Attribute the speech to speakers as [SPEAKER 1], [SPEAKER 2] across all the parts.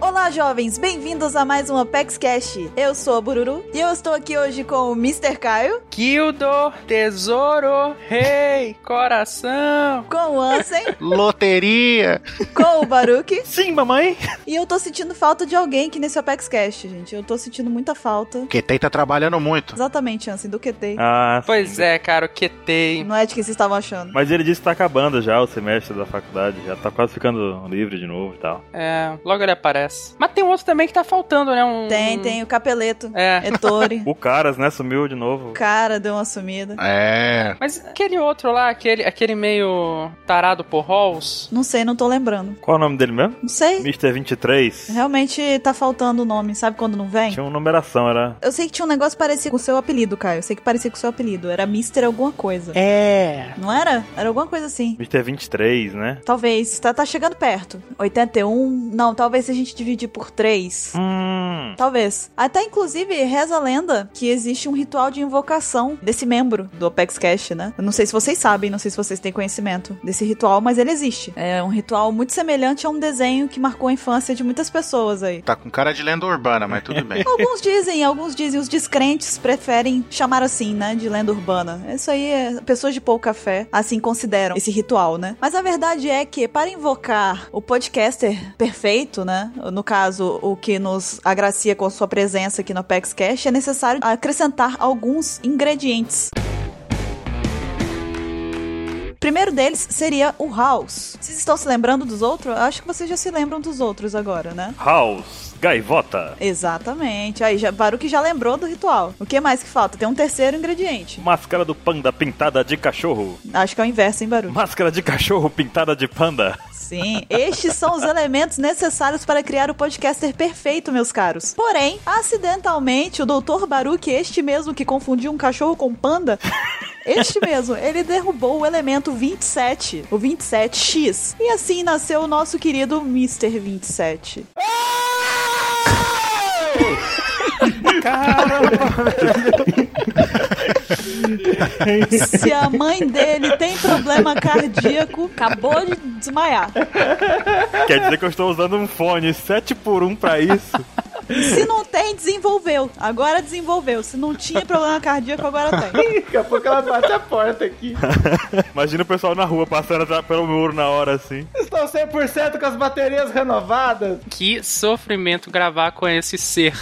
[SPEAKER 1] Olá, jovens! Bem-vindos a mais um Apex Cash. Eu sou a Bururu e eu estou aqui hoje com o Mr. Caio,
[SPEAKER 2] Guildo, tesouro, rei, coração.
[SPEAKER 1] com o Ansem,
[SPEAKER 3] Loteria!
[SPEAKER 1] com o Baruque.
[SPEAKER 2] Sim, mamãe.
[SPEAKER 1] E eu tô sentindo falta de alguém aqui nesse Apex Cash, gente. Eu tô sentindo muita falta.
[SPEAKER 3] Ketei tá trabalhando muito.
[SPEAKER 1] Exatamente, Ansem, do QT.
[SPEAKER 4] Ah,
[SPEAKER 2] Pois é, cara, o QT.
[SPEAKER 1] Não é de que vocês estavam achando.
[SPEAKER 4] mas ele disse que tá acabando já o semestre da faculdade, já tá quase ficando livre de novo e tal.
[SPEAKER 2] É, logo ele aparece. Mas tem um outro também que tá faltando, né? Um,
[SPEAKER 1] Tem, tem, o Capeleto,
[SPEAKER 2] É.
[SPEAKER 1] Ettore.
[SPEAKER 4] O Caras, né, sumiu de
[SPEAKER 1] O
[SPEAKER 4] novo.
[SPEAKER 1] cara deu uma sumida.
[SPEAKER 3] É.
[SPEAKER 2] Mas aquele outro lá, aquele, aquele meio tarado por Halls.
[SPEAKER 1] Não sei, não tô lembrando.
[SPEAKER 4] Qual é o nome dele mesmo?
[SPEAKER 1] Não sei.
[SPEAKER 4] Mr. 23?
[SPEAKER 1] Realmente tá faltando o nome, sabe quando não vem?
[SPEAKER 4] Tinha uma numeração, era.
[SPEAKER 1] Eu sei que tinha um negócio parecido com o seu apelido, Caio. Eu sei que parecia com o seu apelido. Era Mr. alguma coisa.
[SPEAKER 2] É.
[SPEAKER 1] Não era? Era alguma coisa assim.
[SPEAKER 4] Mr. 23, né?
[SPEAKER 1] Talvez. Tá, tá chegando perto. 81. Não, talvez se a gente dividir por 3.
[SPEAKER 4] Hum.
[SPEAKER 1] Talvez. Até, inclusive, reza a lenda que existe um ritual de invocação desse membro do Apex Cash, né? Eu não sei se vocês sabem, não sei se vocês têm conhecimento desse ritual, mas ele existe. É um ritual muito semelhante a um desenho que marcou a infância de muitas pessoas aí.
[SPEAKER 3] Tá com cara de lenda urbana, mas tudo bem.
[SPEAKER 1] Alguns dizem, alguns dizem, os descrentes preferem chamar assim, né, de lenda urbana. Isso aí, é, pessoas de pouca fé assim consideram esse ritual, né? Mas a verdade é que para invocar o podcaster perfeito, né, no caso, o que nos agracia com sua presença aqui no Apex Cash, é necessário acrescentar alguns ingredientes. O primeiro deles seria o House. Vocês estão se lembrando dos outros? Eu acho que vocês já se lembram dos outros agora, né?
[SPEAKER 4] House, Gaivota,
[SPEAKER 1] Exatamente. Aí, já, Baruque já lembrou do ritual. O que mais que falta? Tem um terceiro ingrediente.
[SPEAKER 4] Máscara do Panda pintada de cachorro.
[SPEAKER 1] Acho que é o inverso, hein, Baruque?
[SPEAKER 4] Máscara de cachorro pintada de panda.
[SPEAKER 1] Sim. Estes são os elementos necessários para criar o podcaster perfeito, meus caros. Porém, acidentalmente, o Dr. Baruque, este mesmo que confundiu um cachorro com panda, este mesmo, ele derrubou o elemento 27, o 27X. E assim nasceu o nosso querido Mr. 27. Se a mãe dele tem problema cardíaco, acabou de desmaiar.
[SPEAKER 4] Quer dizer que eu estou usando um fone 7 por 1 pra isso.
[SPEAKER 1] Se não tem, desenvolveu. Agora desenvolveu. Se não tinha problema cardíaco, agora tem.
[SPEAKER 5] Daqui a pouco ela bate a porta aqui.
[SPEAKER 4] Imagina o pessoal na rua passando atrás pelo muro na hora assim.
[SPEAKER 5] Estão 100% com as baterias renovadas.
[SPEAKER 2] Que sofrimento gravar com esse ser.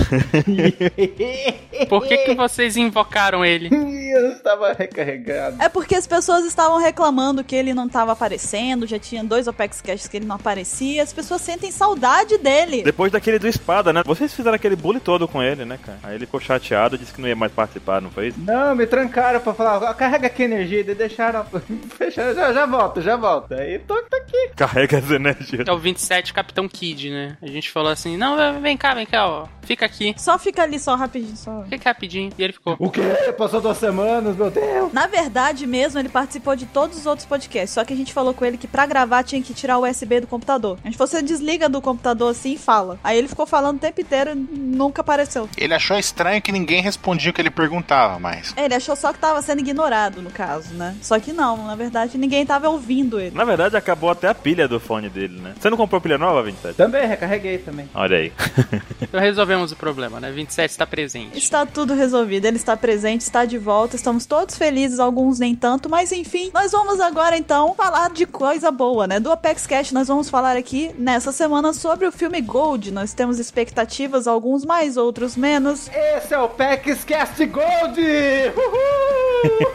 [SPEAKER 2] Por que, que vocês invocaram ele?
[SPEAKER 5] Ih, Eu estava recarregado.
[SPEAKER 1] É porque as pessoas estavam reclamando que ele não estava aparecendo, já tinha dois Opex Cash que ele não aparecia. As pessoas sentem saudade dele.
[SPEAKER 4] Depois daquele do espada, né? Vocês fizeram aquele bullying todo com ele, né, cara? Aí ele ficou chateado, disse que não ia mais participar, não foi isso?
[SPEAKER 5] Não, me trancaram pra falar, "Ah, carrega aqui a energia, daí deixaram. Fecharam, já, já volto, já volto. Aí tô, tô aqui.
[SPEAKER 4] Carrega as energias.
[SPEAKER 2] É o 27 Capitão Kid, né? A gente falou assim: não, vem cá, vem cá, ó. Fica aqui.
[SPEAKER 1] Só fica ali só rapidinho, só.
[SPEAKER 2] Fica aqui rapidinho. E ele ficou.
[SPEAKER 5] O quê? Passou duas semanas, meu Deus.
[SPEAKER 1] Na verdade mesmo, ele participou de todos os outros podcasts, só que a gente falou com ele que pra gravar tinha que tirar o USB do computador. A gente falou, você desliga do computador assim e fala. Aí ele ficou falando o tempo inteiro e nunca apareceu.
[SPEAKER 3] Ele achou estranho que ninguém respondia o que ele perguntava, mas.
[SPEAKER 1] É, ele achou só que tava sendo ignorado, no caso, né? Só que não, na verdade, ninguém tava ouvindo ele.
[SPEAKER 4] Na verdade, acabou até a pilha do fone dele, né? Você não comprou pilha nova, 27?
[SPEAKER 5] Também, recarreguei também.
[SPEAKER 4] Olha aí.
[SPEAKER 2] Então resolvemos o problema, né? 27 está presente.
[SPEAKER 1] Está tudo resolvido, ele está presente, está de volta, estamos todos felizes, alguns nem tanto, mas enfim, nós vamos agora então falar de coisa boa, né? Do Apex Cash nós vamos falar aqui nessa semana sobre o filme Gold. Nós temos expectativas, alguns mais, outros menos.
[SPEAKER 5] Esse é o PEX Cast Gold! Uhul!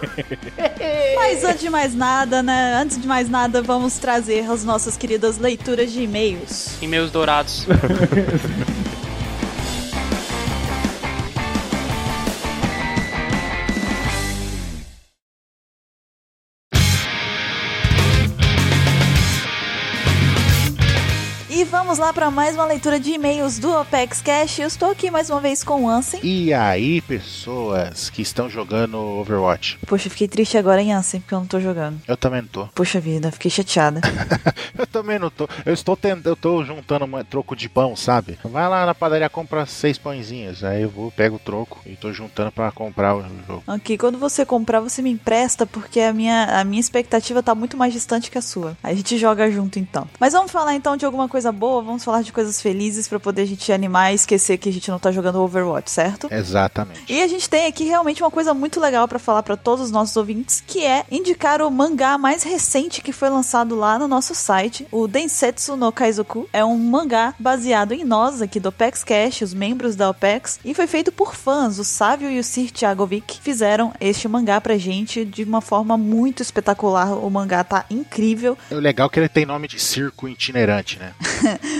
[SPEAKER 1] Mas antes de mais nada, né? Antes de mais nada, vamos trazer as nossas queridas leituras de e-mails.
[SPEAKER 2] E meus dourados.
[SPEAKER 1] E vamos lá para mais uma leitura de e-mails do Apex Cash. Eu estou aqui mais uma vez com o Ansem.
[SPEAKER 3] E aí, pessoas que estão jogando Overwatch?
[SPEAKER 1] Poxa, fiquei triste agora, hein, Ansem, porque eu não tô jogando.
[SPEAKER 3] Eu também não tô.
[SPEAKER 1] Poxa vida, fiquei chateada.
[SPEAKER 3] Eu também não tô. Eu estou tentando. Eu tô juntando um troco de pão, sabe? Vai lá na padaria compra seis pãezinhos. Aí eu vou, pego o troco e tô juntando pra comprar o jogo.
[SPEAKER 1] ok, quando você comprar, você me empresta, porque a minha, a minha expectativa tá muito mais distante que a sua. A gente joga junto então. Mas vamos falar então de alguma coisa boa, vamos falar de coisas felizes pra poder a gente animar e esquecer que a gente não tá jogando Overwatch, certo?
[SPEAKER 3] Exatamente.
[SPEAKER 1] E a gente tem aqui realmente uma coisa muito legal pra falar pra todos os nossos ouvintes, que é indicar o mangá mais recente que foi lançado lá no nosso site, o Densetsu no Kaizoku. É um mangá baseado em nós aqui do Opex Cash, os membros da Opex, e foi feito por fãs. O Sávio e o Sir Tiagovic fizeram este mangá pra gente de uma forma muito espetacular. O mangá tá incrível.
[SPEAKER 3] O legal é que ele tem nome de circo itinerante, né?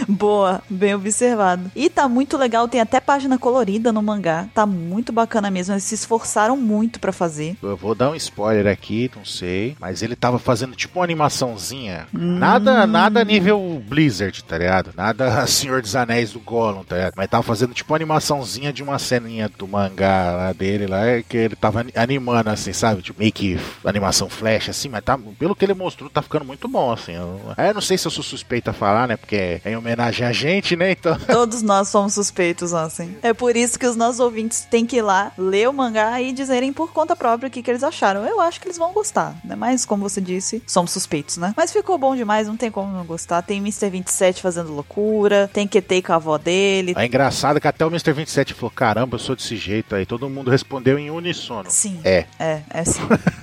[SPEAKER 1] Boa, bem observado. E tá muito legal, tem até página colorida no mangá. Tá muito bacana mesmo, eles se esforçaram muito pra fazer.
[SPEAKER 3] Eu vou dar um spoiler aqui, não sei, mas ele tava fazendo tipo uma animaçãozinha. Nada, nada nível Blizzard, tá ligado? Nada Senhor dos Anéis do Gollum, tá ligado? Mas tava fazendo tipo uma animaçãozinha de uma ceninha do mangá lá dele lá, que ele tava ani- animando assim, sabe? Tipo, meio que animação flash assim, mas tá, pelo que ele mostrou, tá ficando muito bom assim. Eu, é, eu não sei se eu sou suspeito a falar, né? Porque é em homenagem a gente, né? Então,
[SPEAKER 1] Todos nós somos suspeitos, assim. É por isso que os nossos ouvintes têm que ir lá ler o mangá e dizerem por conta própria o que, que eles acharam. Eu acho que eles vão gostar, né? Mas, como você disse, somos suspeitos, né? Mas ficou bom demais, não tem como não gostar. Tem Mr. 27 fazendo loucura, tem QT com a avó dele.
[SPEAKER 3] é engraçado que até o Mr. 27 falou: caramba, eu sou desse jeito aí. Todo mundo respondeu em uníssono.
[SPEAKER 1] Sim.
[SPEAKER 3] É.
[SPEAKER 1] É, é sim.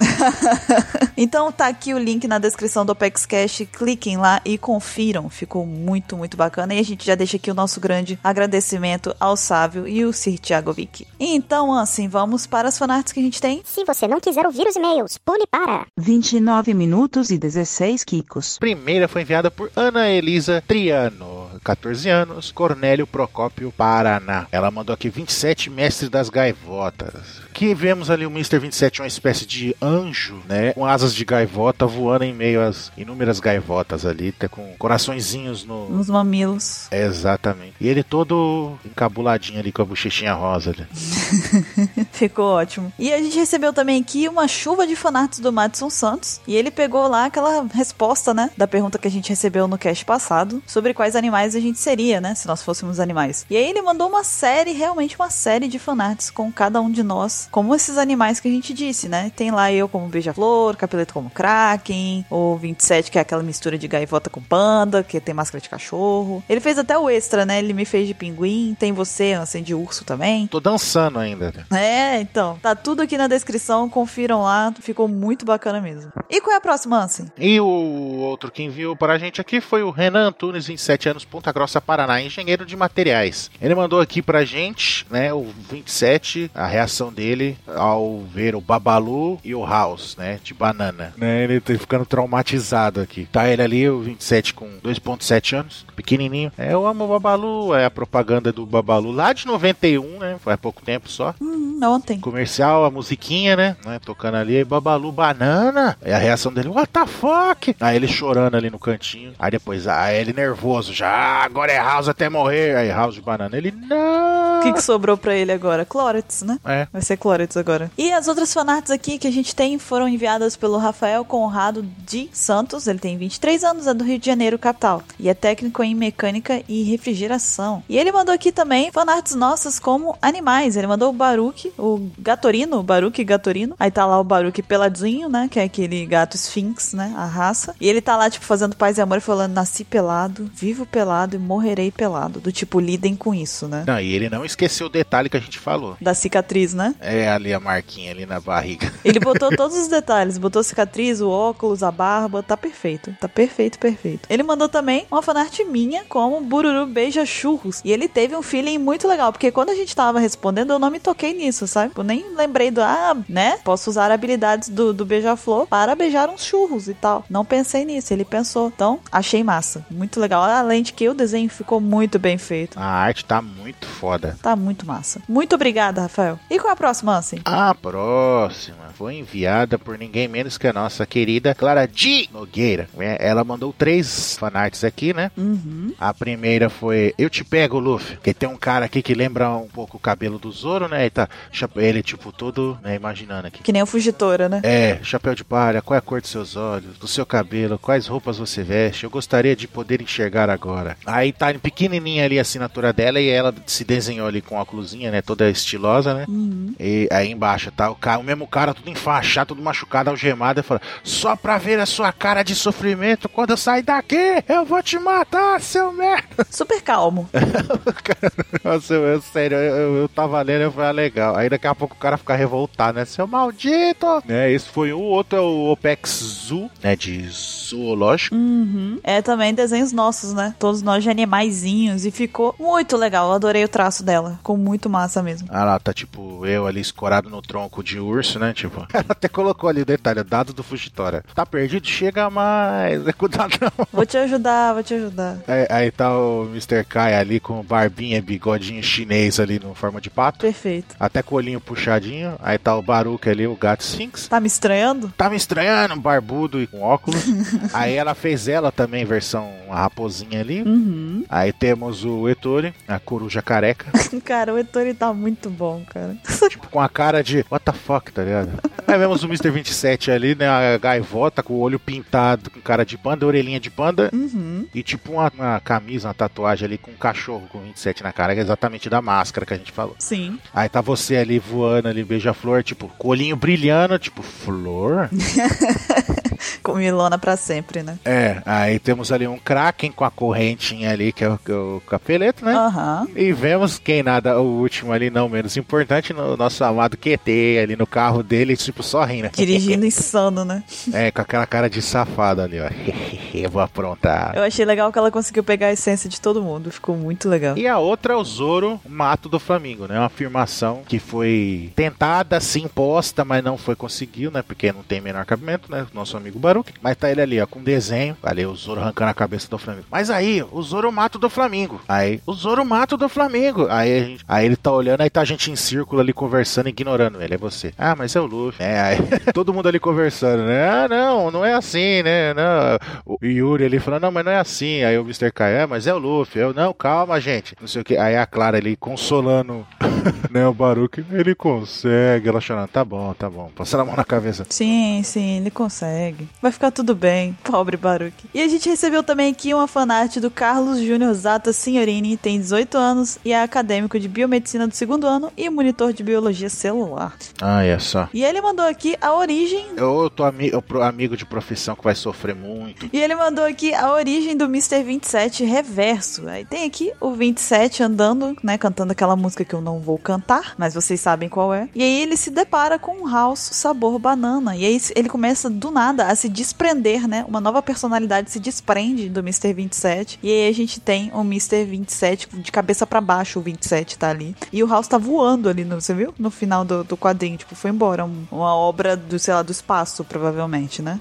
[SPEAKER 1] então tá aqui o link na descrição do Opex Cash, cliquem lá e confiram, ficou muito, muito bacana. E a gente já deixa aqui o nosso grande agradecimento ao Sávio e ao Sir Tiagovic. Então, assim, vamos para as fanarts que a gente tem.
[SPEAKER 6] Se você não quiser ouvir os e-mails, pule para.
[SPEAKER 7] 29 minutos e 16 quicos.
[SPEAKER 3] primeira foi enviada por Ana Elisa Triano, 14 anos, Cornélio Procópio, Paraná. Ela mandou aqui 27 mestres das gaivotas. Que vemos ali o Mr. 27, uma espécie de anjo, né? Com asas de gaivota voando em meio às inúmeras gaivotas ali, até com coraçõezinhos no. É,
[SPEAKER 1] Nos mamilos.
[SPEAKER 3] Exatamente. E ele todo encabuladinho ali com a bochechinha rosa ali.
[SPEAKER 1] Ficou ótimo. E a gente recebeu também aqui uma chuva de fanarts do Madison Santos. E ele pegou lá aquela resposta, né? Da pergunta que a gente recebeu no cast passado sobre quais animais a gente seria, né? Se nós fôssemos animais. E aí ele mandou uma série, realmente uma série de fanarts com cada um de nós, como esses animais que a gente disse, né? Tem lá eu como beija-flor, Capeleto como kraken, o 27, que é aquela mistura de gaivota com panda, que tem máscara de cachorro. Ele fez até o extra, né? Ele me fez de pinguim. Tem você, assim, de urso também.
[SPEAKER 3] Tô dançando ainda. né?
[SPEAKER 1] É, então. Tá tudo aqui na descrição, confiram lá. Ficou muito bacana mesmo. E qual é a próxima, Ansem?
[SPEAKER 3] E o outro que enviou para a gente aqui foi o Renan Antunes, 27 anos, Ponta Grossa, Paraná, engenheiro de materiais. Ele mandou aqui para a gente, né, o 27, a reação dele ao ver o Babalu e o House, né, de banana. Né, ele tá ficando traumatizado aqui. Tá ele ali, o 27, com 2.7 anos, pequenininho. É, eu amo o Babalu, é a propaganda do Babalu lá de 91, né, faz pouco tempo só
[SPEAKER 1] Hum, ontem.
[SPEAKER 3] comercial, a musiquinha, né? né, Tocando ali, aí Babalu Banana. Aí a reação dele, what the fuck? Aí ele chorando ali no cantinho. Aí depois, aí ele nervoso já, "Ah, agora é House até morrer. Aí House de Banana, ele, não.
[SPEAKER 1] O que, que sobrou pra ele agora? Clorets, né?
[SPEAKER 3] É.
[SPEAKER 1] Vai ser Clorets agora. E as outras fanarts aqui que a gente tem foram enviadas pelo Rafael Conrado de Santos. Ele tem 23 anos, é do Rio de Janeiro, capital. E é técnico em mecânica e refrigeração. E ele mandou aqui também fanarts nossas como animais. Ele mandou o Baruque, o Gatorino, o Baruque Gatorino. Aí tá lá o Baruque peladinho, né? Que é aquele gato Sphinx, né? A raça. E ele tá lá, tipo, fazendo paz e amor, e falando: nasci pelado, vivo pelado e morrerei pelado. Do tipo, lidem com isso, né?
[SPEAKER 3] Não, e ele não esqueceu o detalhe que a gente falou.
[SPEAKER 1] Da cicatriz, né?
[SPEAKER 3] É ali a marquinha ali na barriga.
[SPEAKER 1] Ele botou todos os detalhes, botou cicatriz, o óculos, a barba, tá perfeito, tá perfeito, perfeito. Ele mandou também uma fanart minha como Bururu beija churros, e ele teve um feeling muito legal, porque quando a gente tava respondendo, eu não me toquei nisso, sabe? Eu nem lembrei do, ah, né, posso usar habilidades do, do beija-flor para beijar uns churros e tal. Não pensei nisso, ele pensou. Então, achei massa, muito legal. Além de que o desenho ficou muito bem feito.
[SPEAKER 3] A arte tá muito foda.
[SPEAKER 1] Tá muito massa. Muito obrigada, Rafael. E qual é a próxima, assim?
[SPEAKER 3] A próxima foi enviada por ninguém menos que a nossa querida Clara de Nogueira. É, Ela mandou três fanarts aqui, né?
[SPEAKER 1] Uhum.
[SPEAKER 3] A primeira foi Eu Te Pego, Luffy. Que tem um cara aqui que lembra um pouco o cabelo do Zoro, né? Ele, tá, chape- ele tipo, todo, né, imaginando aqui.
[SPEAKER 1] Que nem o Fugitora, né?
[SPEAKER 3] É, chapéu de palha, qual é a cor dos seus olhos, do seu cabelo, quais roupas você veste? Eu gostaria de poder enxergar agora. assinatura. Aí tá pequenininha ali a assinatura dela e ela se desenhou ali com a cruzinha, né? Toda estilosa, né? E aí embaixo tá o, cara, o mesmo cara tudo enfaixado, tudo machucado, algemado, e fala: Só pra ver a sua cara de sofrimento, quando eu sair daqui, eu vou te matar, seu merda!
[SPEAKER 1] Super calmo.
[SPEAKER 3] Cara, Nossa, eu, eu- sério, eu, eu, eu tava lendo, eu falei, ah, legal. Aí daqui a pouco o cara fica revoltado, né? Seu maldito! Né, esse foi um, o outro é o Opex Zoo, né? De zoológico.
[SPEAKER 1] Uhum. É também desenhos nossos, né? Todos nós de animaizinhos. E ficou muito legal. Eu adorei o traço dela. Ficou muito massa mesmo.
[SPEAKER 3] Ah lá, tá tipo eu ali escorado no tronco de urso, né? Tipo, ela até colocou ali o detalhe, dado do Fugitória. Tá perdido? Chega mais, é cuidado não.
[SPEAKER 1] Vou te ajudar, vou te ajudar.
[SPEAKER 3] Aí, aí tá o Mr. Kai ali com barbinha, bigodinho chinês ali no forma de pato.
[SPEAKER 1] Perfeito.
[SPEAKER 3] Até colinho puxadinho. Aí tá o Baruque ali, o gato Sphinx.
[SPEAKER 1] Tá me estranhando?
[SPEAKER 3] Tá me estranhando, barbudo e com óculos. Aí ela fez ela também, versão raposinha ali.
[SPEAKER 1] Uhum.
[SPEAKER 3] Aí temos o Ettore, a coruja careca,
[SPEAKER 1] Cara, o Ettore tá muito bom, cara.
[SPEAKER 3] tipo, com a cara de what the fuck, tá ligado? Aí vemos o Mr. 27 ali, né? A gaivota com o olho pintado, com cara de panda, orelhinha de panda.
[SPEAKER 1] Uhum.
[SPEAKER 3] E tipo uma, uma camisa, uma tatuagem ali com um cachorro com 27 na cara, que é exatamente da máscara que a gente falou.
[SPEAKER 1] Sim.
[SPEAKER 3] Aí tá você ali voando ali, beija-flor, tipo, colinho brilhando, tipo, flor?
[SPEAKER 1] Com Milona pra sempre, né?
[SPEAKER 3] É, aí temos ali um Kraken com a correntinha ali, que é o, que é o capeleto, né?
[SPEAKER 1] Aham.
[SPEAKER 3] E vemos quem nada, o último ali, não menos importante, no nosso amado QT ali no carro dele, tipo, só rindo.
[SPEAKER 1] Dirigindo insano, né?
[SPEAKER 3] É, com aquela cara de safado ali, ó. Eu vou aprontar.
[SPEAKER 1] Eu achei legal que ela conseguiu pegar a essência de todo mundo. Ficou muito legal.
[SPEAKER 3] E a outra é o Zoro, o mato do Flamengo, né? Uma afirmação que foi tentada, se imposta, mas não foi conseguido, né? Porque não tem menor cabimento, né? Nosso amigo Baruque. Mas tá ele ali, ó, com um desenho. Ali, o Zoro arrancando a cabeça do Flamengo. Mas aí, o Zoro mato do Flamengo. Aí, o Zoro mato do Flamengo. Aí, a gente- aí ele tá olhando, aí tá a gente em círculo ali conversando, ignorando ele. É você. Ah, mas é o Luffy. É, aí, todo mundo ali conversando, né? Ah, não, não é assim, né? Não. O Yuri ele falando, não, mas não é assim. Aí o Mr. Kai, é, mas é o Luffy. Eu, não, calma, gente. Não sei o que. Aí a Clara ali consolando, né? O Baruque, ele consegue. Ela chorando, tá bom, tá bom. Passando a mão na cabeça.
[SPEAKER 1] Sim, sim, ele consegue. Vai ficar tudo bem, pobre Baruque. E a gente recebeu também aqui uma fanart do Carlos Júnior Zata Signorini, tem 18 anos e é acadêmico de biomedicina do segundo ano e monitor de biologia celular.
[SPEAKER 3] Ah, é só.
[SPEAKER 1] E ele mandou aqui a origem.
[SPEAKER 3] Eu tô ami eu pro- amigo de profissão que vai sofrer muito.
[SPEAKER 1] E ele mandou aqui a origem do Mr. 27 reverso. Aí tem aqui o 27 andando, né, cantando aquela música que eu não vou cantar, mas vocês sabem qual é. E aí ele se depara com um House sabor banana. E aí ele começa do nada a se desprender, né? Uma nova personalidade se desprende do Mr. 27. E aí a gente tem o Mr. 27 de cabeça pra baixo, o 27 tá ali. E o House tá voando ali, no, você viu? No final do, do quadrinho, tipo, foi embora. Um- uma obra do, sei lá, do espaço, provavelmente, né?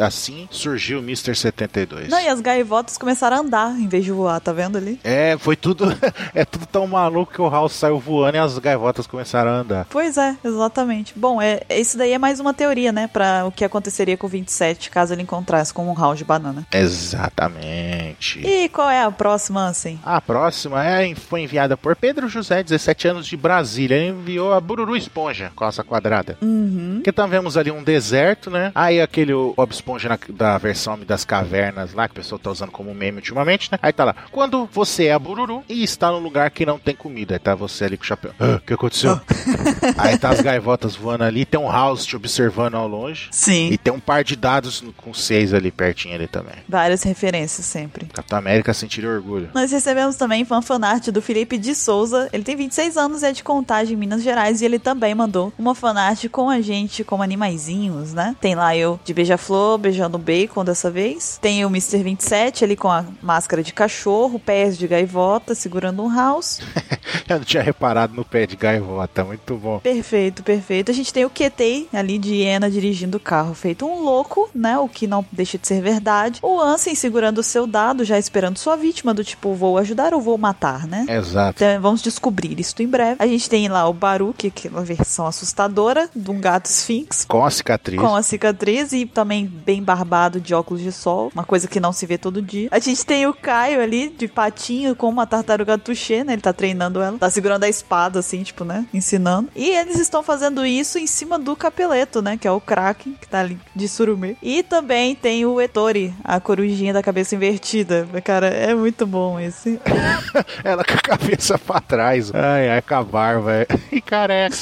[SPEAKER 3] Assim surgiu o Mr. 72.
[SPEAKER 1] Não, e as gaivotas começaram a andar em vez de voar, tá vendo ali?
[SPEAKER 3] É, foi tudo. é tudo tão maluco que o House saiu voando e as gaivotas começaram a andar.
[SPEAKER 1] Pois é, exatamente. Bom, é, é- isso daí é mais uma teoria, né? Pra o que aconteceria com o 27 caso ele encontrasse com um round de banana.
[SPEAKER 3] Exatamente.
[SPEAKER 1] E qual é a próxima, assim?
[SPEAKER 3] A próxima é, foi enviada por Pedro José, 17 anos, de Brasília. Ele enviou a Bururu Esponja, calça quadrada.
[SPEAKER 1] Uhum.
[SPEAKER 3] Porque também vemos ali um deserto, né? Aí aquele Bob Esponja na- da versão Homem das Cavernas lá, que o pessoal tá usando como meme ultimamente, né? Aí tá lá, quando você é a Bururu e está num lugar que não tem comida. Aí tá você ali com o chapéu. "Ah, O que
[SPEAKER 1] Oh.
[SPEAKER 3] aconteceu? Aí tá as gaivotas voando ali, tem um House te observando ao longe.
[SPEAKER 1] Sim.
[SPEAKER 3] E tem um par de dados com seis ali pertinho ali também.
[SPEAKER 1] Várias referências sempre.
[SPEAKER 3] Capitão América sentiria orgulho.
[SPEAKER 1] Nós recebemos também fanfanart do Felipe de Souza. Ele tem 26 anos e é de Contagem, Minas Gerais. E ele também mandou uma fanart com a gente, como animaizinhos, né? Tem lá eu de beija-flor, beijando o bacon dessa vez. Tem o Mr. 27 ali com a máscara de cachorro, pés de gaivota, segurando um house.
[SPEAKER 3] Eu não tinha reparado no pé de gaivota, muito bom.
[SPEAKER 1] Perfeito, perfeito. A gente tem o Ketei ali de Iena dirigindo o carro, feito um louco, né? O que não deixa de ser verdade. O Ansem segurando o seu dado, já esperando sua vítima, do tipo, vou ajudar ou vou matar, né?
[SPEAKER 3] Exato.
[SPEAKER 1] Então, vamos descobrir isso em breve. A gente tem lá o Baruque, que é uma versão assustadora de um gato Sphinx.
[SPEAKER 3] Com a cicatriz.
[SPEAKER 1] Com a cicatriz e também bem barbado de óculos de sol, uma coisa que não se vê todo dia. A gente tem o Caio ali de patinho com uma tartaruga tuxê, né? Ele tá treinando ela, tá segurando a espada, assim, tipo, né? Ensinando. E eles estão fazendo isso em cima do capeleto, né? Que é o Kraken, que tá ali de surumê. E também tem o Etori, a corujinha da cabeça invertida. Cara, é muito bom esse.
[SPEAKER 3] Ela com a cabeça pra trás. Ai, ai, com a barba. é. E careca.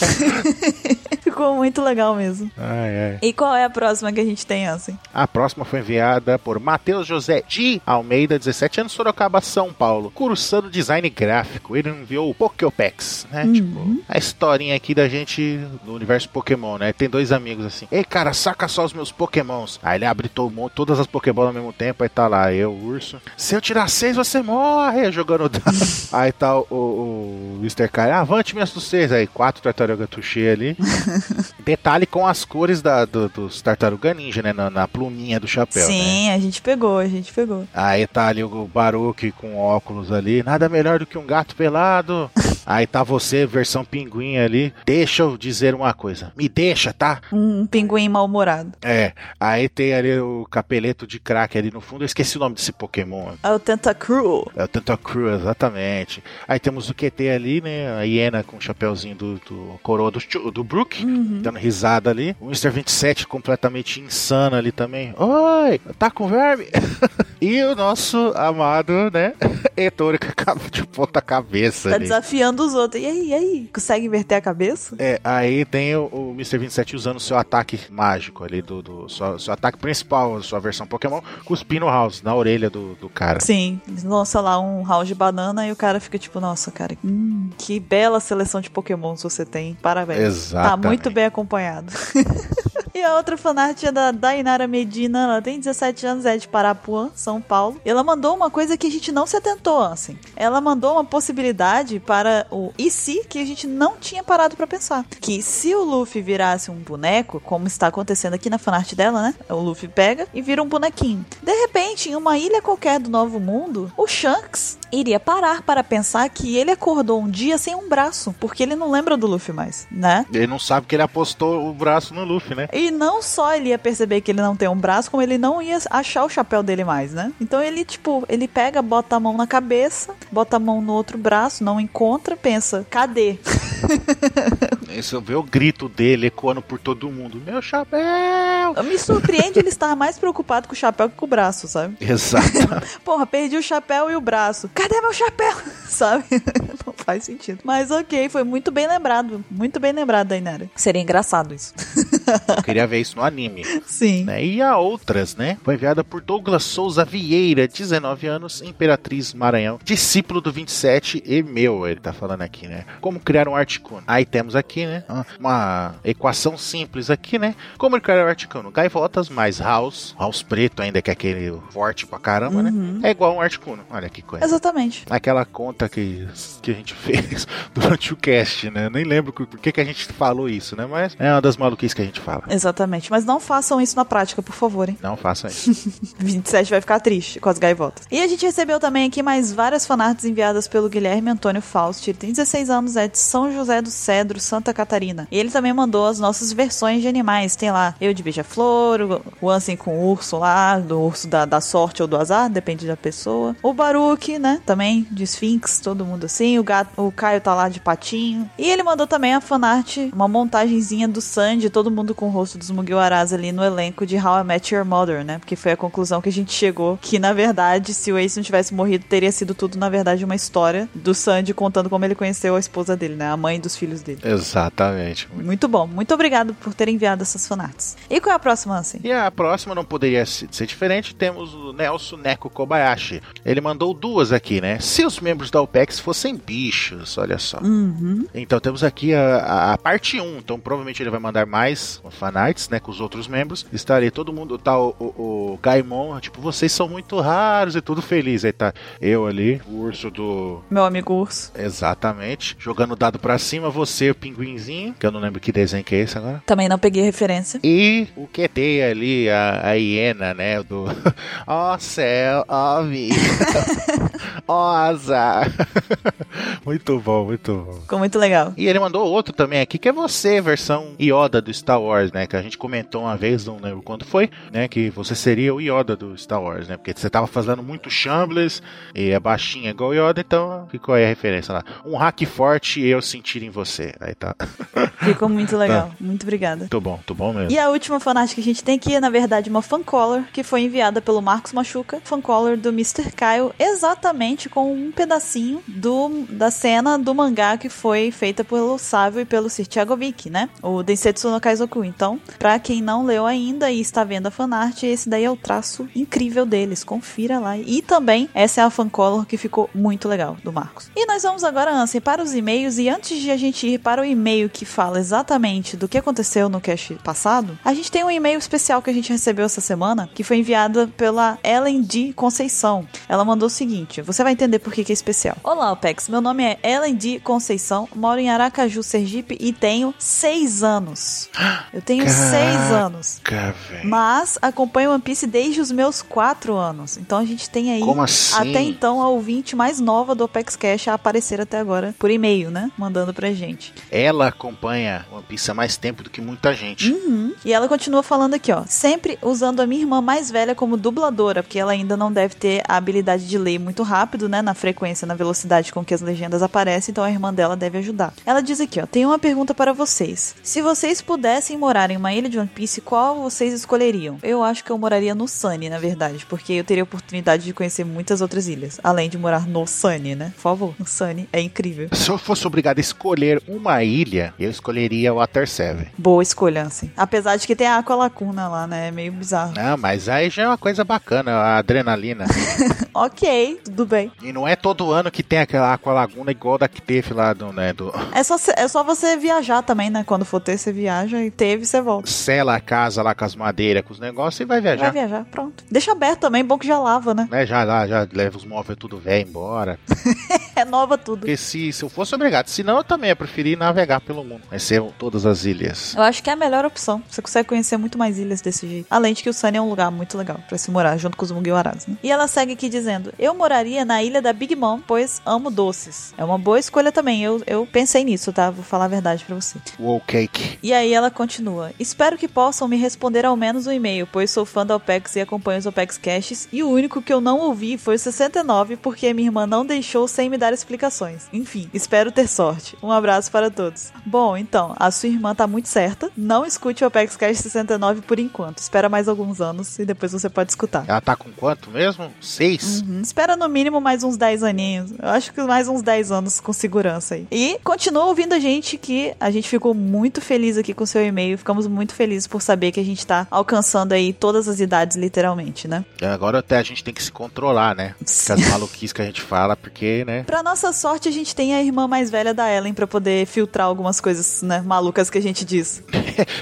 [SPEAKER 1] Ficou muito legal mesmo.
[SPEAKER 3] Ai, ai.
[SPEAKER 1] E qual é a próxima que a gente tem, assim?
[SPEAKER 3] A próxima foi enviada por Matheus José de Almeida, 17 anos, Sorocaba, São Paulo, cursando design gráfico. Ele enviou o Poképex, né? Tipo, a historinha aqui da gente no universo Pokémon, né? Tem dois amigos assim. Ei, cara, saca só os meus Pokémons. Aí ele abre todo mundo- todas as Pokébolas ao mesmo tempo. Aí tá lá, eu, o urso. Se eu tirar seis, você morre jogando dado. aí tá o, o, o Mr. Kai. Avante, minhas seis. Aí quatro tartaruga tuxê ali. Detalhe com as cores da, do- dos tartaruga ninja, né? Na, na pluminha do chapéu. né?
[SPEAKER 1] Sim, a gente pegou, a gente pegou.
[SPEAKER 3] Aí tá ali o Baruque com óculos ali. Nada melhor do que um gato pelado. Aí tá você, versão pinguim ali. Deixa eu dizer uma coisa. Me deixa, tá?
[SPEAKER 1] Um pinguim mal-humorado.
[SPEAKER 3] É. Aí tem ali o capeleto de crack ali no fundo. Eu esqueci o nome desse Pokémon.
[SPEAKER 1] É o Tentacruel.
[SPEAKER 3] É o Tentacruel, exatamente. Aí temos o QT ali, né? A hiena com o chapéuzinho do, do coroa do, Chu- do Brook,
[SPEAKER 1] Uhum.
[SPEAKER 3] dando risada ali. O Mr. 27 completamente insano ali também. Oi, tá com verme? e o nosso amado, né? Ettore que acaba de ponta cabeça
[SPEAKER 1] Tá
[SPEAKER 3] ali.
[SPEAKER 1] desafiando os outros. E aí, e aí? Consegue inverter a cabeça?
[SPEAKER 3] É, aí tem o, o Mr. 27 usando seu ataque mágico ali, do, do seu, seu ataque principal, sua versão Pokémon, cuspindo o House na orelha do, do cara.
[SPEAKER 1] Sim, lança lá um round de banana e o cara fica tipo, nossa, cara, hum, que bela seleção de pokémons você tem. Parabéns.
[SPEAKER 3] Exatamente.
[SPEAKER 1] Tá muito bem acompanhado. E a outra fanart é da Dainara Medina, ela tem 17 anos, é de Parapuã, São Paulo. E Ela mandou uma coisa que a gente não se atentou, assim. Ela mandou uma possibilidade para o e se que a gente não tinha parado pra pensar. Que se o Luffy virasse um boneco, como está acontecendo aqui na fanart dela, né? O Luffy pega e vira um bonequinho. De repente, em uma ilha qualquer do Novo Mundo, o Shanks iria parar para pensar que ele acordou um dia sem um braço, porque ele não lembra do Luffy mais, né?
[SPEAKER 3] Ele não sabe que ele apostou o braço no Luffy, né?
[SPEAKER 1] E não só ele ia perceber que ele não tem um braço, como ele não ia achar o chapéu dele mais, né? Então ele, tipo, ele pega, bota a mão na cabeça, bota a mão no outro braço, não encontra, pensa, cadê?
[SPEAKER 3] Isso vê o grito dele ecoando por todo mundo. Meu chapéu!
[SPEAKER 1] Me surpreende ele estar mais preocupado com o chapéu que com o braço, sabe?
[SPEAKER 3] Exato.
[SPEAKER 1] Porra, perdi o chapéu e o braço. Cadê meu chapéu? Sabe? Não faz sentido. Mas ok, foi muito bem lembrado. Muito bem lembrado, Dainara. Seria engraçado isso.
[SPEAKER 3] Eu queria ver isso no anime.
[SPEAKER 1] Sim.
[SPEAKER 3] né? E há outras, né? Foi enviada por Douglas Souza Vieira, 19 anos, Imperatriz Maranhão, discípulo do 27 e meu, ele tá falando aqui, né? Como criar um Articuno? Aí temos aqui, né? Uma equação simples aqui, né? Como criar um Articuno? Gaivotas mais House, House preto ainda, que é aquele forte pra caramba, né? É igual um Articuno. Olha que coisa.
[SPEAKER 1] Exatamente.
[SPEAKER 3] Aquela conta que, que a gente fez durante o cast, né? Nem lembro por por que, que a gente falou isso, né? Mas é uma das maluquices que a gente fala.
[SPEAKER 1] Exatamente. Mas não façam isso na prática, por favor, hein?
[SPEAKER 3] Não faça isso.
[SPEAKER 1] 27 vai ficar triste com as gaivotas. E a gente recebeu também aqui mais várias fanarts enviadas pelo Guilherme Antônio Faust. Ele tem 16 anos, é de São José do Cedro, Santa Catarina. E ele também mandou as nossas versões de animais. Tem lá eu de beija-flor, o- o Ansem com o urso lá, do urso da, da sorte ou do azar, depende da pessoa. O Baruque, né? Também de Sphinx, todo mundo assim. O, gato, o Caio tá lá de patinho. E ele mandou também a fanart, uma montagenzinha do Sandy, todo mundo com o rosto dos Mugiwaras ali no elenco de How I Met Your Mother, né? Porque foi a conclusão que a gente chegou, que na verdade, se o Ace não tivesse morrido, teria sido tudo, na verdade, uma história do Sandy contando como ele conheceu a esposa dele, né? A mãe dos filhos dele.
[SPEAKER 3] Exatamente.
[SPEAKER 1] Muito bom, muito obrigado por ter enviado essas fanarts. E qual é a próxima, assim?
[SPEAKER 3] E a próxima não poderia se- ser diferente. Temos o Nelson Neko Kobayashi. Ele mandou duas aqui, né? Se os membros da OPEX fossem bichos, olha só.
[SPEAKER 1] Uhum.
[SPEAKER 3] Então temos aqui a, a- a parte 1. Então provavelmente ele vai mandar mais fanarts, né? Com os outros membros. Está ali todo mundo, tá o, o, o Gaimon, tipo, vocês são muito raros e tudo feliz. Aí tá eu ali, o urso do,
[SPEAKER 1] Meu amigo urso.
[SPEAKER 3] Exatamente. Jogando o dado pra cima, você, o pinguinzinho, que eu não lembro que desenho que é esse agora.
[SPEAKER 1] Também não peguei referência.
[SPEAKER 3] E o QT ali, a, a hiena, né? Do. Ó céu, ó vida. Ó azar. muito bom, muito bom.
[SPEAKER 1] Ficou muito legal.
[SPEAKER 3] E ele mandou outro também aqui, que é você, versão Yoda do Star Wars, né? Que a gente comentou uma vez, não lembro quando foi, né? Que você seria o Yoda do Star Wars, né? Porque você tava fazendo muito Shambles e é baixinha igual o Yoda, então ficou aí a referência lá. Um hack forte eu sentir em você. Aí tá.
[SPEAKER 1] Ficou muito legal. Muito obrigada.
[SPEAKER 3] Tô bom, tô bom mesmo.
[SPEAKER 1] E a última fanart que a gente tem aqui é, na verdade, uma fancolor que foi enviada pelo Marcos Machuca, fancolor do Mr. Kyle, exatamente com um pedacinho do, da cena do mangá que foi feita pelo Sávio e pelo Sir Thiago Vick, né? O Densetsu no Kaizoku. Então, pra quem não leu ainda e está vendo a fanart, esse daí é o traço incrível deles. Confira lá. E também, essa é a fancolor que ficou muito legal, do Marcos. E nós vamos agora, Ansem, para os e-mails. E antes de a gente ir para o e-mail que fala exatamente do que aconteceu no cast passado, a gente tem um e-mail especial que a gente recebeu essa semana, que foi enviado pela Ellen D. Conceição. Ela mandou o seguinte: você vai entender por que, que é especial. Olá, Opex. Meu nome é Ellen D. Conceição, moro em Aracaju, Sergipe e tenho seis anos. Eu tenho seis
[SPEAKER 3] Caraca,
[SPEAKER 1] anos.
[SPEAKER 3] Cara, velho.
[SPEAKER 1] Mas acompanho One Piece desde os meus quatro anos. Então a gente tem aí
[SPEAKER 3] Como assim?
[SPEAKER 1] até então a ouvinte mais nova do Opex Cash a aparecer até agora por e-mail, né? Mandando pra gente.
[SPEAKER 3] Ela acompanha One Piece há mais tempo do que muita gente.
[SPEAKER 1] Hum? Uhum. E ela continua falando aqui, ó. Sempre usando a minha irmã mais velha como dubladora, porque ela ainda não deve ter a habilidade de ler muito rápido, né? Na frequência, na velocidade com que as legendas aparecem, então a irmã dela deve ajudar. Ela diz aqui, ó. Tenho uma pergunta para vocês. Se vocês pudessem morar em uma ilha de One Piece, qual vocês escolheriam? Eu acho que eu moraria no Sunny, na verdade, porque eu teria a oportunidade de conhecer muitas outras ilhas, além de morar no Sunny, né? Por favor, o Sunny é incrível.
[SPEAKER 3] Se eu fosse obrigado a escolher uma ilha, eu escolheria Water 7.
[SPEAKER 1] Boa escolha, assim. Apesar de que tem a Aqua Lacuna lá, né? É meio bizarro.
[SPEAKER 3] Ah, mas aí já é uma coisa bacana, a adrenalina.
[SPEAKER 1] Ok, tudo bem.
[SPEAKER 3] e não é todo ano que tem aquela aqualaguna igual da que teve lá do, né, do
[SPEAKER 1] É só, cê- é só você viajar também, né? Quando for ter, você viaja e teve, você volta.
[SPEAKER 3] sela a casa lá com as madeiras, com os negócios e vai
[SPEAKER 1] Vai
[SPEAKER 3] viajar.
[SPEAKER 1] viajar, pronto. Deixa aberto também, bom que já lava, né?
[SPEAKER 3] Né, já lá, já leva os móveis tudo velho embora.
[SPEAKER 1] Renova É tudo.
[SPEAKER 3] Porque se, se eu fosse obrigado, senão eu também ia preferir navegar pelo mundo. Conhecer todas as ilhas.
[SPEAKER 1] Eu acho que é a melhor opção. Você consegue conhecer muito mais ilhas desse jeito. Além de que o Sunny é um lugar muito legal pra se morar, junto com os Mugiwaras, né? E ela segue aqui dizendo: Eu moraria na ilha da Big Mom, pois amo doces. É uma boa escolha também. Eu, eu pensei nisso, tá? Vou falar a verdade pra você.
[SPEAKER 3] Wow cake.
[SPEAKER 1] E aí ela continua. Espero que possam me responder ao menos um e-mail, pois sou fã da OPEX e acompanho os OPEX Caches, e o único que eu não ouvi foi o 69, porque minha irmã não deixou sem me dar explicações. Enfim, espero ter sorte. Um abraço para todos. Bom, então, a sua irmã tá muito certa. Não escute o OPEX Cache 69 por enquanto. Espera mais alguns anos e depois você pode escutar.
[SPEAKER 3] Ela tá com quanto mesmo? Seis?
[SPEAKER 1] Hum, Espera no mínimo mais uns 10 aninhos. Eu acho que mais uns 10 anos com segurança aí. E continua ouvindo a gente, que a gente ficou muito feliz aqui com o seu e-mail. Ficamos muito felizes por saber que a gente tá alcançando aí todas as idades, literalmente, né?
[SPEAKER 3] Agora até a gente tem que se controlar, né? Com as maluquices que a gente fala, porque, né?
[SPEAKER 1] Pra nossa sorte, a gente tem a irmã mais velha da Ellen pra poder filtrar algumas coisas, né, malucas que a gente diz.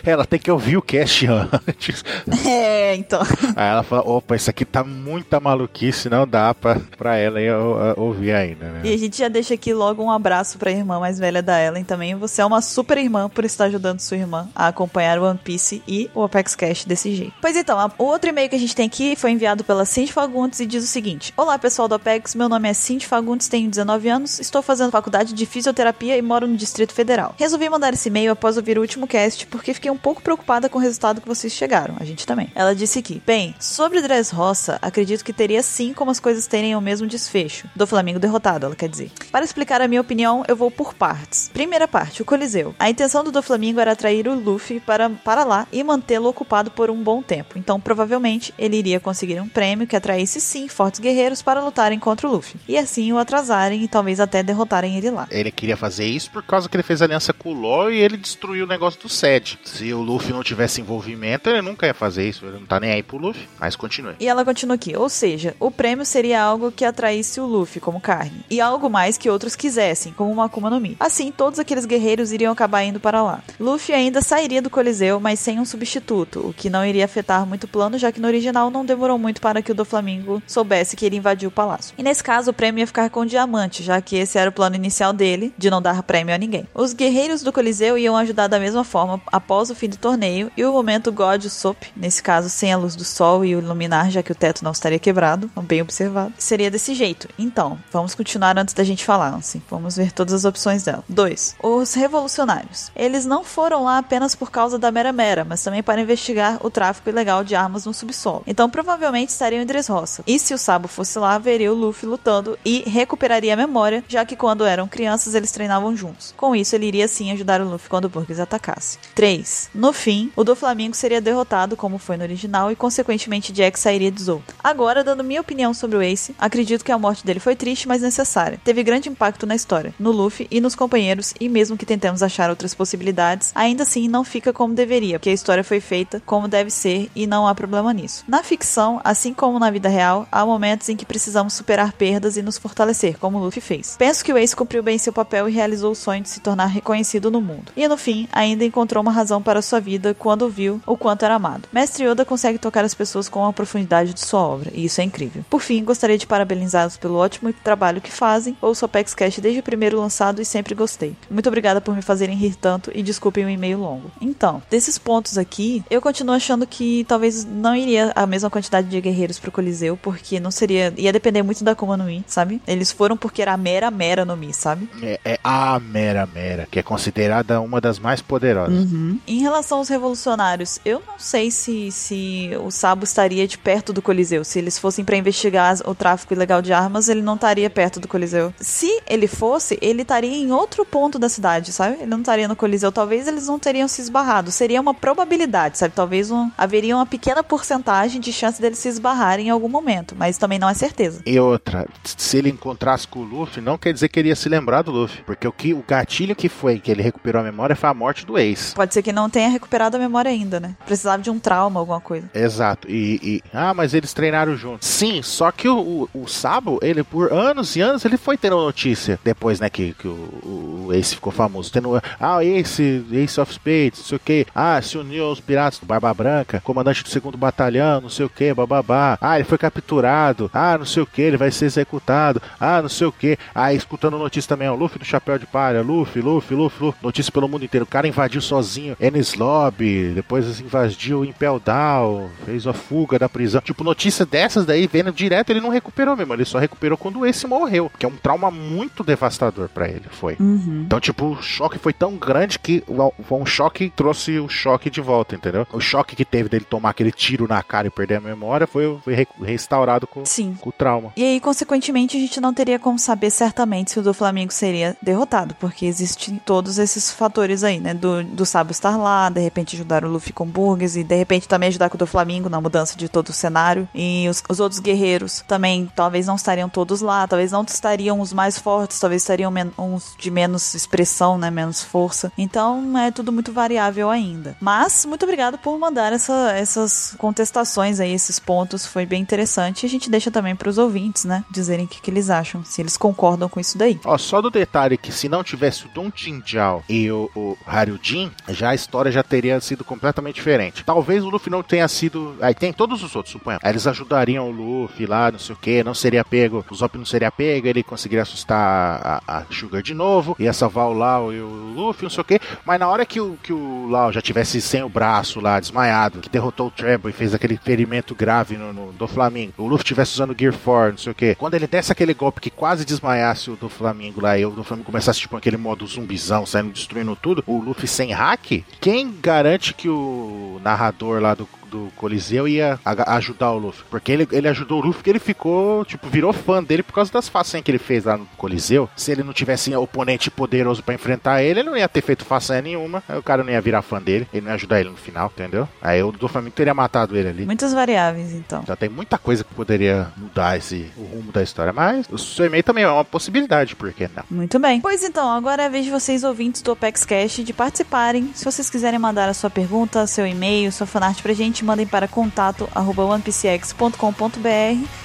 [SPEAKER 3] Ela tem que ouvir o cast antes.
[SPEAKER 1] É, então.
[SPEAKER 3] Aí ela fala, opa, isso aqui tá muita maluquice, não dá pra, pra ela aí, ó, ó, ouvir ainda, né?
[SPEAKER 1] E a gente já deixa aqui logo um abraço pra irmã mais velha da Ellen também. Você é uma super irmã por estar ajudando sua irmã a acompanhar o One Piece e o Apex Cash desse jeito. Pois então, a- o outro e-mail que a gente tem aqui foi enviado pela Cindy Fagundes e diz o seguinte: Olá pessoal do Apex, meu nome é Cindy Fagundes, tenho 19 anos, estou fazendo faculdade de fisioterapia e moro no Distrito Federal. Resolvi mandar esse e-mail após ouvir o último cast porque fiquei um pouco preocupada com o resultado que vocês chegaram, a gente também. Ela disse aqui: Bem, sobre Dressrosa, acredito que teria sim como as coisas terem o mesmo desfecho. Do Flamengo derrotado, ela quer dizer. Para explicar a minha opinião, eu vou por partes. Primeira parte, o Coliseu. A intenção do Doflamingo era atrair o Luffy para, para lá e mantê-lo ocupado por um bom tempo. Então, provavelmente, ele iria conseguir um prêmio que atraísse sim fortes guerreiros para lutarem contra o Luffy. E assim o atrasarem e talvez até derrotarem ele lá.
[SPEAKER 3] Ele queria fazer isso por causa que ele fez aliança com o LoL e ele destruiu o negócio do Sed. Se o Luffy não tivesse envolvimento, ele nunca ia fazer isso. Ele não tá nem aí pro Luffy. Mas continue.
[SPEAKER 1] E ela continua aqui, ou seja, o prêmio seria algo que atraísse o Luffy como carne, e algo mais que outros quisessem, como uma Akuma no Mi. Assim, todos aqueles guerreiros iriam acabar indo para lá. Luffy ainda sairia do Coliseu, mas sem um substituto, o que não iria afetar muito o plano, já que no original não demorou muito para que o Doflamingo soubesse que ele invadiu o palácio. E nesse caso, o prêmio ia ficar com o diamante, já que esse era o plano inicial dele, de não dar prêmio a ninguém. Os guerreiros do Coliseu iam ajudar da mesma forma após o fim do torneio, e o momento God Soap, nesse caso sem a luz do sol e o iluminar, já que o teto não estaria quebrado, um bem observado, seria desse jeito. Então, vamos continuar antes da gente falar, assim. Vamos ver todas as opções dela. 2. Os revolucionários. Eles não foram lá apenas apenas por causa da Mera Mera, mas também para investigar o tráfico ilegal de armas no subsolo. Então provavelmente estariam em Dressrosa. E se o Sabo fosse lá, veria o Luffy lutando e recuperaria a memória, já que quando eram crianças eles treinavam juntos. Com isso, ele iria sim ajudar o Luffy quando o Burgess atacasse. 3. No fim, o do Flamengo seria derrotado, como foi no original, e consequentemente Jack sairia de Zou. Agora, dando minha opinião sobre o Ace, acredito que a morte dele foi triste, mas necessária. Teve grande impacto na história, no Luffy e nos companheiros, e mesmo que tentemos achar outras possibilidades, ainda assim não fica como deveria, porque a história foi feita como deve ser e não há problema nisso. Na ficção, assim como na vida real, há momentos em que precisamos superar perdas e nos fortalecer, como o Luffy fez. Penso que o Ace cumpriu bem seu papel e realizou o sonho de se tornar reconhecido no mundo. E no fim, ainda encontrou uma razão para sua vida quando viu o quanto era amado. Mestre Yoda consegue tocar as pessoas com a profundidade de sua obra, e isso é incrível. Por fim, gostaria de parabenizá-los pelo ótimo trabalho que fazem, ou o Apex Cash desde o primeiro lançado e sempre gostei. Muito obrigada por me fazerem rir tanto e desculpem o e-mail longo. Então, desses pontos aqui, eu continuo achando que talvez não iria a mesma quantidade de guerreiros pro Coliseu, porque não seria. ia depender muito da Kuma no Mi, sabe? Eles foram porque era a mera mera no Mi, sabe?
[SPEAKER 3] É, é a Mera Mera, que é considerada uma das mais poderosas.
[SPEAKER 7] Uhum.
[SPEAKER 1] Em relação aos revolucionários, eu não sei se, se o Sabo estaria de perto do Coliseu. Se eles fossem pra investigar as- o tráfico ilegal de armas, ele não estaria perto do Coliseu. Se ele fosse, ele estaria em outro ponto da cidade, sabe? Ele não estaria no Coliseu. Talvez eles não teriam se esbarrado. Seria uma probabilidade, sabe? Talvez um, haveria uma pequena porcentagem de chance deles se esbarrarem em algum momento, mas também não é certeza.
[SPEAKER 3] E outra, se ele encontrasse com o Luffy, não quer dizer que ele ia se lembrar do Luffy. Porque o, que, o gatilho que foi que ele recuperou a memória foi a morte do ex.
[SPEAKER 1] Pode ser que não tenha recuperado a memória ainda, né? Precisava de um trauma, alguma coisa.
[SPEAKER 3] Exato. E, e- ah, mas eles treinaram juntos. Sim, só que o, o, o Sabo, ele por anos e anos ele foi tendo notícia depois, né, que, que o, o, o Ace ficou famoso. Tendo, ah, Ace, Ace of Spades, não sei o que. Ah, se uniu aos piratas do Barba Branca, comandante do segundo batalhão, não sei o que, bababá. Ah, ele foi capturado. Ah, não sei o que, ele vai ser executado. Ah, não sei o que. Ah, escutando notícia também, ó, Luffy do Chapéu de Palha, Luffy, Luffy, Luffy, Luffy. Notícia pelo mundo inteiro. O cara invadiu sozinho Ennis Lobby, depois invadiu Impel Down, fez a fuga da prisão. Tipo, notícia dessas daí, vendo direto, ele não recuperou mesmo. Ele só recuperou quando esse morreu, que é um trauma muito devastador pra ele, foi.
[SPEAKER 7] Uhum.
[SPEAKER 3] Então, tipo, o choque foi tão grande que o- foi um choque que trouxe o choque de volta, entendeu? O choque que teve dele tomar aquele tiro na cara e perder a memória foi, foi re- restaurado com,
[SPEAKER 1] Sim.
[SPEAKER 3] com o trauma.
[SPEAKER 1] E aí, consequentemente, a gente não teria como saber certamente se o do Flamengo seria derrotado, porque existem todos esses fatores aí, né? Do, do Sabo estar lá, de repente ajudar o Luffy com Burgers e de repente também ajudar com o do Flamengo na mudança de todo o cenário. E os, os outros guerreiros também talvez não estariam todos lá, talvez não estariam os mais fortes, talvez estariam men- uns de menos expressão, né? Menos força. Então é tudo muito variável ainda. Mas, muito obrigado por mandar essa- essas contestações aí, esses pontos. Foi bem interessante. E a gente deixa também para os ouvintes, né? Dizerem o que, que eles acham, se eles concordam com isso daí.
[SPEAKER 3] Ó, só do detalhe que se não tivesse o Don Jinjao e o, o Haryujin, já a história já teria sido completamente diferente. Talvez o Luffy não tenha sido. Aí tem todos os outros, suponha. Aí Eles ajudariam o Luffy lá, não sei o que, não seria pego, o Zop não seria pego, ele conseguiria assustar a, a Sugar de novo, ia salvar o Lau e o Luffy, não sei o que. Mas na hora que o, que o Lau já tivesse sem o braço lá, desmaiado, que derrotou o Treble e fez aquele ferimento grave no, no do Flamengo, o Luffy tivesse usando o Gear 4, não sei o que. Quando ele desse aquele golpe que quase desmaiasse o do Flamengo lá e o do Flamengo começasse tipo aquele modo zumbizão, saindo destruindo tudo, o Luffy sem hack, quem garante que o narrador lá do do Coliseu ia aga- ajudar o Luffy. Porque ele, ele ajudou o Luffy porque ele ficou, tipo, virou fã dele por causa das façanhas que ele fez lá no Coliseu. Se ele não tivesse um oponente poderoso pra enfrentar ele, ele não ia ter feito façanha nenhuma. Aí o cara não ia virar fã dele. Ele não ia ajudar ele no final, entendeu? Aí o Doflamingo teria matado ele ali.
[SPEAKER 1] Muitas variáveis, então.
[SPEAKER 3] Então tem muita coisa que poderia mudar esse, o rumo da história. Mas o seu e-mail também é uma possibilidade, por que não?
[SPEAKER 1] Muito bem. Pois então, agora é a vez de vocês ouvintes do Opex Cash de participarem. Se vocês quiserem mandar a sua pergunta, seu e-mail, sua fanart pra gente, mandem para contato arroba onepcx.com.br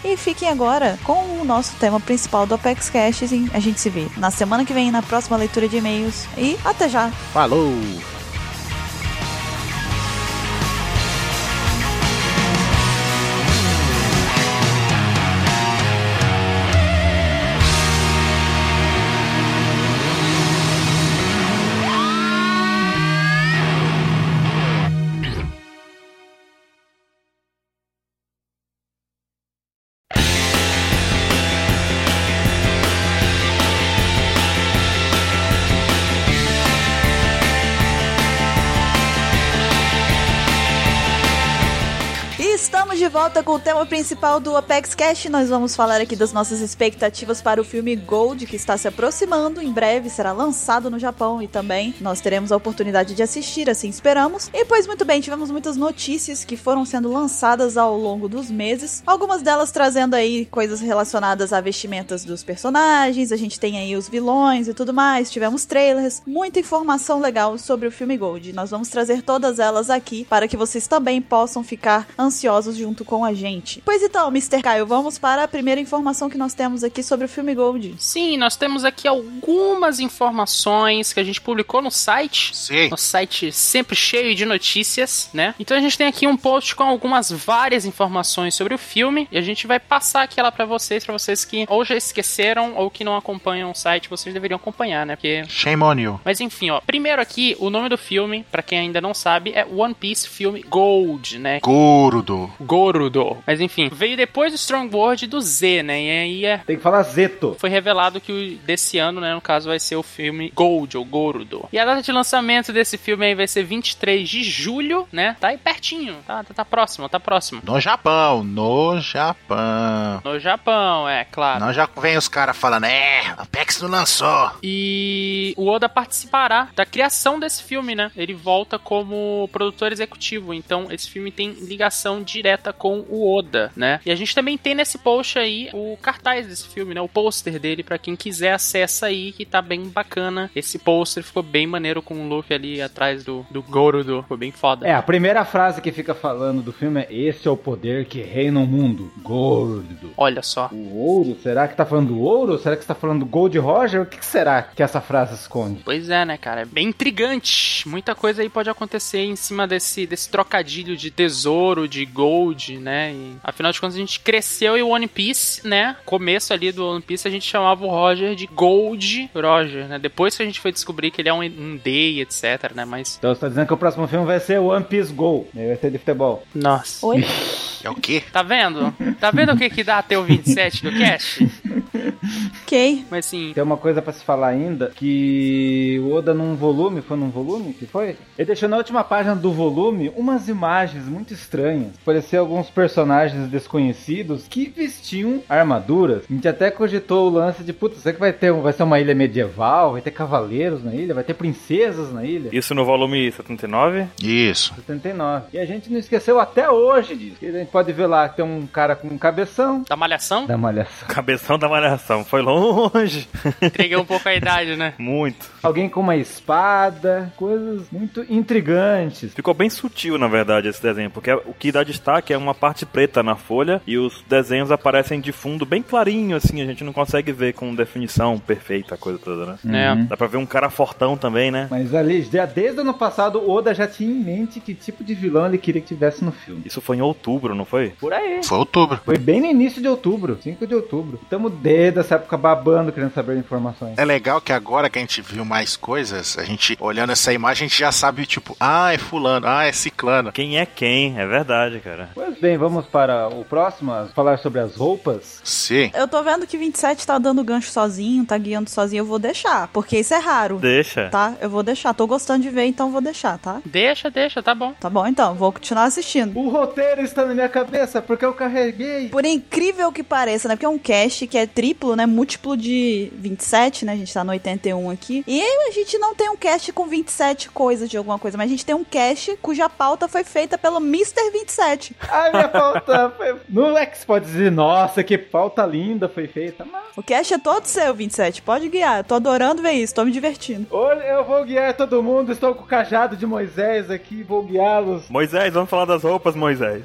[SPEAKER 1] e fiquem agora com o nosso tema principal do Opex Cash. E a gente se vê na semana que vem, na próxima leitura de e-mails. E até já!
[SPEAKER 3] Falou!
[SPEAKER 1] Estamos de volta com o tema principal do Apex Cash. Nós vamos falar aqui das nossas expectativas para o filme Gold, que está se aproximando. Em breve será lançado no Japão e também nós teremos a oportunidade de assistir, assim esperamos. E pois muito bem, tivemos muitas notícias que foram sendo lançadas ao longo dos meses. Algumas delas trazendo aí coisas relacionadas a vestimentas dos personagens. A gente tem aí os vilões e tudo mais. Tivemos trailers, muita informação legal sobre o filme Gold. Nós vamos trazer todas elas aqui para que vocês também possam ficar ansiosos junto com a gente. Pois então, Mr. Caio, vamos para a primeira informação que nós temos aqui sobre o filme Gold.
[SPEAKER 2] Sim, nós temos aqui algumas informações que a gente publicou no site.
[SPEAKER 3] Sim.
[SPEAKER 2] Nosso site sempre cheio de notícias, né? Então a gente tem aqui um post com algumas várias informações sobre o filme e a gente vai passar aqui ela pra vocês, pra vocês que ou já esqueceram ou que não acompanham o site, vocês deveriam acompanhar, né? Porque
[SPEAKER 3] Shame on you.
[SPEAKER 2] mas enfim, ó. Primeiro aqui, o nome do filme, pra quem ainda não sabe, é One Piece Filme Gold, né?
[SPEAKER 3] Gordo.
[SPEAKER 2] Gorudo. Mas enfim, veio depois do Strong World e do Z, né? E aí é.
[SPEAKER 5] Tem que falar Zeto.
[SPEAKER 2] Foi revelado que o- desse ano, né, no caso, vai ser o filme Gold ou Gorudo. E a data de lançamento desse filme aí vai ser 23 de julho, né? Tá aí pertinho, tá, tá, tá próximo, tá próximo.
[SPEAKER 3] No Japão, no Japão.
[SPEAKER 2] No Japão, é claro.
[SPEAKER 3] Não já vem os caras falando, é, Apex não lançou.
[SPEAKER 2] E o Oda participará da criação desse filme, né? Ele volta como produtor executivo, então esse filme tem ligação direta com o Oda, né? E a gente também tem nesse post aí o cartaz desse filme, né? O pôster dele, pra quem quiser acessa aí, que tá bem bacana. Esse pôster ficou bem maneiro com o Luffy ali atrás do, do Gorudo, ficou bem foda.
[SPEAKER 5] É, a primeira frase que fica falando do filme é: Esse é o poder que reina o mundo. Gordo.
[SPEAKER 2] Olha só.
[SPEAKER 5] O ouro? Será que tá falando do ouro? Será que você tá falando do Gold Roger? O que que será que essa frase esconde?
[SPEAKER 2] Pois é, né, cara? É bem intrigante. Muita coisa aí pode acontecer em cima desse, desse trocadilho de tesouro, de gold, né? E, afinal de contas, a gente cresceu e o One Piece, né? Começo ali do One Piece, a gente chamava o Roger de Gold Roger, né? Depois que a gente foi descobrir que ele é um, um day, etc, né? Mas.
[SPEAKER 5] Então você tá dizendo que o próximo filme vai ser One Piece Go. né? Vai ser de futebol.
[SPEAKER 2] Nossa.
[SPEAKER 1] Oi?
[SPEAKER 3] É o quê?
[SPEAKER 2] Tá vendo? Tá vendo o que que dá ter o 27 do cast?
[SPEAKER 1] Ok.
[SPEAKER 2] Mas assim, sim,
[SPEAKER 5] Tem uma coisa pra se falar ainda, que o Oda num volume, foi num volume que foi? Ele deixou na última página do volume umas imagens muito estranhas. Parecia alguns personagens desconhecidos que vestiam armaduras. A gente até cogitou o lance de, putz, será que vai ter, um- vai ser uma ilha medieval? Vai ter cavaleiros na ilha? Vai ter princesas na ilha?
[SPEAKER 4] Isso no volume 79?
[SPEAKER 3] Isso.
[SPEAKER 5] 79. E a gente não esqueceu até hoje disso. A gente pode ver lá que tem um cara com um cabeção.
[SPEAKER 2] da malhação,
[SPEAKER 5] Da malhação.
[SPEAKER 4] Cabeção da malhação. Foi longe.
[SPEAKER 2] entreguei um pouco a idade, né?
[SPEAKER 4] Muito.
[SPEAKER 5] Alguém com uma espada. Coisas muito intrigantes.
[SPEAKER 4] Ficou bem sutil, na verdade, esse desenho, porque o que dá destaque é uma parte preta na folha e os desenhos aparecem de fundo bem clarinho, assim, a gente não consegue ver com definição perfeita a coisa toda, né?
[SPEAKER 2] É.
[SPEAKER 4] Dá pra ver um cara fortão também, né?
[SPEAKER 5] Mas ali, já desde o ano passado, o Oda já tinha em mente que tipo de vilão ele queria que tivesse no filme.
[SPEAKER 4] Isso foi em outubro, não foi?
[SPEAKER 5] Por aí.
[SPEAKER 3] Foi outubro.
[SPEAKER 5] Foi bem no início de outubro, 5 de outubro. Tamo desde essa época babando, querendo saber informações.
[SPEAKER 3] É legal que agora que a gente viu mais coisas, a gente olhando essa imagem, a gente já sabe, tipo, ah, é fulano, ah, é ciclano.
[SPEAKER 4] Quem é quem? É verdade, cara.
[SPEAKER 5] Pois bem, vamos para o próximo, a falar sobre as roupas.
[SPEAKER 3] Sim.
[SPEAKER 1] Eu tô vendo que 27 tá dando gancho sozinho, tá guiando sozinho. Eu vou deixar, porque isso é raro,
[SPEAKER 4] Deixa.
[SPEAKER 1] tá? Eu vou deixar. Tô gostando de ver, então vou deixar, tá?
[SPEAKER 2] Deixa, deixa, tá bom.
[SPEAKER 1] Tá bom, então. Vou continuar assistindo.
[SPEAKER 5] O roteiro está na minha cabeça porque eu carreguei.
[SPEAKER 1] Por incrível que pareça, né? Porque é um cast que é triplo, né? Múltiplo de 27, né? A gente tá no 81 aqui. E a gente não tem um cast com 27 coisas de alguma coisa, mas a gente tem um cast cuja pauta foi feita pelo Mr. 27.
[SPEAKER 5] Ai, minha pauta foi. No X pode dizer, nossa, que pauta linda foi feita, mas.
[SPEAKER 1] O cast é todo seu, 27. Pode guiar. Eu tô adorando ver isso, tô me divertindo.
[SPEAKER 5] Olha, eu vou guiar todo mundo, estou com o cajado de Moisés aqui, vou guiá-los.
[SPEAKER 4] Moisés, vamos falar das roupas, Moisés.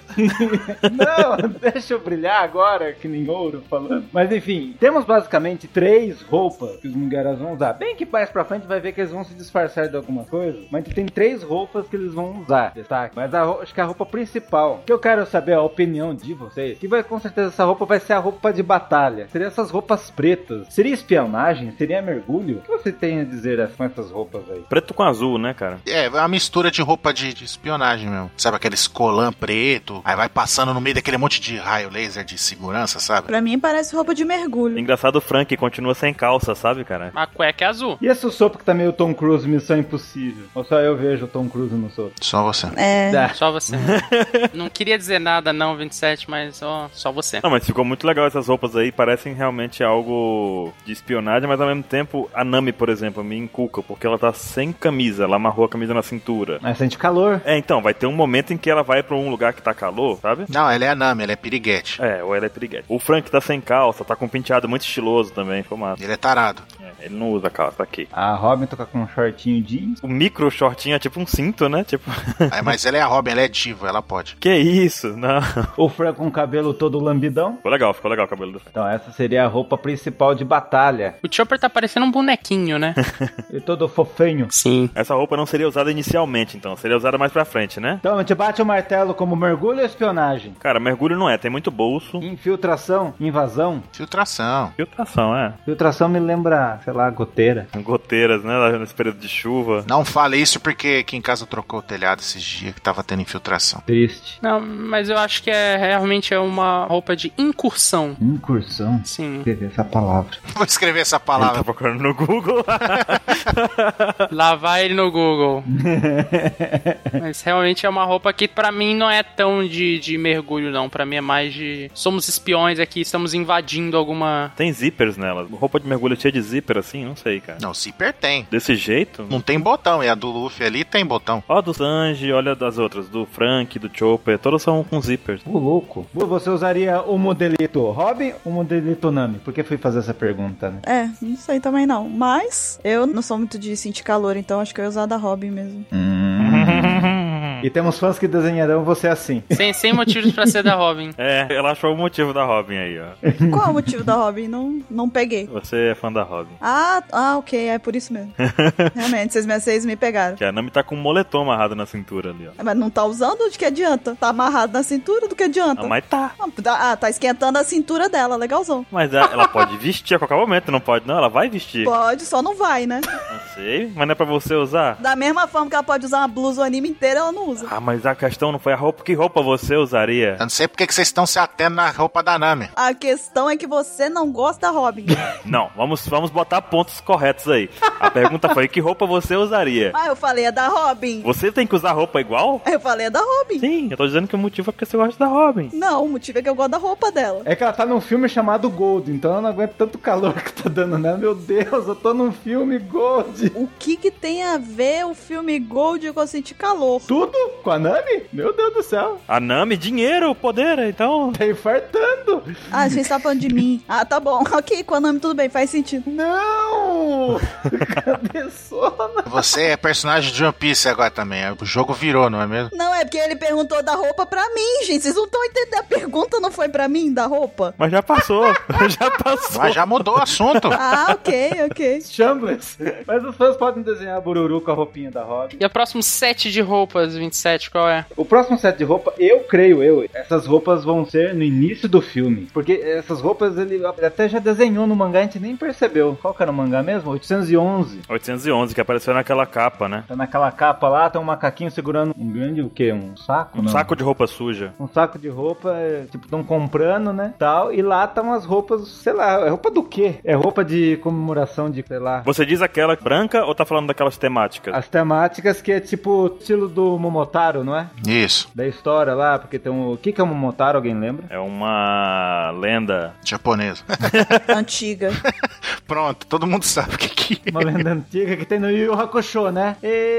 [SPEAKER 5] Não, deixa eu brilhar agora, que nem ouro falando. Mas enfim, temos basicamente três roupas que os Mungaras vão usar. Bem que mais pra frente vai ver que eles vão se disfarçar de alguma coisa. Mas tem três roupas que eles vão usar, destaque. Mas a, ro- acho que a roupa principal, que eu quero saber a opinião de vocês, que vai com certeza essa roupa vai ser a roupa de batalha. Seria essas roupas pretas. Seria espionagem? Seria mergulho? O que você tem a dizer com essas roupas aí?
[SPEAKER 4] Preto com azul, né, cara?
[SPEAKER 3] É, a mistura de roupa de, de espionagem mesmo. Sabe aqueles colã preto? Aí vai passando no meio daquele monte de raio laser de segurança, sabe?
[SPEAKER 1] Pra mim parece roupa de orgulho.
[SPEAKER 4] Engraçado, o Frank continua sem calça, sabe, cara?
[SPEAKER 2] A cueca é azul.
[SPEAKER 5] E esse soco que tá meio Tom Cruise, Missão Impossível? Ou só eu vejo o Tom Cruise no soco?
[SPEAKER 3] Só você.
[SPEAKER 1] É.
[SPEAKER 5] Tá.
[SPEAKER 2] Só você. não queria dizer nada, não, 27, mas ó, só você.
[SPEAKER 4] Não, mas ficou muito legal essas roupas aí, parecem realmente algo de espionagem, mas ao mesmo tempo a Nami, por exemplo, me encuca, porque ela tá sem camisa, ela amarrou a camisa na cintura.
[SPEAKER 5] Mas sente calor.
[SPEAKER 4] É, então, vai ter um momento em que ela vai pra um lugar que tá calor, sabe?
[SPEAKER 3] Não, ela é a Nami, ela é piriguete.
[SPEAKER 4] É, ou ela é piriguete. O Frank tá sem calça, tá com um penteado muito estiloso também, foi massa.
[SPEAKER 3] Ele é tarado.
[SPEAKER 4] É, ele não usa calça, tá aqui.
[SPEAKER 5] A Robin toca com um shortinho jeans.
[SPEAKER 4] O micro shortinho é tipo um cinto, né? Tipo,
[SPEAKER 3] Aí, mas ela é a Robin, ela é diva, ela pode.
[SPEAKER 4] que isso? Não.
[SPEAKER 5] O Frank com o cabelo todo lambidão.
[SPEAKER 4] Ficou legal, ficou legal o cabelo do Frank.
[SPEAKER 5] Então essa seria a roupa principal de batalha.
[SPEAKER 2] O Chopper tá parecendo um bonequinho, né?
[SPEAKER 5] E todo fofinho.
[SPEAKER 2] Sim.
[SPEAKER 4] Essa roupa não seria usada inicialmente, então. Seria usada mais pra frente, né?
[SPEAKER 5] Então a gente bate o martelo como mergulho ou espionagem?
[SPEAKER 4] Cara, mergulho não é, tem muito bolso.
[SPEAKER 5] Infiltração? Invasão?
[SPEAKER 3] Filtração.
[SPEAKER 4] Filtração, é.
[SPEAKER 5] Filtração me lembra, sei lá, goteira.
[SPEAKER 4] Goteiras, né? lá Nesse período de chuva.
[SPEAKER 3] Não fale isso porque aqui em casa trocou o telhado esses dias que tava tendo infiltração.
[SPEAKER 5] Triste.
[SPEAKER 2] Não, mas eu acho que é realmente é uma roupa de incursão.
[SPEAKER 5] Incursão?
[SPEAKER 2] Sim.
[SPEAKER 5] Escrever essa palavra.
[SPEAKER 3] Vou escrever essa
[SPEAKER 4] Ele tá
[SPEAKER 3] palavra.
[SPEAKER 4] procurando no Google.
[SPEAKER 2] Lá vai ele no Google. Mas realmente é uma roupa que pra mim não é tão de, de mergulho, não. Pra mim é mais de. Somos espiões aqui, estamos invadindo alguma.
[SPEAKER 4] tem zíperes nela. Roupa de mergulho cheia de zíper assim? Não sei, cara.
[SPEAKER 3] Não, zíper tem.
[SPEAKER 4] Desse jeito?
[SPEAKER 3] Não tem botão, e a do Luffy ali tem botão.
[SPEAKER 4] Ó, do Sanji, olha das outras. Do Frank, do Chopper. Todas são com zíperes.
[SPEAKER 5] Ô, louco. Bu, Você usaria o modelito Robin ou o modelito Nami? Por que fui fazer essa pergunta, né?
[SPEAKER 1] É, não sei também não. Mas eu não sou muito de sentir calor, então acho que eu ia usar a da Robin mesmo.
[SPEAKER 5] E temos fãs que desenharão você assim.
[SPEAKER 2] Sem, sem motivos pra ser da Robin.
[SPEAKER 4] É, ela achou o motivo da Robin aí, ó.
[SPEAKER 1] Qual é o motivo da Robin? Não, não peguei.
[SPEAKER 4] Você é fã da Robin.
[SPEAKER 1] Ah, ah, ok, é por isso mesmo. Realmente, vocês me, vocês me pegaram.
[SPEAKER 4] Que a Nami tá com um moletom amarrado na cintura ali, ó.
[SPEAKER 1] Mas não tá usando, de que adianta? Tá amarrado na cintura, do que adianta?
[SPEAKER 4] Não, mas tá.
[SPEAKER 1] Ah, tá esquentando a cintura dela, legalzão.
[SPEAKER 4] Mas a- ela pode vestir a qualquer momento, não pode não? Ela vai vestir.
[SPEAKER 1] Pode, só não vai, né?
[SPEAKER 4] Não sei, mas não é pra você usar?
[SPEAKER 1] Da mesma forma que ela pode usar uma blusa o anime inteiro, ela não usa.
[SPEAKER 4] Ah, mas a questão não foi a roupa. Que roupa você usaria?
[SPEAKER 3] Eu não sei porque que vocês estão se atendo na roupa da Nami.
[SPEAKER 1] A questão é que você não gosta da Robin.
[SPEAKER 4] Não, vamos, vamos botar pontos corretos aí. A pergunta foi: que roupa você usaria?
[SPEAKER 1] ah, eu falei, é da Robin.
[SPEAKER 4] Você tem que usar roupa igual?
[SPEAKER 1] Eu falei, é da Robin.
[SPEAKER 4] Sim, eu tô dizendo que o motivo é porque você gosta da Robin.
[SPEAKER 1] Não, o motivo é que eu gosto da roupa dela.
[SPEAKER 5] É que ela tá num filme chamado Gold, então eu não aguento tanto calor que tá dando, né? Meu Deus, eu tô num filme Gold.
[SPEAKER 1] O que que tem a ver o filme Gold com eu sentir calor?
[SPEAKER 5] Tudo com a Nami? Meu Deus do céu.
[SPEAKER 4] A Nami, dinheiro, poder, então.
[SPEAKER 5] Tá infartando.
[SPEAKER 1] Ah, vocês estão falando de mim. Ah, tá bom. Ok, com a Nami tudo bem, faz sentido.
[SPEAKER 5] Não! Cabeçona.
[SPEAKER 3] Você é personagem de One Piece agora também. O jogo virou, não é mesmo?
[SPEAKER 1] Não, é porque ele perguntou da roupa pra mim, gente. Vocês não estão entendendo. A pergunta não foi pra mim, da roupa?
[SPEAKER 4] Mas já passou, já passou.
[SPEAKER 3] Mas já mudou o assunto.
[SPEAKER 1] Ah, ok, ok.
[SPEAKER 5] Chambliss. Mas os fãs podem desenhar Bururu com a roupinha da Robin.
[SPEAKER 2] E o próximo set de roupas, 27, qual é?
[SPEAKER 5] O próximo set de roupa, eu creio eu, essas roupas vão ser no início do filme. Porque essas roupas ele até já desenhou no mangá, a gente nem percebeu. Qual que era o mangá mesmo? 811.
[SPEAKER 4] 811, que apareceu naquela capa, né?
[SPEAKER 5] Tá naquela capa lá, tem um macaquinho segurando um grande o quê? Um saco?
[SPEAKER 4] Um
[SPEAKER 5] não?
[SPEAKER 4] saco de roupa suja.
[SPEAKER 5] Um saco de roupa, é, tipo, estão comprando, né? Tal, e lá estão as roupas, sei lá, é roupa do quê? É roupa de comemoração de, sei lá,
[SPEAKER 4] Você diz aquela branca ou tá falando daquelas temáticas?
[SPEAKER 5] as temáticas que é tipo o estilo do Momotaro, não é?
[SPEAKER 3] Isso.
[SPEAKER 5] Da história lá, porque tem um. O que, que é o Momotaro? Alguém lembra?
[SPEAKER 4] É uma lenda.
[SPEAKER 3] Japonês.
[SPEAKER 1] Antiga.
[SPEAKER 3] Pronto, todo mundo sabe o que que é.
[SPEAKER 5] Uma lenda antiga que tem no Yu Yu Hakusho, né?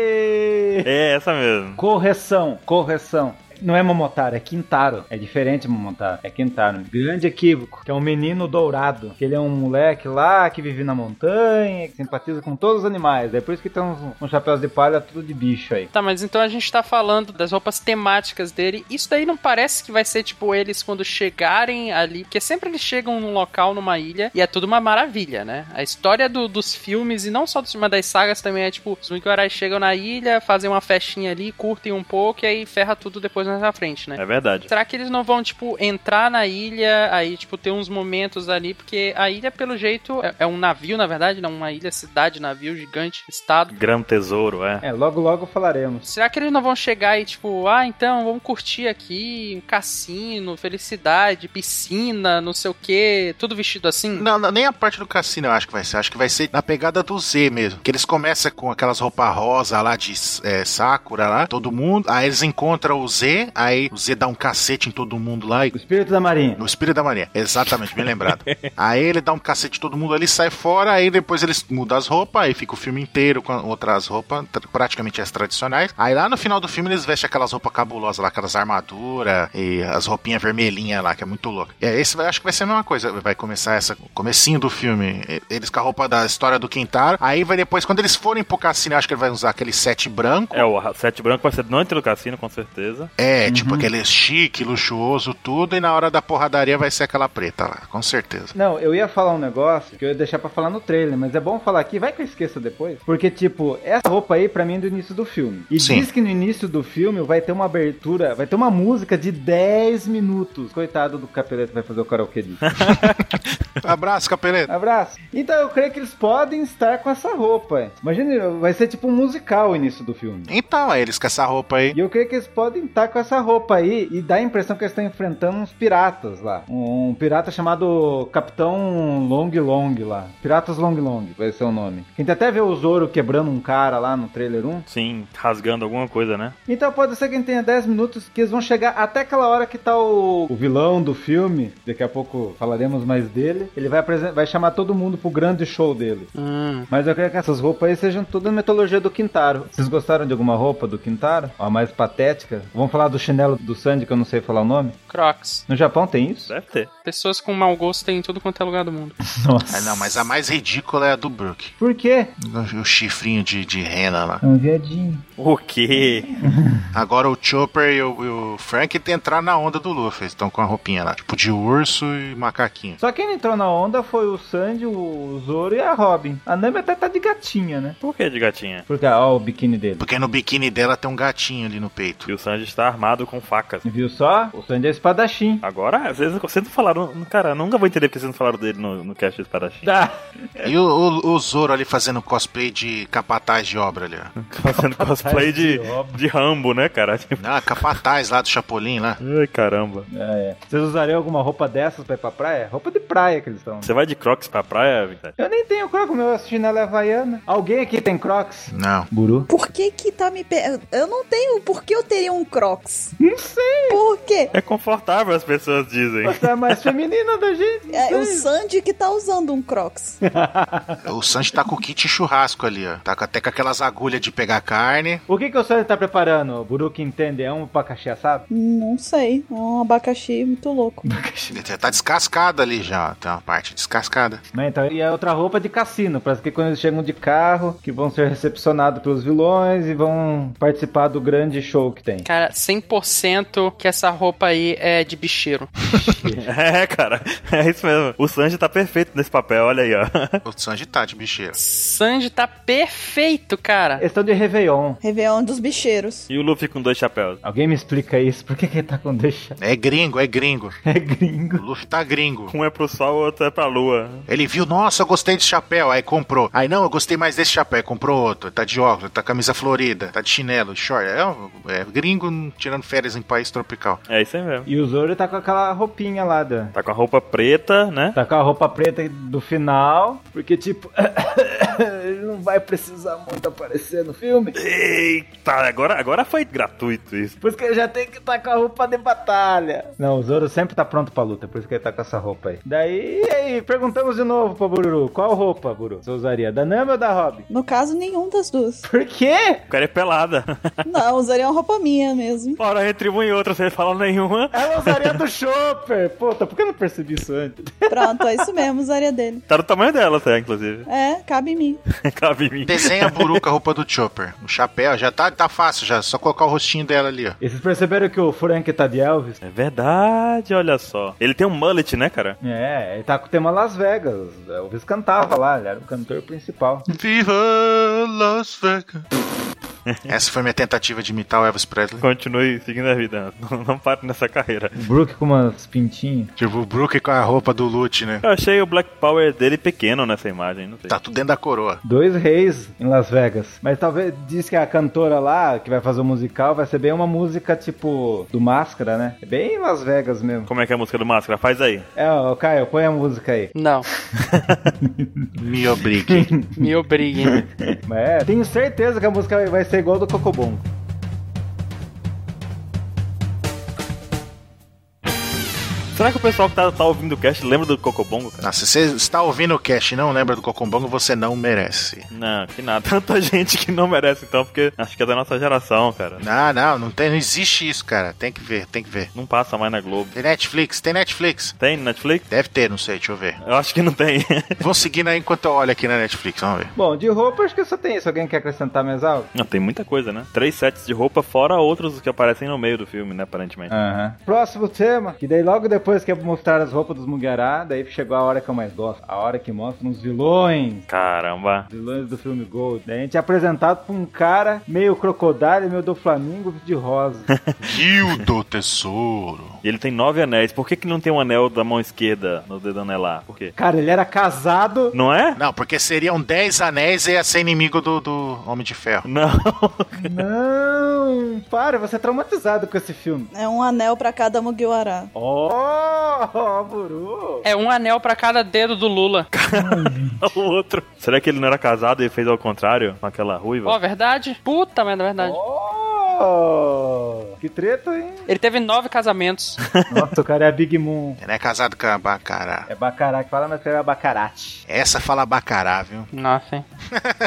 [SPEAKER 5] E...
[SPEAKER 4] É essa mesmo.
[SPEAKER 5] Correção, correção. Não é Momotaro, é Quintaro. É diferente Momotaro, é Quintaro. Grande equívoco, que é um menino dourado. Que ele é um moleque lá que vive na montanha, que simpatiza com todos os animais. É por isso que tem uns, uns chapéus de palha tudo de bicho aí.
[SPEAKER 2] Tá, mas então a gente tá falando das roupas temáticas dele. Isso daí não parece que vai ser tipo eles quando chegarem ali, porque sempre eles chegam num local, numa ilha, e é tudo uma maravilha, né? A história do- dos filmes, e não só dos filmes mas das sagas também, é tipo, os Mugiwarais chegam na ilha, fazem uma festinha ali, curtem um pouco, e aí ferra tudo depois na mais à frente, né?
[SPEAKER 4] É verdade.
[SPEAKER 2] Será que eles não vão, tipo, entrar na ilha, aí, tipo, ter uns momentos ali, porque a ilha, pelo jeito, é, é um navio, na verdade, não uma ilha, cidade, navio, gigante, estado.
[SPEAKER 4] Grande tesouro, é.
[SPEAKER 5] É, logo logo falaremos.
[SPEAKER 2] Será que eles não vão chegar e, tipo, ah, então, vamos curtir aqui, um cassino, felicidade, piscina, não sei o quê, tudo vestido assim?
[SPEAKER 3] Não, não, nem a parte do cassino eu acho que vai ser. Acho que vai ser na pegada do Z mesmo. Que eles começam com aquelas roupas rosa lá de é, Sakura lá, todo mundo. Aí eles encontram o Z, aí o Z dá um cacete em todo mundo lá. E...
[SPEAKER 5] O espírito da marinha.
[SPEAKER 3] No espírito da Maria, exatamente, bem lembrado. aí ele dá um cacete em todo mundo ali, sai fora, aí depois eles mudam as roupas, aí fica o filme inteiro com outras roupas, tra- praticamente as tradicionais. Aí lá no final do filme eles vestem aquelas roupas cabulosas lá, aquelas armaduras e as roupinhas vermelhinhas lá, que é muito louco. E aí esse vai, acho que vai ser a mesma coisa, vai começar essa o comecinho do filme, e- eles com a roupa da história do Quintaro, aí vai depois, quando eles forem pro cassino, eu acho que ele vai usar aquele set branco,
[SPEAKER 4] É, o ra- sete branco vai ser dentro do cassino, com certeza.
[SPEAKER 3] é, tipo aquele chique, luxuoso, tudo, e na hora da porradaria vai ser aquela preta lá, com certeza.
[SPEAKER 5] Não, eu ia falar um negócio que eu ia deixar pra falar no trailer, mas é bom falar aqui, vai que eu esqueça depois. Porque, tipo, essa roupa aí pra mim é do início do filme. E
[SPEAKER 3] Sim.
[SPEAKER 5] diz que no início do filme vai ter uma abertura, vai ter uma música de 10 minutos. Coitado do capeleto que vai fazer o karaokê disso.
[SPEAKER 3] Abraço, Capeleta.
[SPEAKER 5] Abraço. Então eu creio que eles podem estar com essa roupa. Imagina, vai ser tipo um musical o início do filme.
[SPEAKER 3] Então, aí eles com essa roupa aí.
[SPEAKER 5] E eu creio que eles podem estar com essa roupa aí e dá a impressão que eles estão enfrentando uns piratas lá. Um, pirata chamado Capitão Long Long lá. Piratas Long Long vai ser o nome. A gente até vê o Zoro quebrando um cara lá no trailer 1.
[SPEAKER 4] Sim, rasgando alguma coisa, né?
[SPEAKER 5] Então pode ser que a gente tenha 10 minutos que eles vão chegar até aquela hora que tá o, o vilão do filme. Daqui a pouco falaremos mais dele. Ele vai, apresen- vai chamar todo mundo pro grande show dele.
[SPEAKER 2] Hum.
[SPEAKER 5] Mas eu quero que essas roupas aí sejam todas mitologia do Quintaro. Vocês gostaram de alguma roupa do Quintaro? A mais patética? Vamos falar do chinelo do Sandy, que eu não sei falar o nome.
[SPEAKER 2] Crocs.
[SPEAKER 5] No Japão tem isso?
[SPEAKER 4] Deve ter.
[SPEAKER 2] Pessoas com mau gosto tem em tudo quanto é lugar do mundo.
[SPEAKER 5] Nossa.
[SPEAKER 3] Ah, não, mas a mais ridícula é a do Brook.
[SPEAKER 5] Por quê?
[SPEAKER 3] O chifrinho de, de rena lá.
[SPEAKER 5] É um viadinho.
[SPEAKER 4] O quê?
[SPEAKER 3] Agora o Chopper e o, e o Frank entraram na onda do Luffy. Eles estão com a roupinha lá. Tipo de urso e macaquinho.
[SPEAKER 5] Só quem entrou na onda foi o Sandy, o Zoro e a Robin. A Nami até tá de gatinha, né?
[SPEAKER 4] Por que de gatinha?
[SPEAKER 5] Porque, ó, o biquíni dele.
[SPEAKER 3] Porque no biquíni dela tem um gatinho ali no peito.
[SPEAKER 4] E o Sanji está armado com facas.
[SPEAKER 5] Viu só? O Sandy é espadachim.
[SPEAKER 4] Agora, vocês, vocês não falaram. um, Cara, eu nunca vou entender porque vocês não falaram dele no, no cast do Espadachim.
[SPEAKER 5] Dá.
[SPEAKER 3] E o, o- o Zoro ali fazendo cosplay de capataz de obra ali, ó.
[SPEAKER 4] Fazendo cosplay de, de Rambo, né, cara? Tipo,
[SPEAKER 3] Não, Ah, capataz lá do Chapolin lá.
[SPEAKER 4] Ai, caramba.
[SPEAKER 5] Vocês usariam alguma roupa dessas pra ir pra praia? Roupa de praia que eles estão.
[SPEAKER 4] Você vai de Crocs pra praia, Vitor?
[SPEAKER 5] Eu nem tenho crocs, meu chinelo é havaiana. Alguém aqui tem crocs?
[SPEAKER 3] Não.
[SPEAKER 5] Buru?
[SPEAKER 1] Por que que tá me... Pe... Eu não tenho... Por que eu teria um Crocs?
[SPEAKER 5] Não sei.
[SPEAKER 1] Por quê?
[SPEAKER 4] É confortável, as pessoas dizem.
[SPEAKER 5] Você é mais feminina da gente. não
[SPEAKER 1] É o
[SPEAKER 5] sei.
[SPEAKER 1] Sandy que tá usando um Crocs.
[SPEAKER 3] O Sanji tá com o kit churrasco ali, ó. Tá com- até com aquelas agulhas de pegar carne.
[SPEAKER 5] O que, que o Sandy tá preparando? O Buru que entende é um abacaxi assado?
[SPEAKER 1] Não sei. É um abacaxi muito louco.
[SPEAKER 3] Ele Tá descascado ali já, ó. Tem uma parte descascada.
[SPEAKER 5] Né, então, e é outra roupa de cassino, parece que quando eles chegam de carro, que vão ser recepcionados pelos vilões e vão participar do grande show que tem.
[SPEAKER 2] Cara, 100% que essa roupa aí é de bicheiro.
[SPEAKER 4] É, cara. É isso mesmo. O Sanji tá perfeito nesse papel, olha aí, ó.
[SPEAKER 3] O Sanji tá de bicheira.
[SPEAKER 2] Sanji tá perfeito, cara.
[SPEAKER 5] Eles estão de Réveillon.
[SPEAKER 1] Réveillon dos bicheiros.
[SPEAKER 4] E o Luffy com dois chapéus.
[SPEAKER 5] Alguém me explica isso? Por que, que ele tá com deixa?
[SPEAKER 3] É gringo, é gringo.
[SPEAKER 5] É
[SPEAKER 3] O
[SPEAKER 5] gringo.
[SPEAKER 3] Luffy tá gringo.
[SPEAKER 4] Um é pro sol, o outro é pra lua.
[SPEAKER 3] Ele viu, nossa, eu gostei desse chapéu, aí comprou. Aí não, eu gostei mais desse chapéu, aí comprou outro. Tá de óculos, tá camisa florida, tá de chinelo, short. É, um- é gringo tirando férias em país tropical.
[SPEAKER 4] É isso aí mesmo.
[SPEAKER 5] E o Zoro tá com aquela roupinha lá da.
[SPEAKER 4] Tá com a roupa preta, né?
[SPEAKER 5] Tá com a roupa preta do final, porque tipo, ele não vai precisar muito aparecer no filme.
[SPEAKER 4] Eita, agora, agora foi gratuito isso.
[SPEAKER 5] Por isso que ele já tem que estar com a roupa de batalha. Não, o Zoro sempre tá pronto pra luta, por isso que ele tá com essa roupa aí. Daí, e aí, perguntamos de novo pra Bururu, qual roupa, Buru, você usaria? Da Nami ou da Robin?
[SPEAKER 1] No caso, nenhum das duas.
[SPEAKER 5] Por quê?
[SPEAKER 4] O cara é pelada.
[SPEAKER 1] Não, usaria uma roupa minha mesmo.
[SPEAKER 4] Ora, retribui outra, vocês falam nenhuma.
[SPEAKER 5] Ela usaria do Chopper. Puta, por que eu não percebi isso antes?
[SPEAKER 1] Pronto, é isso mesmo, usaria dele.
[SPEAKER 4] Tá do tamanho dela até, inclusive.
[SPEAKER 1] É, cabe em mim.
[SPEAKER 4] Cabe em mim.
[SPEAKER 3] Desenha a buruca, a roupa do Chopper. O chapéu já tá, tá fácil, já. Só colocar o rostinho dela ali, ó.
[SPEAKER 5] E vocês perceberam que o Frank tá de Elvis?
[SPEAKER 4] É verdade, olha só. Ele tem um mullet, né, cara?
[SPEAKER 5] É, ele tá com o tema Las Vegas. Elvis cantava lá, ele era o cantor principal.
[SPEAKER 3] Viva Las Vegas. Essa foi minha tentativa de imitar o Elvis Presley.
[SPEAKER 4] Continue seguindo a vida. Não, não pare nessa carreira.
[SPEAKER 5] O Brook com umas pintinhas.
[SPEAKER 3] Tipo, o Brook com a roupa do Lute, né?
[SPEAKER 4] Eu achei o Black Power dele pequeno nessa imagem, não sei.
[SPEAKER 3] Tá tudo dentro da coroa.
[SPEAKER 5] Dois reis em Las Vegas. Mas talvez diz que a cantora lá, que vai fazer o musical, vai ser bem uma música tipo do Máscara, né? É bem Las Vegas mesmo.
[SPEAKER 4] Como é que é a música do Máscara? Faz aí.
[SPEAKER 5] É, ó, Caio, põe a música aí.
[SPEAKER 2] Não,
[SPEAKER 3] Me obrigue.
[SPEAKER 2] me obriguem.
[SPEAKER 5] Mas é, tenho certeza que a música vai- vai ser igual do Cocobongo.
[SPEAKER 4] Será que o pessoal que tá, tá ouvindo o cast lembra do Cocobongo, cara?
[SPEAKER 3] Nossa, Ah, se você está ouvindo o cast e não lembra do Cocombongo, você não merece.
[SPEAKER 4] Não, que nada. Tanta gente que não merece, então, porque acho que é da nossa geração, cara.
[SPEAKER 3] Não, Ah, não, não, tem, não existe isso, cara. Tem que ver, tem que ver.
[SPEAKER 4] Não passa mais na Globo.
[SPEAKER 3] Tem Netflix, tem Netflix.
[SPEAKER 4] Tem Netflix?
[SPEAKER 3] Deve ter, não sei, deixa eu ver.
[SPEAKER 4] Eu acho que não tem.
[SPEAKER 3] Vão seguindo aí enquanto eu olho aqui na Netflix, vamos ver.
[SPEAKER 5] Bom, de roupa acho que só tem isso. Alguém quer acrescentar mais algo?
[SPEAKER 4] não, tem muita coisa, né? Três sets de roupa, fora outros que aparecem no meio do filme, né, aparentemente.
[SPEAKER 3] Ah.
[SPEAKER 5] Aham. Próximo tema, que daí logo depois que é mostrar as roupas dos Mugiará, daí chegou a hora que eu mais gosto. A hora que mostram os vilões.
[SPEAKER 4] Caramba.
[SPEAKER 5] Vilões do filme Gold. Daí a gente é apresentado pra um cara meio crocodilo, meio do Flamingo de rosa.
[SPEAKER 3] Rio do Tesouro.
[SPEAKER 4] E ele tem nove anéis. Por que, que não tem um anel da mão esquerda no dedo anelar? Por quê?
[SPEAKER 5] cara, ele era casado.
[SPEAKER 4] Não é?
[SPEAKER 3] Não, porque seriam 10 anéis e ia ser inimigo do, do Homem de Ferro.
[SPEAKER 4] Não. É
[SPEAKER 5] Não, para, você é traumatizado com esse filme.
[SPEAKER 1] É um anel pra cada Mugiwara.
[SPEAKER 5] Oh, Buru.
[SPEAKER 2] É um anel pra cada dedo do Lula.
[SPEAKER 4] o outro. Será que ele não era casado e fez ao contrário? Com aquela ruiva?
[SPEAKER 2] Ó, verdade? Puta merda, é verdade.
[SPEAKER 5] Oh, que treta, hein?
[SPEAKER 2] Ele teve nove casamentos.
[SPEAKER 5] Nossa, o cara é a Big Moon.
[SPEAKER 3] Ele é casado com a Bacará.
[SPEAKER 5] É Bacará, que fala, mas é Bacarate.
[SPEAKER 3] Essa fala Bacará, viu?
[SPEAKER 2] Nossa, hein?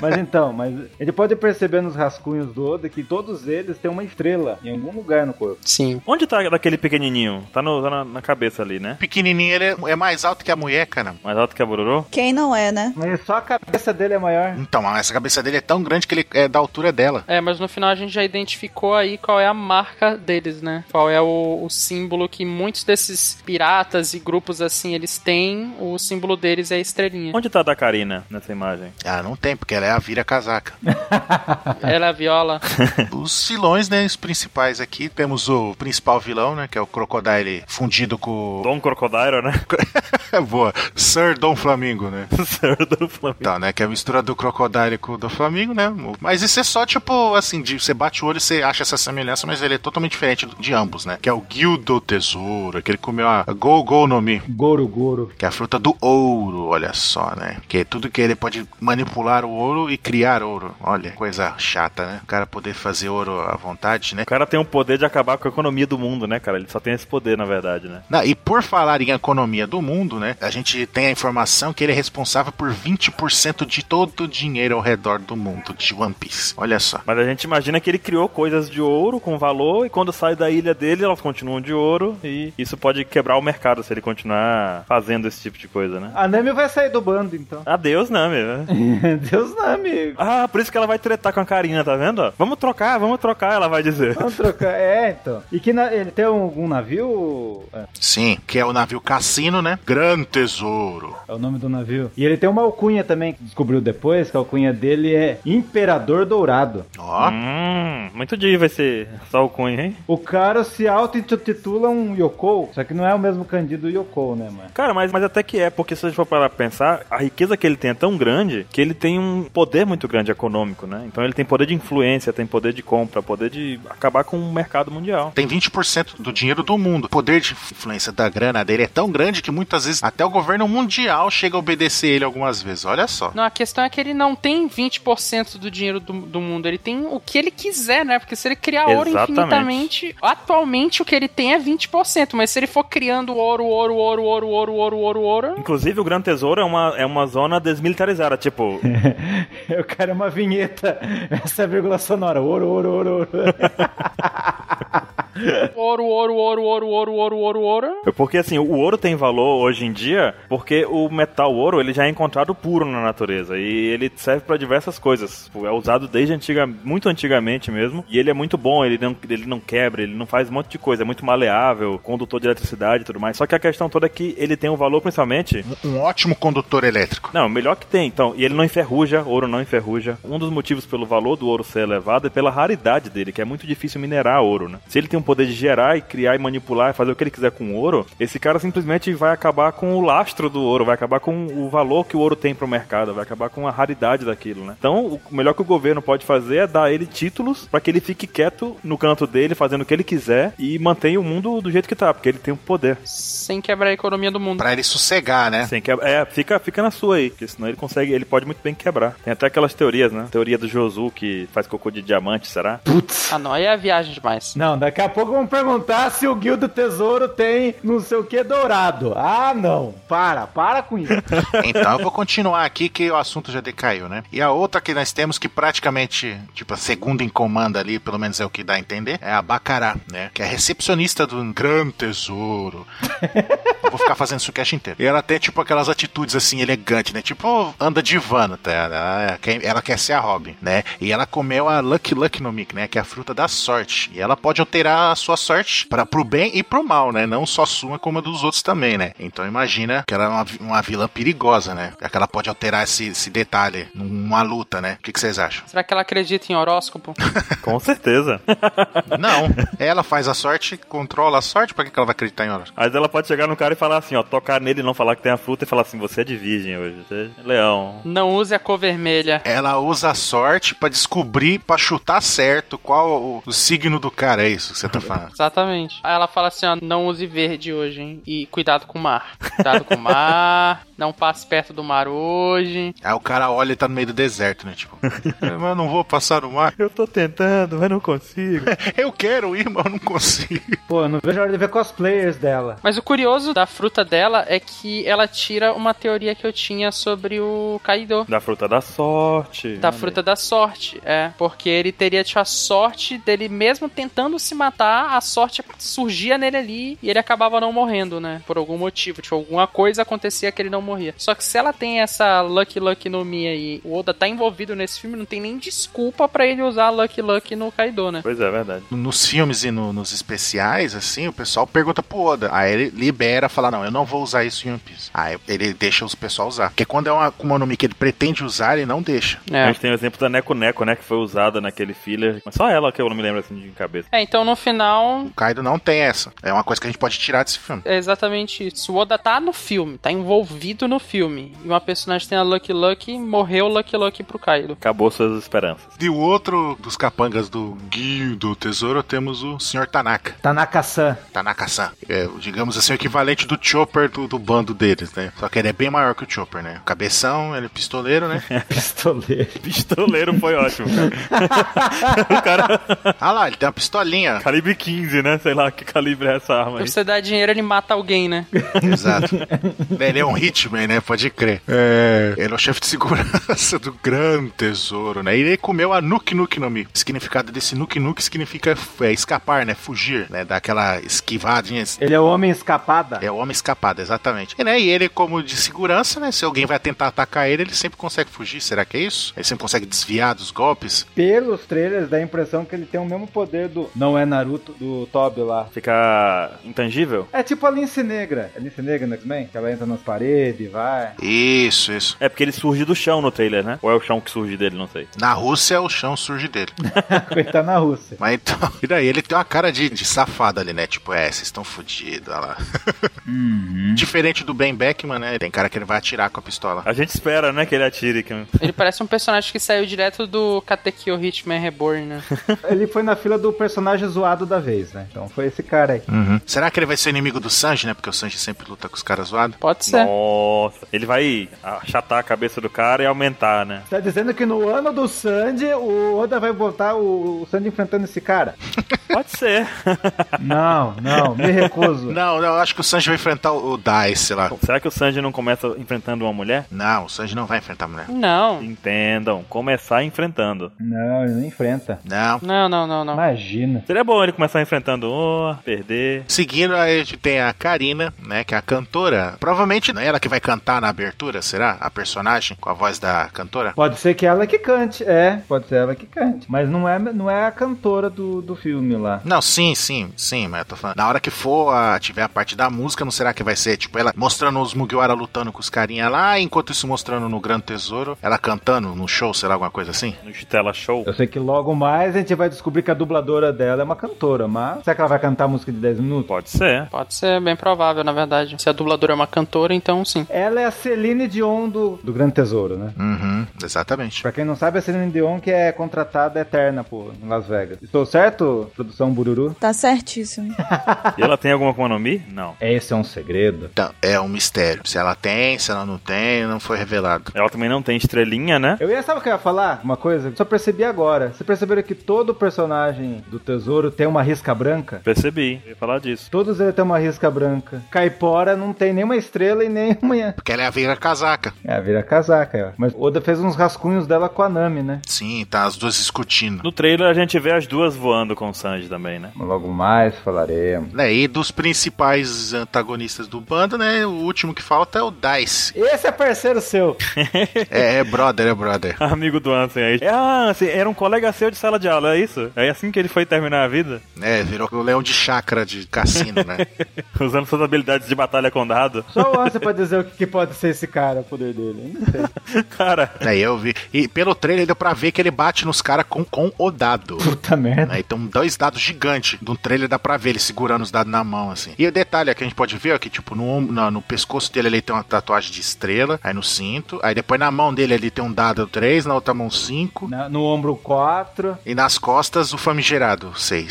[SPEAKER 5] Mas então, mas ele pode perceber nos rascunhos do Oda que todos eles têm uma estrela em algum lugar no corpo.
[SPEAKER 2] Sim.
[SPEAKER 4] Onde tá daquele pequenininho? Tá, no- tá na, na cabeça ali, né?
[SPEAKER 3] Pequenininho, ele é- é mais alto que a mulher, cara.
[SPEAKER 4] Mais alto que a Bororô?
[SPEAKER 1] Quem não é, né?
[SPEAKER 5] Mas só a cabeça dele é maior.
[SPEAKER 3] Então, mas essa cabeça dele é tão grande que ele é da altura dela.
[SPEAKER 2] É, mas no final a gente já identificou aí qual é a marca deles, né? Qual é o, o símbolo que muitos desses piratas e grupos assim eles têm. O símbolo deles é a estrelinha.
[SPEAKER 4] Onde tá a da Karina nessa imagem?
[SPEAKER 3] Ah, não tem, porque ela é a vira-casaca.
[SPEAKER 2] Ela é a viola.
[SPEAKER 3] Os vilões, né, os principais aqui. Temos o principal vilão, né, que é o Crocodile fundido com...
[SPEAKER 4] Dom Crocodile, né?
[SPEAKER 3] É boa. Sir Dom Flamingo, né?
[SPEAKER 4] Senhor do Flamengo.
[SPEAKER 3] Tá, né, que é a mistura do Crocodile com o do Flamingo, né? Mas isso é só, tipo, assim, de, você bate o olho e você acha essa semelhança, mas ele é totalmente diferente de ambos, né? Que é o Gil do Tesouro, que ele comeu a Go Go no Mi.
[SPEAKER 5] Goro, Goro.
[SPEAKER 3] Que é a fruta do ouro, olha só, né? Que é tudo que ele pode manipular o ouro e criar ouro. Olha, coisa chata, né? O cara poder fazer ouro à vontade, né?
[SPEAKER 4] O cara tem o poder de acabar com a economia do mundo, né, cara? Ele só tem esse poder, na verdade, né?
[SPEAKER 3] Não, e por falar em economia do mundo, né? A gente tem a informação que ele é responsável por 20% de todo o dinheiro ao redor do mundo de One Piece. Olha só.
[SPEAKER 4] Mas a gente imagina que ele criou coisas de ouro com valor e quando sai da ilha dele elas continuam de ouro e isso pode quebrar o mercado se ele continuar fazendo esse tipo de coisa, né?
[SPEAKER 5] A Nami vai sair do bando, então.
[SPEAKER 4] Adeus, Nami. né?
[SPEAKER 5] Deus Nami.
[SPEAKER 4] Ah, por isso que ela vai tretar com a Karina, tá vendo? ó? Vamos trocar, vamos trocar, ela vai dizer.
[SPEAKER 5] Vamos trocar. É, então. E que na- ele tem algum navio? É,
[SPEAKER 3] Sim, que é o navio cassino, né? Gran tesouro.
[SPEAKER 5] é o nome do navio. E ele tem uma alcunha também, que descobriu depois, que a alcunha dele é Imperador Dourado.
[SPEAKER 3] Ó,
[SPEAKER 4] Hum, muito diva esse Salcunha, hein?
[SPEAKER 5] O cara se auto-intitula um Yokou, só que não é o mesmo Candido Yokou, né, mano?
[SPEAKER 4] Cara, mas, mas até que é, porque se a gente for parar pra pensar, a riqueza que ele tem é tão grande que ele tem um poder muito grande econômico, né? Então ele tem poder de influência, tem poder de compra, poder de acabar com o mercado mundial.
[SPEAKER 3] tem 20% do dinheiro do mundo. O poder de influência da grana dele é tão grande que muitas vezes até o governo mundial chega a obedecer ele algumas vezes. Olha só.
[SPEAKER 2] Não, a questão é que ele não tem 20% do dinheiro do, do mundo. Ele tem o que ele quiser, né? Porque se ele criar ouro
[SPEAKER 4] Exatamente.
[SPEAKER 2] infinitamente, atualmente o que ele tem é 20%. Mas se ele for criando ouro, ouro, ouro, ouro, ouro, ouro, ouro, ouro.
[SPEAKER 4] Inclusive, o Gran Tesouro é uma, é uma zona desmilitarizada. Tipo,
[SPEAKER 5] Eu quero é uma vinheta. Essa é a vírgula sonora. Ouro, ouro, ouro, ouro.
[SPEAKER 2] Ouro, ouro, ouro, ouro, ouro, ouro, ouro, ouro.
[SPEAKER 4] Porque assim, o ouro tem valor hoje em dia, porque o metal ouro ele já é encontrado puro na natureza e ele serve para diversas coisas. Tipo, É usado desde antiga, muito antigamente mesmo, e ele é muito bom, ele não, ele não quebra, ele não faz um monte de coisa, é muito maleável, condutor de eletricidade e tudo mais. Só que a questão toda é que ele tem um valor principalmente
[SPEAKER 3] Um, um ótimo condutor elétrico.
[SPEAKER 4] não, o melhor que tem, então. E ele não enferruja, ouro não enferruja. Um dos motivos pelo valor do ouro ser elevado é pela raridade dele, que é muito difícil minerar ouro, né? Se ele tem o poder de gerar e criar e manipular e fazer o que ele quiser com o ouro, esse cara simplesmente vai acabar com o lastro do ouro, vai acabar com o valor que o ouro tem pro mercado, vai acabar com a raridade daquilo, né? Então, o melhor que o governo pode fazer é dar a ele títulos pra que ele fique quieto no canto dele, fazendo o que ele quiser e mantenha o mundo do jeito que tá, porque ele tem o poder.
[SPEAKER 2] Sem quebrar a economia do mundo.
[SPEAKER 3] Pra ele sossegar, né?
[SPEAKER 4] Sem que... É, fica, fica na sua aí, porque senão ele consegue, ele pode muito bem quebrar. Tem até aquelas teorias, né? Teoria do Josu que faz cocô de diamante, será?
[SPEAKER 2] Ah, não, aí é viagem demais.
[SPEAKER 5] Não, daqui a pouco vão perguntar se o Guil do Tesouro tem não sei o que dourado. Ah, não. Para, para com isso.
[SPEAKER 3] Então eu vou continuar aqui que o assunto já decaiu, né? E a outra que nós temos que praticamente, tipo, a segunda em comando ali, pelo menos é o que dá a entender, é a Bacará, né? Que é a recepcionista do Gran Tesouro. Eu vou ficar fazendo isso o cast inteiro. E ela tem, tipo, aquelas atitudes assim, elegantes, né? Tipo, anda de van, tá? Ela quer, ela quer ser a Robin, né? E ela comeu a Lucky Lucky no Mick, né? Que é a fruta da sorte. E ela pode alterar a sua sorte para pro bem e pro mal, né? Não só sua, como a dos outros também, né? Então imagina que ela é uma, vi- uma vilã perigosa, né? É Que ela pode alterar esse, esse detalhe numa luta, né? O que, que vocês acham?
[SPEAKER 2] Será que ela acredita em horóscopo?
[SPEAKER 4] Com certeza.
[SPEAKER 3] Não. Ela faz a sorte, controla a sorte. Pra que, que ela vai acreditar em horóscopo?
[SPEAKER 4] Mas ela pode chegar no cara e falar assim, ó, tocar nele e não falar que tem a fruta e falar assim, você é de virgem hoje, você é leão.
[SPEAKER 2] Não use a cor vermelha.
[SPEAKER 3] Ela usa a sorte pra descobrir, pra chutar certo qual o, o signo do cara. É isso que você tá falando.
[SPEAKER 2] Exatamente. Aí ela fala assim, ó, não use verde hoje, hein? E cuidado com o mar. Cuidado com o mar. Não passe perto do mar hoje.
[SPEAKER 3] Aí o cara olha e tá no meio do deserto, né? Tipo, mas eu não vou passar no mar.
[SPEAKER 4] Eu tô tentando, mas não consigo.
[SPEAKER 3] Eu quero ir, mas eu não consigo.
[SPEAKER 5] Pô, eu não vejo a hora de ver cosplayers dela.
[SPEAKER 2] Mas o curioso da fruta dela é que ela tira uma teoria que eu tinha sobre o Kaido.
[SPEAKER 4] Da fruta da sorte.
[SPEAKER 2] Da Tá fruta da sorte, é. Porque ele teria tido a sorte dele mesmo tentando se matar, a sorte surgia nele ali e ele acabava não morrendo, né? Por algum motivo. Tipo, alguma coisa acontecia que ele não morria. Só que se ela tem essa Lucky Lucky no Mi aí, o Oda tá envolvido nesse filme, não tem nem desculpa pra ele usar a Lucky Lucky no Kaido, né?
[SPEAKER 4] Pois é, é verdade.
[SPEAKER 3] Nos filmes e no- nos especiais, assim, o pessoal pergunta pro Oda. Aí ele libera, fala: Não, eu não vou usar isso em One Piece. Aí ele deixa os pessoal usar. Porque quando é uma Akuma no Mi que ele pretende usar, ele não deixa.
[SPEAKER 4] A
[SPEAKER 2] É.
[SPEAKER 4] gente tem o exemplo da Neco Neco, né? Que foi usada naquele filler. Mas só ela que eu não me lembro assim de cabeça.
[SPEAKER 2] É, então no final
[SPEAKER 3] O Kaido não tem essa. É uma coisa que a gente pode tirar desse filme.
[SPEAKER 2] é exatamente isso. O Oda tá no filme, tá envolvido no filme. E uma personagem tem a Lucky Lucky, morreu Lucky Lucky pro Kaido.
[SPEAKER 4] Acabou suas esperanças.
[SPEAKER 3] E o outro dos capangas do Guio do Tesouro, temos o Sr. Tanaka.
[SPEAKER 5] Tanaka-san.
[SPEAKER 3] Tanaka-san. É, digamos assim, o equivalente do Chopper do, do bando deles, né? Só que ele é bem maior que o Chopper, né? Cabeção, ele é pistoleiro, né?
[SPEAKER 5] Pistoleiro.
[SPEAKER 4] Pistoleiro foi ótimo, cara. o cara.
[SPEAKER 3] ah lá, ele tem uma pistolinha.
[SPEAKER 4] Calibre 15, né? Sei lá que calibre é essa arma aí.
[SPEAKER 2] Se você dá dinheiro, ele mata alguém, né?
[SPEAKER 3] Exato. Ele é um Hitman, né? Pode crer. É. Ele é o chefe de segurança do grande tesouro, né? E ele comeu a Nuke Nuke no Mi. O significado desse Nuke Nuke significa é, escapar, né? Fugir, né? Daquela esquivadinha.
[SPEAKER 5] Ele é o homem escapada.
[SPEAKER 3] É o homem escapado, exatamente. E, né, e ele, como de segurança, né? Se alguém vai tentar atacar ele, ele sempre consegue fugir. Será que é isso? Ele sempre consegue desviar dos golpes.
[SPEAKER 5] Pelos trailers, dá a impressão que ele tem o mesmo poder do... Não é Naruto, do Toby lá.
[SPEAKER 4] Fica intangível?
[SPEAKER 5] É tipo a Lince Negra. A Lince Negra no X-Men? Que ela entra nas paredes, vai...
[SPEAKER 3] Isso, isso.
[SPEAKER 4] É porque ele surge do chão no trailer, né? Ou é o chão que surge dele, não sei.
[SPEAKER 3] Na Rússia, o chão surge dele.
[SPEAKER 5] Coitado tá na Rússia.
[SPEAKER 3] Mas então, e daí ele tem uma cara de, de safado ali, né? Tipo, é, vocês estão fodidos, olha lá. Diferente do Ben Beckman, né? Tem cara que ele vai atirar com a pistola.
[SPEAKER 4] A gente espera, né, que ele atire. Que...
[SPEAKER 2] Ele parece um personagem que saiu direto do Katekyo Hitman Reborn, né?
[SPEAKER 5] Ele foi na fila do personagem zoado da vez, né? Então foi esse cara aí.
[SPEAKER 3] Hum. Será que ele vai ser inimigo do Sanji, né? Porque o Sanji sempre luta com os caras zoados.
[SPEAKER 2] Pode ser.
[SPEAKER 4] Nossa. Ele vai achatar a cabeça do cara e aumentar, né?
[SPEAKER 5] Tá dizendo que no ano do Sandy, o Oda vai botar o, o Sandy enfrentando esse cara?
[SPEAKER 4] Pode ser.
[SPEAKER 5] Não, não, me recuso.
[SPEAKER 3] Não, não, eu acho que o Sanji vai enfrentar o, o Dice lá.
[SPEAKER 4] Será que o Sanji não começa enfrentando uma mulher?
[SPEAKER 3] Não, o Sanji não vai enfrentar a mulher.
[SPEAKER 2] Não.
[SPEAKER 4] Entendam, começar enfrentando.
[SPEAKER 5] Não, ele não enfrenta.
[SPEAKER 3] Não.
[SPEAKER 2] Não, não, não, não.
[SPEAKER 5] Imagina.
[SPEAKER 4] Seria bom ele começar enfrentando um, perder.
[SPEAKER 3] Seguindo, a gente tem a Karina, né? Que é a cantora. Provavelmente não é ela que vai cantar na abertura, será? A personagem com a voz da cantora?
[SPEAKER 5] Pode ser que ela que cante, é. Pode ser ela que cante. Mas não é, não é a cantora do, do filme lá.
[SPEAKER 3] Não, sim, sim, sim, mas eu tô falando. Na hora que for, a- tiver a parte da música, não será que vai ser, tipo, ela mostrando os Mugiwara lutando com os carinha lá, enquanto isso mostrando no Grande Tesouro, ela cantando no show, sei lá, alguma coisa assim?
[SPEAKER 4] No Stella Show.
[SPEAKER 5] Eu sei que logo mais a gente vai descobrir que a dubladora dela é uma cantora, mas será que ela vai cantar a música de 10 minutos?
[SPEAKER 4] Pode ser.
[SPEAKER 2] Pode ser bem provável, na verdade. Se a dubladora é uma cantora, então sim.
[SPEAKER 5] Ela é a Celine Dion do, do Grande Tesouro, né?
[SPEAKER 3] Uhum, exatamente.
[SPEAKER 5] Pra quem não sabe, a Celine Dion que é contratada eterna, pô, em Las Vegas. Estou certo, produção Bururu?
[SPEAKER 1] Tá certíssimo.
[SPEAKER 4] E ela tem alguma Konomi? Não.
[SPEAKER 5] Esse é um segredo.
[SPEAKER 3] Então, é um mistério. Se ela tem, se ela não tem, não foi revelado.
[SPEAKER 4] Ela também não tem estrelinha, né?
[SPEAKER 5] Eu ia, sabe o que eu ia falar? Uma coisa, só percebi agora. Vocês perceberam que todo personagem do tesouro tem uma risca branca?
[SPEAKER 4] Percebi. Eu ia falar disso.
[SPEAKER 5] Todos eles têm uma risca branca. Caipora não tem nenhuma estrela e nenhuma.
[SPEAKER 3] Porque ela é a vira casaca.
[SPEAKER 5] É, vira casaca, ó. Mas Oda fez uns rascunhos dela com a Nami, né?
[SPEAKER 3] Sim, tá as duas discutindo.
[SPEAKER 4] No trailer a gente vê as duas voando com o Sanji também, né?
[SPEAKER 5] Logo mais falaremos.
[SPEAKER 3] Né, e dos principais antagonistas do bando, né? O último que falta é o Dice.
[SPEAKER 5] Esse é parceiro seu.
[SPEAKER 3] É, é brother, é brother.
[SPEAKER 4] Amigo do Ansem aí. É, Ah, Ansem, era um colega seu de sala de aula, é isso? É assim que ele foi terminar a vida?
[SPEAKER 3] É, virou o leão de chácara de cassino, né?
[SPEAKER 4] Usando suas habilidades de batalha com dado.
[SPEAKER 5] Só o Ansa pra dizer o que, que pode ser esse cara, o poder dele. Não sei.
[SPEAKER 4] Cara,
[SPEAKER 3] Daí É, eu vi. E pelo trailer deu pra ver que ele bate nos caras com, com o dado.
[SPEAKER 5] Puta merda.
[SPEAKER 3] Aí tem dois dados gigantes. No trailer dá pra ver ele segurando os dados na mão, assim. E o detalhe é que a gente pode ver, ó, que tipo, no, ombro- na- no pescoço dele ele tem uma tatuagem de estrela, aí no cinto. Aí depois na mão dele ele tem um dado 3, na outra mão 5.
[SPEAKER 5] Na- no ombro 4.
[SPEAKER 3] E nas costas o famigerado 6.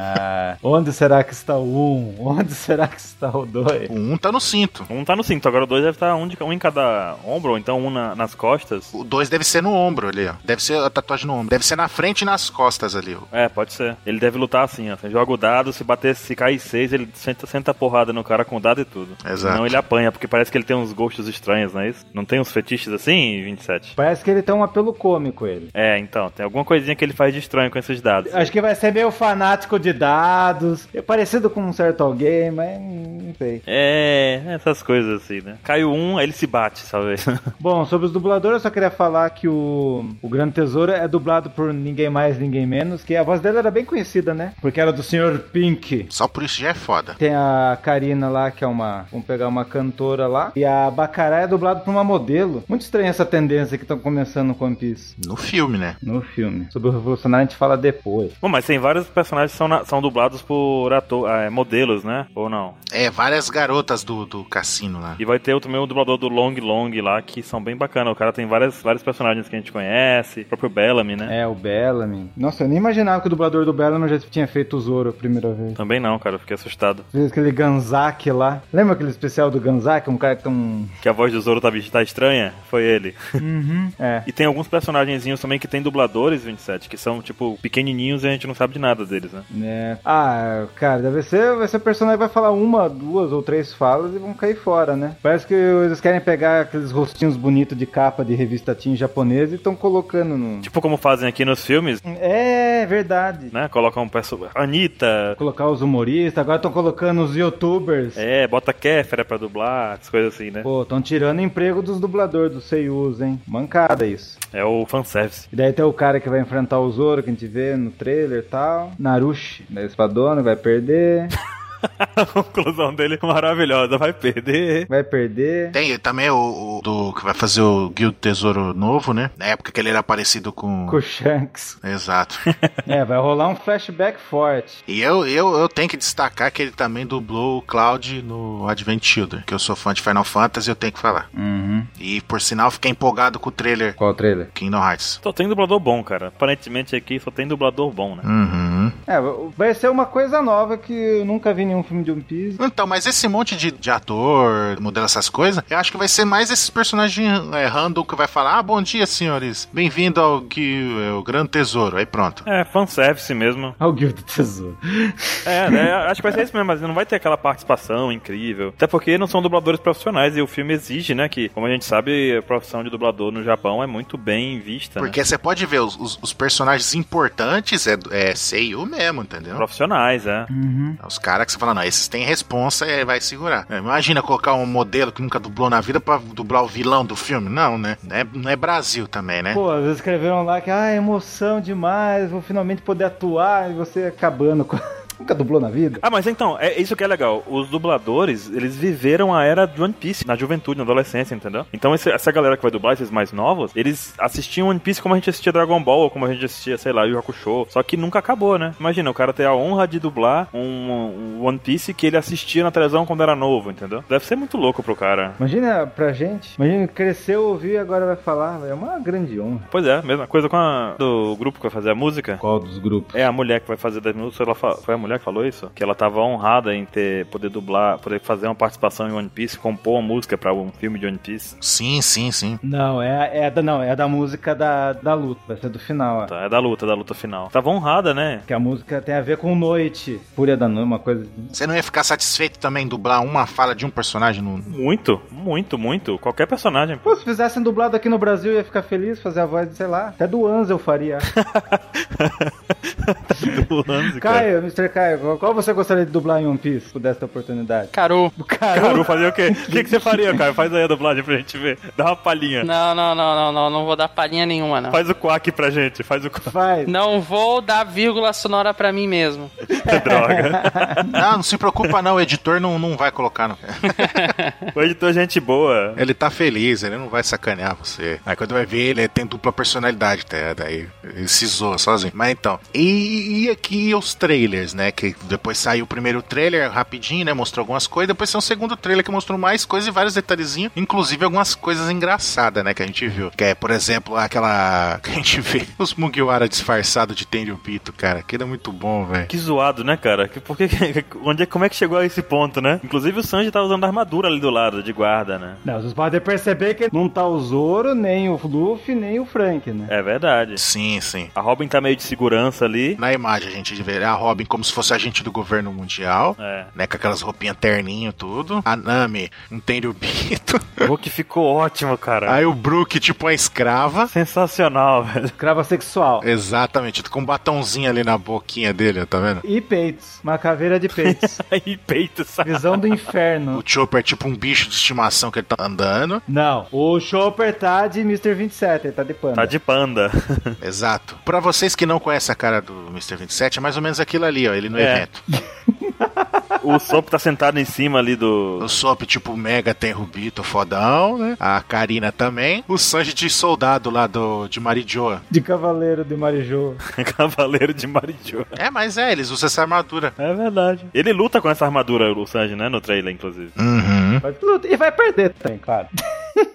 [SPEAKER 5] Ah. Onde será que está o 1? Um? Onde será que está o 2?
[SPEAKER 3] O 1 um tá no cinto.
[SPEAKER 4] um tá no cinto, agora o dois deve estar um, de- um em cada ombro, ou então um na- nas costas.
[SPEAKER 3] O 2 deve ser no ombro ali, ó. Deve ser a tatuagem no ombro. Deve ser na frente e nas costas ali, ó.
[SPEAKER 4] É, pode ser. Ele deve lutar assim, ó. Você joga o dado, se bater, se cair seis, ele senta, senta a porrada no cara com o dado e tudo.
[SPEAKER 3] Exato.
[SPEAKER 4] Não ele apanha, porque parece que ele tem uns gostos estranhos, não é isso? Não tem uns fetiches assim, 27?
[SPEAKER 5] Parece que ele tem um apelo cômico, ele.
[SPEAKER 4] É, então, tem alguma coisinha que ele faz de estranho com esses dados.
[SPEAKER 5] Acho que vai ser meio fanático de dados. É parecido com um certo alguém, mas não sei.
[SPEAKER 4] É, essas coisas assim, né? Caiu um, aí ele se bate, sabe?
[SPEAKER 5] Bom, sobre os dubladores, eu só queria falar que o, o Grande Tesouro é dublado por ninguém mais, ninguém menos, que a voz dela era bem conhecida, né? Porque era do Sr. Pink.
[SPEAKER 3] Só por isso já é foda.
[SPEAKER 5] Tem a Karina lá, que é uma. Vamos pegar uma cantora lá. E a Bacará é dublado por uma modelo. Muito estranha essa tendência que estão começando com One Piece.
[SPEAKER 3] No filme, né?
[SPEAKER 5] No filme. Sobre o Revolucionário a gente fala depois.
[SPEAKER 4] Bom, mas tem vários personagens que são, na- são dublados por ator, ah, é, modelos, né? Ou não?
[SPEAKER 3] É, várias garotas do, do cassino lá.
[SPEAKER 4] E vai ter o- também o dublador do Long Long lá, que são bem bacana. O cara tem várias, vários personagens que a gente conhece, o próprio Bellamy, né?
[SPEAKER 5] É, o Bellamy. Nossa, eu nem imaginava que o dublador do Bellamy já tinha feito o Zoro a primeira vez.
[SPEAKER 4] Também não, cara, eu fiquei assustado.
[SPEAKER 5] Fez aquele Ganzak lá. Lembra aquele especial do Ganzak? Um cara que tem um.
[SPEAKER 4] Que a voz do Zoro tá, tá estranha? Foi ele.
[SPEAKER 5] É.
[SPEAKER 4] E tem alguns personagenzinhos também que tem dubladores, 27, que são, tipo, pequenininhos e a gente não sabe de nada deles, né?
[SPEAKER 5] É. Ah, cara, deve ser. Vai ser o personagem que vai falar uma, duas ou três falas e vão cair fora, né? Parece que eles querem pegar aqueles rostinhos bonitos de capa de revista teen japonesa e estão colocando no.
[SPEAKER 4] Tipo como fazem aqui nos filmes,
[SPEAKER 5] É, verdade.
[SPEAKER 4] né? Colocam um pessoal... Anitta...
[SPEAKER 5] Colocar os humoristas, agora estão colocando os youtubers.
[SPEAKER 4] É, bota Kéfera pra dublar, essas coisas assim, né?
[SPEAKER 5] Pô, estão tirando emprego dos dubladores, dos seiyus, hein? Mancada isso.
[SPEAKER 4] É o fanservice.
[SPEAKER 5] E daí tem o cara que vai enfrentar o Zoro, que a gente vê no trailer e tal. Narushi, da espadona, vai perder,
[SPEAKER 4] A conclusão dele é maravilhosa, vai perder.
[SPEAKER 5] vai perder.
[SPEAKER 3] Tem também o, o do que vai fazer o Guild Tesouro Novo, né? Na época que ele era parecido com.
[SPEAKER 5] Com o Shanks.
[SPEAKER 3] Exato.
[SPEAKER 5] É, vai rolar um flashback forte.
[SPEAKER 3] e eu, eu, eu tenho que destacar que ele também dublou o Cloud no Advent Children, que eu sou fã de Final Fantasy, eu tenho que falar.
[SPEAKER 5] Uhum.
[SPEAKER 3] E por sinal, fiquei empolgado com o trailer
[SPEAKER 5] Qual o trailer?
[SPEAKER 3] Kingdom Hearts.
[SPEAKER 4] Só tem dublador bom, cara. Aparentemente aqui só tem dublador bom, né?
[SPEAKER 3] Uhum.
[SPEAKER 5] É, vai ser uma coisa nova que eu nunca vi em nenhum filme de One Piece.
[SPEAKER 3] Então, mas esse monte de, de ator, modelo, essas coisas, eu acho que vai ser mais esses personagens é, random que vai falar: ah, bom dia, senhores, bem-vindo ao que é, o Grande Tesouro. Aí pronto.
[SPEAKER 4] É, fanservice mesmo.
[SPEAKER 5] Ah, o Guild do Tesouro.
[SPEAKER 4] É, né? Acho que vai ser isso mesmo, mas não vai ter aquela participação incrível. Até porque não são dubladores profissionais e o filme exige, né? Que, como a gente sabe, a profissão de dublador no Japão é muito bem vista. né?
[SPEAKER 3] Porque você pode ver, os, os- os personagens importantes é, é Sei perfil mesmo, entendeu?
[SPEAKER 4] Profissionais, é.
[SPEAKER 5] Uhum.
[SPEAKER 3] Os caras que você fala, não, esses têm responsa e vai segurar. É, Imagina colocar um modelo que nunca dublou na vida pra dublar o vilão do filme. Não, né? Não é, não é Brasil também, né?
[SPEAKER 5] Pô, eles escreveram lá que, ah, emoção demais, vou finalmente poder atuar e você acabando com. Nunca dublou na vida?
[SPEAKER 4] Ah, mas então, é isso que é legal. Os dubladores, eles viveram a era de One Piece na juventude, na adolescência, entendeu? Então esse- essa galera que vai dublar, esses mais novos, eles assistiam One Piece como a gente assistia Dragon Ball, ou como a gente assistia, sei lá, Yu Yu Hakusho. Só que nunca acabou, né? Imagina, o cara ter a honra de dublar um, um One Piece que ele assistia na televisão quando era novo, entendeu? Deve ser muito louco pro cara.
[SPEAKER 5] Imagina pra gente. Imagina, cresceu, ouviu e agora vai falar. É uma grande honra.
[SPEAKER 4] Pois é, mesma coisa com a do grupo que vai fazer a música.
[SPEAKER 5] Qual dos grupos?
[SPEAKER 4] É a mulher que vai fazer 10 minutos, ela fa- foi a mulher que falou isso? Que ela tava honrada em ter poder dublar, poder fazer uma participação em One Piece, compor uma música pra um filme de One Piece.
[SPEAKER 3] Sim, sim, sim.
[SPEAKER 5] Não, é, a- é, a da, não, é a da música da, da luta. Vai ser do final, ó.
[SPEAKER 4] Tá, é da luta, da luta final. Tava honrada, né?
[SPEAKER 5] Que a música tem a ver com noite. Fúria da noite, uma coisa. assim.
[SPEAKER 3] Você não ia ficar satisfeito também em dublar uma fala de um personagem no.
[SPEAKER 4] Muito, muito, muito. Qualquer personagem.
[SPEAKER 5] Pô, se fizessem dublado aqui no Brasil, eu ia ficar feliz, fazer a voz, de, sei lá. Até do Anza eu faria.
[SPEAKER 4] Do Hanzi, cara.
[SPEAKER 5] Caio, Mr. Caio, qual- qual você gostaria de dublar em One Piece, se pudesse ter oportunidade?
[SPEAKER 2] Carô.
[SPEAKER 4] Caru, fazer o quê? O que, que você faria, cara? Faz aí a dublagem pra gente ver. Dá uma palhinha.
[SPEAKER 2] Não, não, não, não, não, não vou dar palhinha nenhuma, não.
[SPEAKER 4] Faz o quack pra gente, faz o quack.
[SPEAKER 5] Vai.
[SPEAKER 2] Não vou dar vírgula sonora pra mim mesmo.
[SPEAKER 4] Droga.
[SPEAKER 3] Ah, Não, não se preocupa, não. O editor não, não vai colocar. No...
[SPEAKER 4] O editor é gente boa.
[SPEAKER 3] Ele tá feliz, ele não vai sacanear você. Aí quando vai ver, ele é- tem dupla personalidade, tá? daí ele se zoa sozinho. Mas então, e, e aqui os trailers, né? Que depois saiu o primeiro trailer rapidinho, né? Mostrou algumas coisas, depois saiu o segundo trailer que mostrou mais coisas e vários detalhezinhos, inclusive algumas coisas engraçadas, né? Que a gente viu. Que é, por exemplo, aquela que a gente vê os Mugiwara disfarçados de Tenryu Pito, cara. Aquilo é muito bom, velho.
[SPEAKER 4] Que zoado, né, cara? Que, porque, onde é, como é que chegou a esse ponto, né? Inclusive o Sanji tava usando a armadura ali do lado, de guarda, né?
[SPEAKER 5] Não, vocês podem perceber que não tá o Zoro, nem o Luffy, nem o Frank, né?
[SPEAKER 4] É verdade.
[SPEAKER 3] Sim, sim.
[SPEAKER 4] A Robin tá meio de segurança ali.
[SPEAKER 3] Na imagem a gente vê né, a Robin como se fosse agente do governo mundial.
[SPEAKER 4] É.
[SPEAKER 3] né? Com aquelas roupinhas terninho, tudo. A Nami não tem o bito.
[SPEAKER 4] O Hulk ficou ótimo, cara.
[SPEAKER 3] Aí o Brook, tipo, a escrava.
[SPEAKER 4] Sensacional, velho.
[SPEAKER 5] Crava sexual.
[SPEAKER 3] Exatamente, com um batonzinho ali na boquinha dele, tá vendo?
[SPEAKER 5] E peitos. Uma caveira de peitos.
[SPEAKER 4] Aí, peito, sabe?
[SPEAKER 5] Visão do inferno.
[SPEAKER 3] O Chopper é tipo um bicho de estimação que ele tá andando.
[SPEAKER 5] Não, o Chopper tá de Mr. 27, ele tá de panda.
[SPEAKER 4] Tá de panda.
[SPEAKER 3] Exato. Pra vocês que não conhecem a cara do Mr. 27, é mais ou menos aquilo ali, ó. Ele no
[SPEAKER 4] É.
[SPEAKER 3] evento.
[SPEAKER 4] O Sop tá sentado em cima ali do.
[SPEAKER 3] O Sop, tipo, mega tem Rubito, fodão, né? A Karina também. O Sanji de soldado lá do, de Marijoa.
[SPEAKER 5] De cavaleiro de Marijô.
[SPEAKER 4] Cavaleiro de Marijo.
[SPEAKER 3] É, mas é, eles usam essa armadura.
[SPEAKER 4] É verdade. Ele luta com essa armadura, o Sanji, né? No trailer, inclusive.
[SPEAKER 3] Uhum.
[SPEAKER 5] Vai- luta- E vai perder também, claro.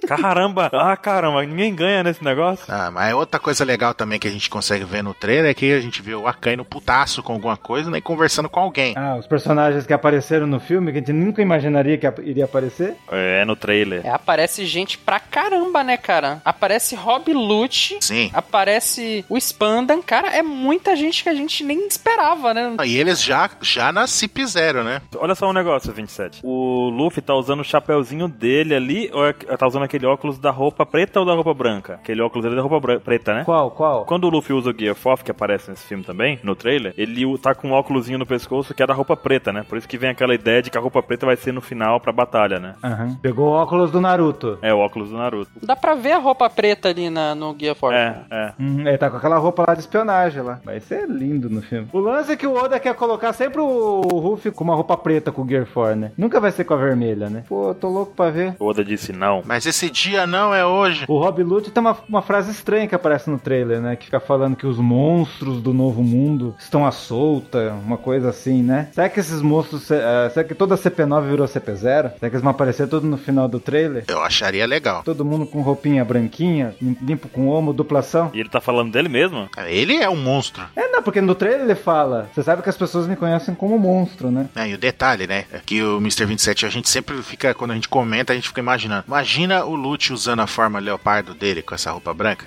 [SPEAKER 4] Caramba! Ah, caramba, ninguém ganha nesse negócio.
[SPEAKER 3] Ah, mas outra coisa legal também que a gente consegue ver no trailer é que a gente vê o Akai no putaço com alguma coisa, né? e Conversando com alguém.
[SPEAKER 5] Ah, os personagens que apareceram no filme, que a gente nunca imaginaria que ap- iria aparecer.
[SPEAKER 4] É, no trailer.
[SPEAKER 2] É, aparece gente pra caramba, né, cara? Aparece Rob Lute,
[SPEAKER 3] Sim.
[SPEAKER 2] aparece o Spandan, cara, é muita gente que a gente nem esperava, né?
[SPEAKER 3] Ah, E eles já, já na CIP zero, né?
[SPEAKER 4] Olha só um negócio, 27. O Luffy tá usando o chapéuzinho dele ali, ou é- tá usando aquele óculos da roupa preta ou da roupa branca? Aquele óculos ali da roupa bran- preta, né?
[SPEAKER 5] Qual, qual?
[SPEAKER 4] Quando o Luffy usa o Gear 4, que aparece nesse filme também, no trailer, ele u- tá com um óculosinho no pescoço que é da roupa preta, né? Por isso que vem aquela ideia de que a roupa preta vai ser no final pra batalha, né?
[SPEAKER 5] Aham. Pegou o óculos do Naruto.
[SPEAKER 4] É o óculos do Naruto.
[SPEAKER 2] Dá pra ver a roupa preta ali na, no Gear Force.
[SPEAKER 4] É, é.
[SPEAKER 5] Uhum, ele tá com aquela roupa lá de espionagem lá. Vai ser lindo no filme. O lance é que o Oda quer colocar sempre o Ruffy com uma roupa preta com o Gear 4, né? Nunca vai ser com a vermelha, né? Pô, eu tô louco pra ver.
[SPEAKER 4] O Oda disse não.
[SPEAKER 3] Mas esse dia não é hoje.
[SPEAKER 5] O Rob Lute tem uma, uma frase estranha que aparece no trailer, né? Que fica falando que os monstros do novo mundo estão à solta, uma coisa assim, né? Será que esses monstros. se- eh, será que toda a CP9 virou CP0? Será que eles vão aparecer tudo no final do trailer?
[SPEAKER 3] Eu acharia legal.
[SPEAKER 5] Todo mundo com roupinha branquinha, lim- limpo com omo, duplação?
[SPEAKER 4] E ele tá falando dele mesmo?
[SPEAKER 3] Ele é um monstro.
[SPEAKER 5] É, não, porque no trailer ele fala. Você sabe que as pessoas me conhecem como monstro, né?
[SPEAKER 3] Ah, e o detalhe, né? É que o Mr. 27, a gente sempre fica, quando a gente comenta, a gente fica imaginando. Imagina o, o Lute usando a forma leopardo dele com essa roupa branca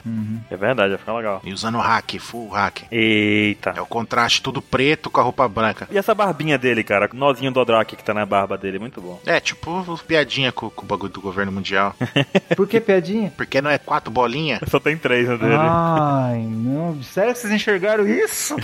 [SPEAKER 4] É verdade, vai ficar legal.
[SPEAKER 3] e usando o hack, full hack.
[SPEAKER 4] Eita.
[SPEAKER 3] É o contraste tudo preto com a roupa branca.
[SPEAKER 4] E essa barbinha dele, cara? O nozinho do Odraque que tá na barba dele, muito bom.
[SPEAKER 3] É, tipo piadinha com, com o bagulho do governo mundial.
[SPEAKER 5] Por que piadinha?
[SPEAKER 3] Porque não é quatro bolinhas?
[SPEAKER 4] Só tem três né, dele.
[SPEAKER 5] Ai, não. Sério que vocês enxergaram isso?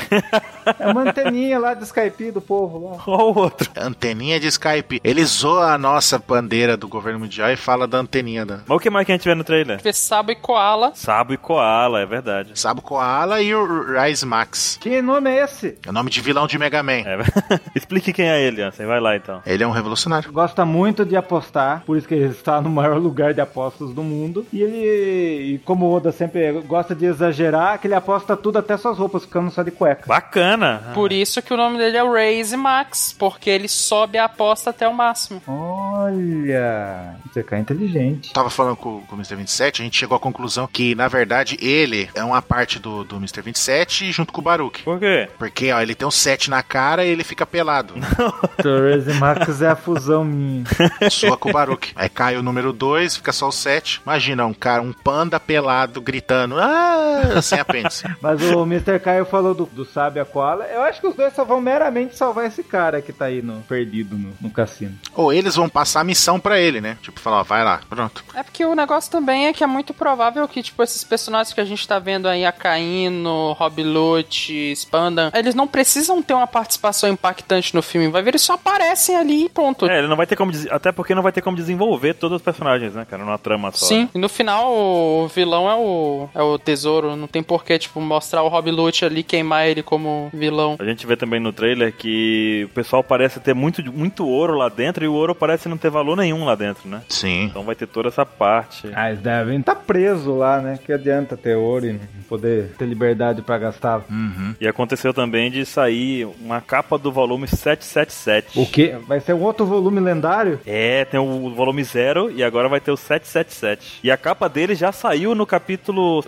[SPEAKER 5] É uma anteninha lá do Skype do povo lá.
[SPEAKER 4] Olha o outro.
[SPEAKER 3] é Anteninha de Skype. Ele zoa a nossa bandeira do governo mundial e fala da anteninha da.
[SPEAKER 4] Mas o que mais que a gente vê no trailer?
[SPEAKER 2] Vê Sabo e Koala.
[SPEAKER 4] Sabo e Koala, é verdade.
[SPEAKER 3] Sabe Koala e o Rise Max.
[SPEAKER 5] Que nome é esse?
[SPEAKER 3] É o nome de vilão de Mega Man.
[SPEAKER 4] É. Explique quem é ele, Ansem. Vai lá então.
[SPEAKER 3] Ele é um revolucionário.
[SPEAKER 5] Gosta muito de apostar, por isso que ele está no maior lugar de apostas do mundo. E ele, e como o Oda sempre gosta de exagerar, que ele aposta tudo até suas roupas, ficando só de cueca.
[SPEAKER 4] Bacana.
[SPEAKER 2] Por isso que o nome dele é Raise Max, porque ele sobe a aposta até o máximo.
[SPEAKER 5] Olha, você cara é inteligente.
[SPEAKER 3] Tava falando com, com o Mr. 27, a gente chegou à conclusão que, na verdade, ele é uma parte do, do Mr. 27 junto com o Baruch.
[SPEAKER 4] Por quê?
[SPEAKER 3] Porque, ó, ele tem um set na cara e ele fica pelado.
[SPEAKER 5] Torres e Max é a fusão minha.
[SPEAKER 3] Soa com o Baruch. Aí cai o número 2, fica só o 7. Imagina, um cara, um panda pelado, gritando, ah, sem apêndice.
[SPEAKER 5] Mas o Mr. Caio falou do, do Sábia Koala. Eu acho que os dois só vão meramente salvar esse cara que tá aí no, perdido no, no cassino.
[SPEAKER 3] Ou eles vão passar a missão pra ele, né? Tipo, falar, ó, vai lá, pronto.
[SPEAKER 2] É porque o negócio também é que é muito provável que, tipo, esses personagens que a gente tá vendo aí, a Caíno, Rob Lute, Spandan, eles não precisam ter uma participação impactante no filme. Vai ver, eles só aparecem ali e pronto.
[SPEAKER 4] É, ele não vai ter como. des- Até porque não vai ter como desenvolver todos os personagens, né, cara? Numa trama só.
[SPEAKER 2] Sim, e no final o vilão é o, é o tesouro. Não tem porquê, tipo, mostrar o Rob Lute ali, queimar ele como vilão.
[SPEAKER 4] A gente vê também no trailer que o pessoal parece ter muito, muito ouro lá dentro e o ouro parece não ter valor nenhum lá dentro, né?
[SPEAKER 3] Sim.
[SPEAKER 4] Então vai ter toda essa parte.
[SPEAKER 5] Ah, eles devem tá preso lá, né? Que adianta ter ouro e não poder ter liberdade pra gastar.
[SPEAKER 3] Uhum.
[SPEAKER 4] E aconteceu também de sair uma capa do volume 777.
[SPEAKER 5] O quê? Vai ser um outro volume lendário?
[SPEAKER 4] É, tem o volume 0 e agora vai ter o 777. E a capa dele já saiu no capítulo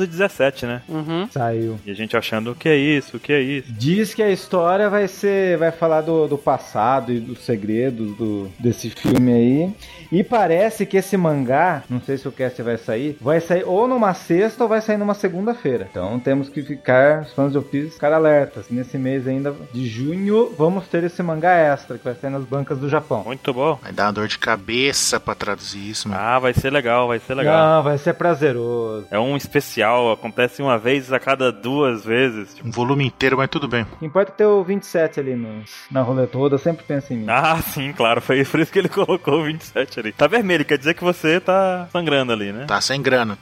[SPEAKER 4] 817, né?
[SPEAKER 2] Uhum.
[SPEAKER 5] Saiu.
[SPEAKER 4] E a gente achando o que é isso, o que é isso.
[SPEAKER 5] Diz que a história vai ser. Vai falar do, do passado e dos segredos do, desse filme aí. E parece que esse mangá, não sei se o cast vai sair, vai sair ou numa sexta ou vai sair numa segunda-feira. Então temos que ficar, os fãs de One Piece, ficar alertas. Nesse mês ainda de junho, vamos ter esse mangá extra que vai sair nas bancas do Japão.
[SPEAKER 4] Muito bom.
[SPEAKER 3] Vai dar uma dor de cabeça pra traduzir
[SPEAKER 5] Hum.
[SPEAKER 3] isso, mano.
[SPEAKER 4] Ah, vai ser legal, vai ser legal.
[SPEAKER 5] Não, Ah, vai ser prazeroso.
[SPEAKER 4] É um especial, acontece uma vez a cada duas vezes. tipo.
[SPEAKER 3] Um volume inteiro, mas tudo bem.
[SPEAKER 5] O que Importa é ter o 27 ali no, na roleta roda, sempre pensa em mim.
[SPEAKER 4] Ah, sim, claro, foi por isso que ele colocou o 27 ali. Tá vermelho, quer dizer que você tá sangrando ali, né?
[SPEAKER 3] Tá sem grana.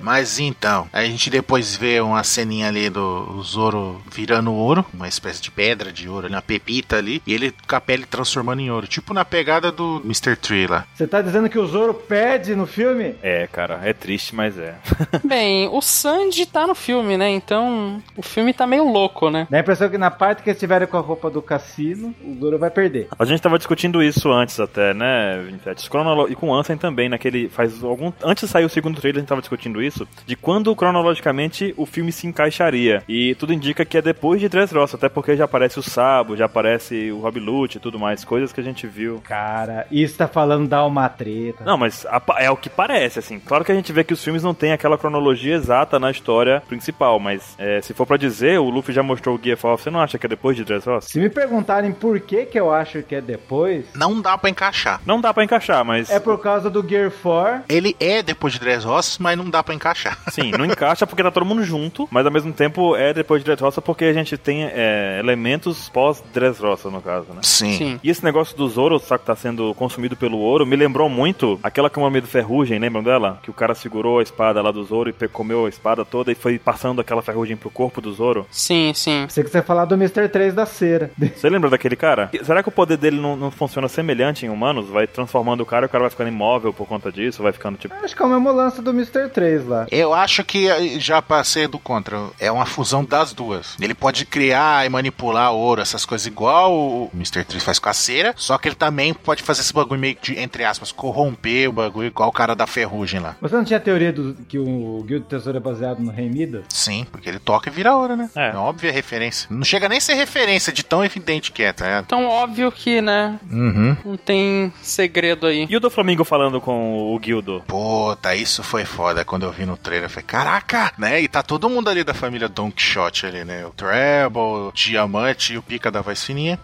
[SPEAKER 3] Mas então, a gente depois vê uma ceninha ali do Zoro virando ouro, uma espécie de pedra de ouro, ali, uma pepita ali, e ele com a pele transformando em ouro, tipo na pegada do Mr. Tree lá.
[SPEAKER 5] Você tá dizendo que o Zoro perde no filme?
[SPEAKER 4] É, cara, é triste, mas é.
[SPEAKER 2] Bem, o Sanji tá no filme, né? Então o filme tá meio louco, né?
[SPEAKER 5] Dá a impressão que na parte que eles tiverem com a roupa do cassino, o Zoro vai perder.
[SPEAKER 4] A gente tava discutindo isso antes até, né, 27? Cronolo- E com o Ansem também, naquele. Faz algum. Antes de sair o segundo trailer, a gente tava discutindo isso. De quando cronologicamente o filme se encaixaria. E tudo indica que é depois de Dressrosa, até porque já aparece o Sabo, já aparece o Rob Lute e tudo mais, coisas que a gente viu.
[SPEAKER 5] Cara, isso tá falando dar uma treta.
[SPEAKER 4] Não, mas a pa- é o que parece, assim. Claro que a gente vê que os filmes não têm aquela cronologia exata na história principal, mas é, se for pra dizer, o Luffy já mostrou o Gear 4, você não acha que é depois de Dressrosa?
[SPEAKER 5] Se me perguntarem por que que eu acho que é depois,
[SPEAKER 3] Não dá pra encaixar.
[SPEAKER 4] Não dá pra encaixar, mas.
[SPEAKER 5] é por causa do Gear 4.
[SPEAKER 3] Ele é depois de Dressrosa, mas não dá pra encaixar.
[SPEAKER 4] Sim, não encaixa porque tá todo mundo junto, mas ao mesmo tempo é depois de Dressrosa porque a gente tem é, elementos pós-Dressrosa, no caso, né?
[SPEAKER 3] Sim.
[SPEAKER 2] Sim.
[SPEAKER 4] E esse negócio do Zoro, saco tá sendo consumido pelo ouro, me lembrou muito aquela Kamami do Ferrugem, lembram dela? Que o cara segurou a espada lá do Zoro e pe- comeu a espada toda e foi passando aquela ferrugem pro corpo do Zoro.
[SPEAKER 2] Sim, sim.
[SPEAKER 5] Pensei que você ia falar do Mr. 3 da cera.
[SPEAKER 4] Você lembra daquele cara? Será que o poder dele não, não funciona semelhante em humanos? Vai transformando o cara e o cara vai ficando imóvel por conta disso, vai ficando tipo.
[SPEAKER 5] Acho que é o mesmo lance do Mr. três lá.
[SPEAKER 3] Eu acho que eh, já passei do contra. É uma fusão das duas. Ele pode criar e manipular ouro, essas coisas igual o Mr. Tree faz com a cera, só que ele também pode fazer esse bagulho meio de, entre aspas, corromper o bagulho igual o cara da ferrugem lá.
[SPEAKER 5] Você não tinha a teoria do, que o Guild do Tesouro é baseado no Rei Midas?
[SPEAKER 3] Sim, porque ele toca e vira ouro, né?
[SPEAKER 4] É.
[SPEAKER 3] É, uma óbvia referência. Não chega nem a ser referência de tão evidente que é, tá ligado?
[SPEAKER 2] Então, óbvio que, né?
[SPEAKER 3] Uhum.
[SPEAKER 2] Não tem segredo aí.
[SPEAKER 4] E o do Flamengo falando com o Guildo?
[SPEAKER 3] Puta, isso foi foda. Quando eu vi no trailer, eu falei, caraca, né? E tá todo mundo ali da família Don Quixote ali, né? O Treble, o Diamante e o Pica da Voz Fininha.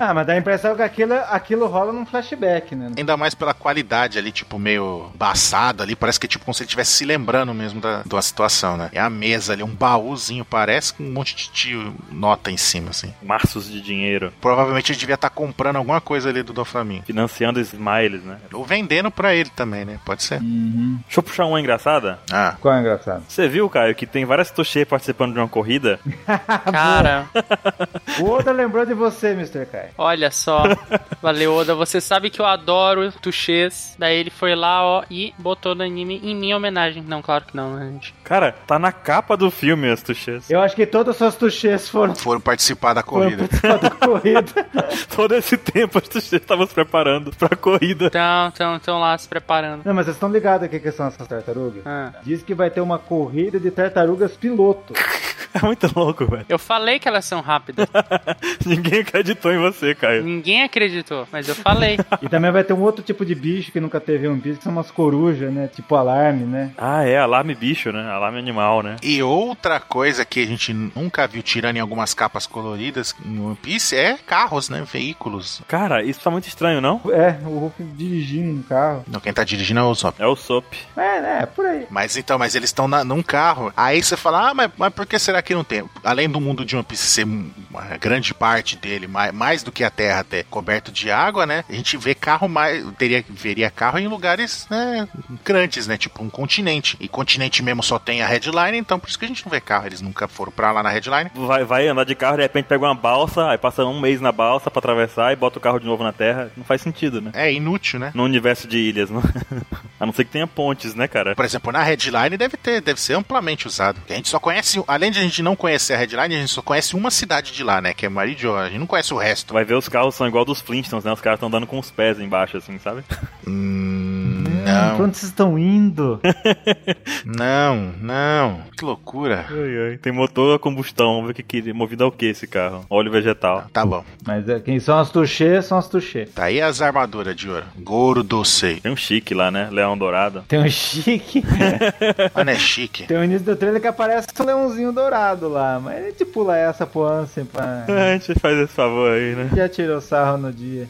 [SPEAKER 5] ah, mas dá a impressão que aquilo, aquilo rola num flashback, né?
[SPEAKER 3] Ainda mais pela qualidade ali, tipo, meio baçado ali. Parece que é tipo como se ele estivesse se lembrando mesmo da, da situação, né? É a mesa ali, um baúzinho, parece, com um monte de tio, nota em cima, assim.
[SPEAKER 4] Marços de dinheiro.
[SPEAKER 3] Provavelmente ele devia estar comprando alguma coisa ali do Doflamingo.
[SPEAKER 4] Financiando smiles, né?
[SPEAKER 3] Ou vendendo pra ele também, né? Pode ser.
[SPEAKER 4] Deixa eu puxar uma engraçada.
[SPEAKER 3] Ah.
[SPEAKER 5] Qual é engraçado?
[SPEAKER 4] Você viu, Caio, que tem várias Toshê participando de uma corrida?
[SPEAKER 2] Cara,
[SPEAKER 5] O Oda lembrou de você, Mr. Kai.
[SPEAKER 2] olha só. Valeu, Oda. Você sabe que eu adoro tuxês. Daí ele foi lá, ó, e botou no anime em minha homenagem. Não, claro que não, né, gente?
[SPEAKER 4] Cara, tá na capa do filme as Toshês.
[SPEAKER 5] Eu acho que todas as suas touchês foram
[SPEAKER 3] Foram participar da
[SPEAKER 5] foram
[SPEAKER 3] corrida.
[SPEAKER 5] participar da corrida.
[SPEAKER 4] Todo esse tempo as Toshês estavam se preparando pra corrida.
[SPEAKER 2] Então, então, então lá se preparando.
[SPEAKER 5] Não, mas vocês estão ligados aqui que são essas tartarugas?
[SPEAKER 2] Ah.
[SPEAKER 5] Diz que vai ter uma corrida de tartarugas piloto.
[SPEAKER 4] É muito louco, velho.
[SPEAKER 2] Eu falei que elas são rápidas.
[SPEAKER 4] Ninguém acreditou em você, Caio.
[SPEAKER 2] Ninguém acreditou, mas eu falei.
[SPEAKER 5] E também vai ter um outro tipo de bicho que nunca teve um bicho, que são umas corujas, né? Tipo alarme, né?
[SPEAKER 4] Ah, é, alarme bicho, né? Alarme animal, né?
[SPEAKER 3] E outra coisa que a gente nunca viu tirando em algumas capas coloridas em One Piece é carros, né? Veículos.
[SPEAKER 4] Cara, isso tá muito estranho, não?
[SPEAKER 5] É, o Hulk dirigindo um carro.
[SPEAKER 3] Não, quem tá dirigindo é o Zop.
[SPEAKER 4] É o Sop.
[SPEAKER 5] É, né? É por aí.
[SPEAKER 3] Mas então, mas eles estão na- num carro. Aí você fala, ah, mas, mas por que será que não tem? Além do mundo de One Piece ser um- uma grande parte dele, mais, mais do que a Terra até, coberto de água, né? A gente vê carro mais. Teria, veria carro em lugares, né? Grandes, né? Tipo um continente. E continente mesmo só tem a headline, então por isso que a gente não vê carro. Eles nunca foram pra lá na headline.
[SPEAKER 4] Vai, vai andar de carro, de repente pega uma balsa, aí passa um mês na balsa pra atravessar e bota o carro de novo na terra. Não faz sentido, né?
[SPEAKER 3] É inútil, né?
[SPEAKER 4] No universo de ilhas, não? A não ser que tenha pontes, né, cara?
[SPEAKER 3] Por exemplo, na headline deve ter, deve ser amplamente usado. A gente só conhece, além de a gente não conhecer a headline, a gente só conhece uma cidade de lá, né? Que é Maridio. A gente não conhece o resto.
[SPEAKER 4] Vai ver os carros são igual dos Flintstones, né? Os caras estão andando com os pés embaixo, assim, sabe?
[SPEAKER 3] Hum,
[SPEAKER 5] Hum,
[SPEAKER 3] não,
[SPEAKER 5] pra onde vocês estão indo?
[SPEAKER 3] não, não. Que loucura.
[SPEAKER 4] Ai, ai. Tem motor a combustão, vamos ver o que, que movido ao que esse carro? Óleo vegetal.
[SPEAKER 3] Tá bom.
[SPEAKER 5] Mas é, quem são as touchês são as touchês.
[SPEAKER 3] Tá aí as armaduras de ouro. Goro doce.
[SPEAKER 4] Tem um chique lá, né? Leão dourado.
[SPEAKER 5] Tem um chique.
[SPEAKER 3] Mano, é chique.
[SPEAKER 5] Tem o início do trailer que aparece um leãozinho dourado lá. Mas ele te pula essa pro Ansem, pá.
[SPEAKER 4] A gente faz esse favor aí, né?
[SPEAKER 5] Já tirou sarro no dia.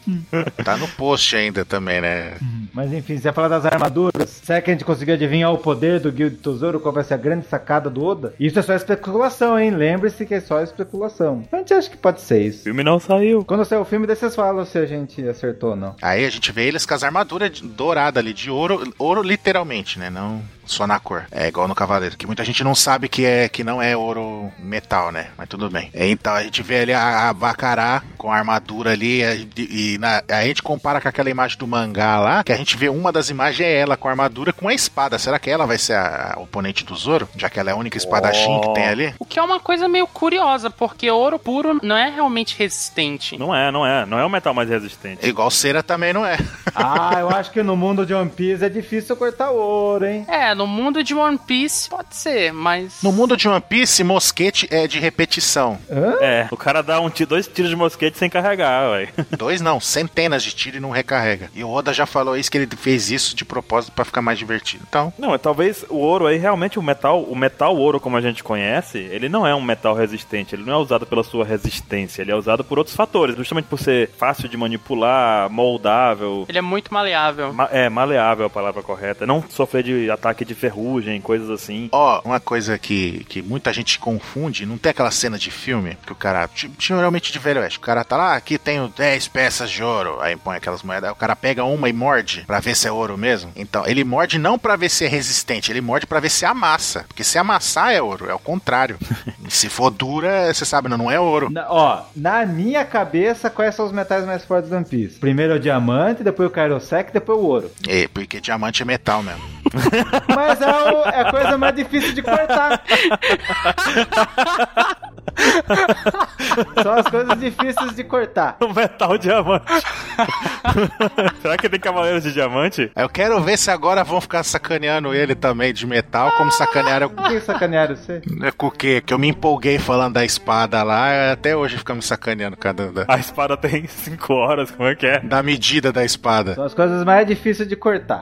[SPEAKER 3] Tá no post ainda também, né?
[SPEAKER 5] Mas enfim, você ia falar das armaduras. Será que a gente conseguiu adivinhar o poder do Guild Tesouro? Qual vai ser a grande sacada do Oda? Isso é só especulação, hein? Lembre-se que é só especulação. A gente acha que pode ser
[SPEAKER 4] O
[SPEAKER 5] isso.
[SPEAKER 4] filme não saiu.
[SPEAKER 5] Quando sair o filme, daí vocês falam se a gente acertou ou não.
[SPEAKER 3] Aí a gente vê eles com as armaduras de- douradas ali, de ouro, ouro literalmente, né? Não só na cor. É igual no Cavaleiro, que muita gente não sabe que é que não é ouro metal, né? Mas tudo bem. É, Então a gente vê ali a, a Bacará com a armadura ali, a gente- e, na- a gente compara com aquela imagem do mangá lá, que a gente vê uma das imagens é ela com a armadura com a espada. Será que ela vai ser a, a oponente do Zoro? Já que ela é a única espadachim que tem ali?
[SPEAKER 2] O que é uma coisa meio curiosa, porque ouro puro não é realmente resistente.
[SPEAKER 4] Não é, não é. Não é o metal mais resistente.
[SPEAKER 3] Igual cera também não é.
[SPEAKER 5] Ah, eu acho que no mundo de One Piece é difícil cortar ouro, hein?
[SPEAKER 2] É, no mundo de One Piece pode ser, mas.
[SPEAKER 3] No mundo de One Piece, mosquete é de repetição.
[SPEAKER 4] É, o cara dá um ti- dois tiros de mosquete sem carregar, ué.
[SPEAKER 3] Dois não, centenas de tiros e não recarrega. E o Oda já falou isso que ele fez isso de propósito pra ficar mais divertido. Então,
[SPEAKER 4] Não, é talvez o ouro aí, realmente o metal, o metal ouro como a gente conhece, ele não é um metal resistente, ele não é usado pela sua resistência, ele é usado por outros fatores, justamente por ser fácil de manipular, moldável,
[SPEAKER 2] Ele é muito maleável.
[SPEAKER 4] ma- é, maleável é a palavra correta, não sofrer de ataque de ferrugem, coisas assim.
[SPEAKER 3] ó, uma coisa que, que muita gente confunde, não tem aquela cena de filme que o cara, ti- geralmente de velho oeste, o cara tá lá, aqui tenho 10 peças de ouro, aí põe aquelas moedas, aí o cara pega uma e morde pra ver se é ouro mesmo. Então, ele morde não pra ver se é resistente, ele morde pra ver se amassa, porque se amassar é ouro, é o contrário. se for dura, você sabe, não, não é ouro.
[SPEAKER 5] Na- ó, na minha cabeça, quais são os metais mais fortes do One Piece? Primeiro é o diamante, depois o Kairosek, depois o ouro.
[SPEAKER 3] É, porque diamante é metal mesmo.
[SPEAKER 5] Mas é, o- é a coisa mais difícil de cortar. São as coisas difíceis de cortar.
[SPEAKER 4] O metal diamante. Será que tem cavaleiros de diamante?
[SPEAKER 3] Eu quero ver se agora vão ficar sacaneando ele também de metal, como sacanearam
[SPEAKER 5] Por que sacanearam você?
[SPEAKER 3] com o quê? Que eu me empolguei falando da espada lá, até hoje fica me sacaneando, cara, da,
[SPEAKER 4] A espada tem 5 horas, como é que é?
[SPEAKER 3] da medida da espada.
[SPEAKER 5] São as coisas mais difíceis de cortar.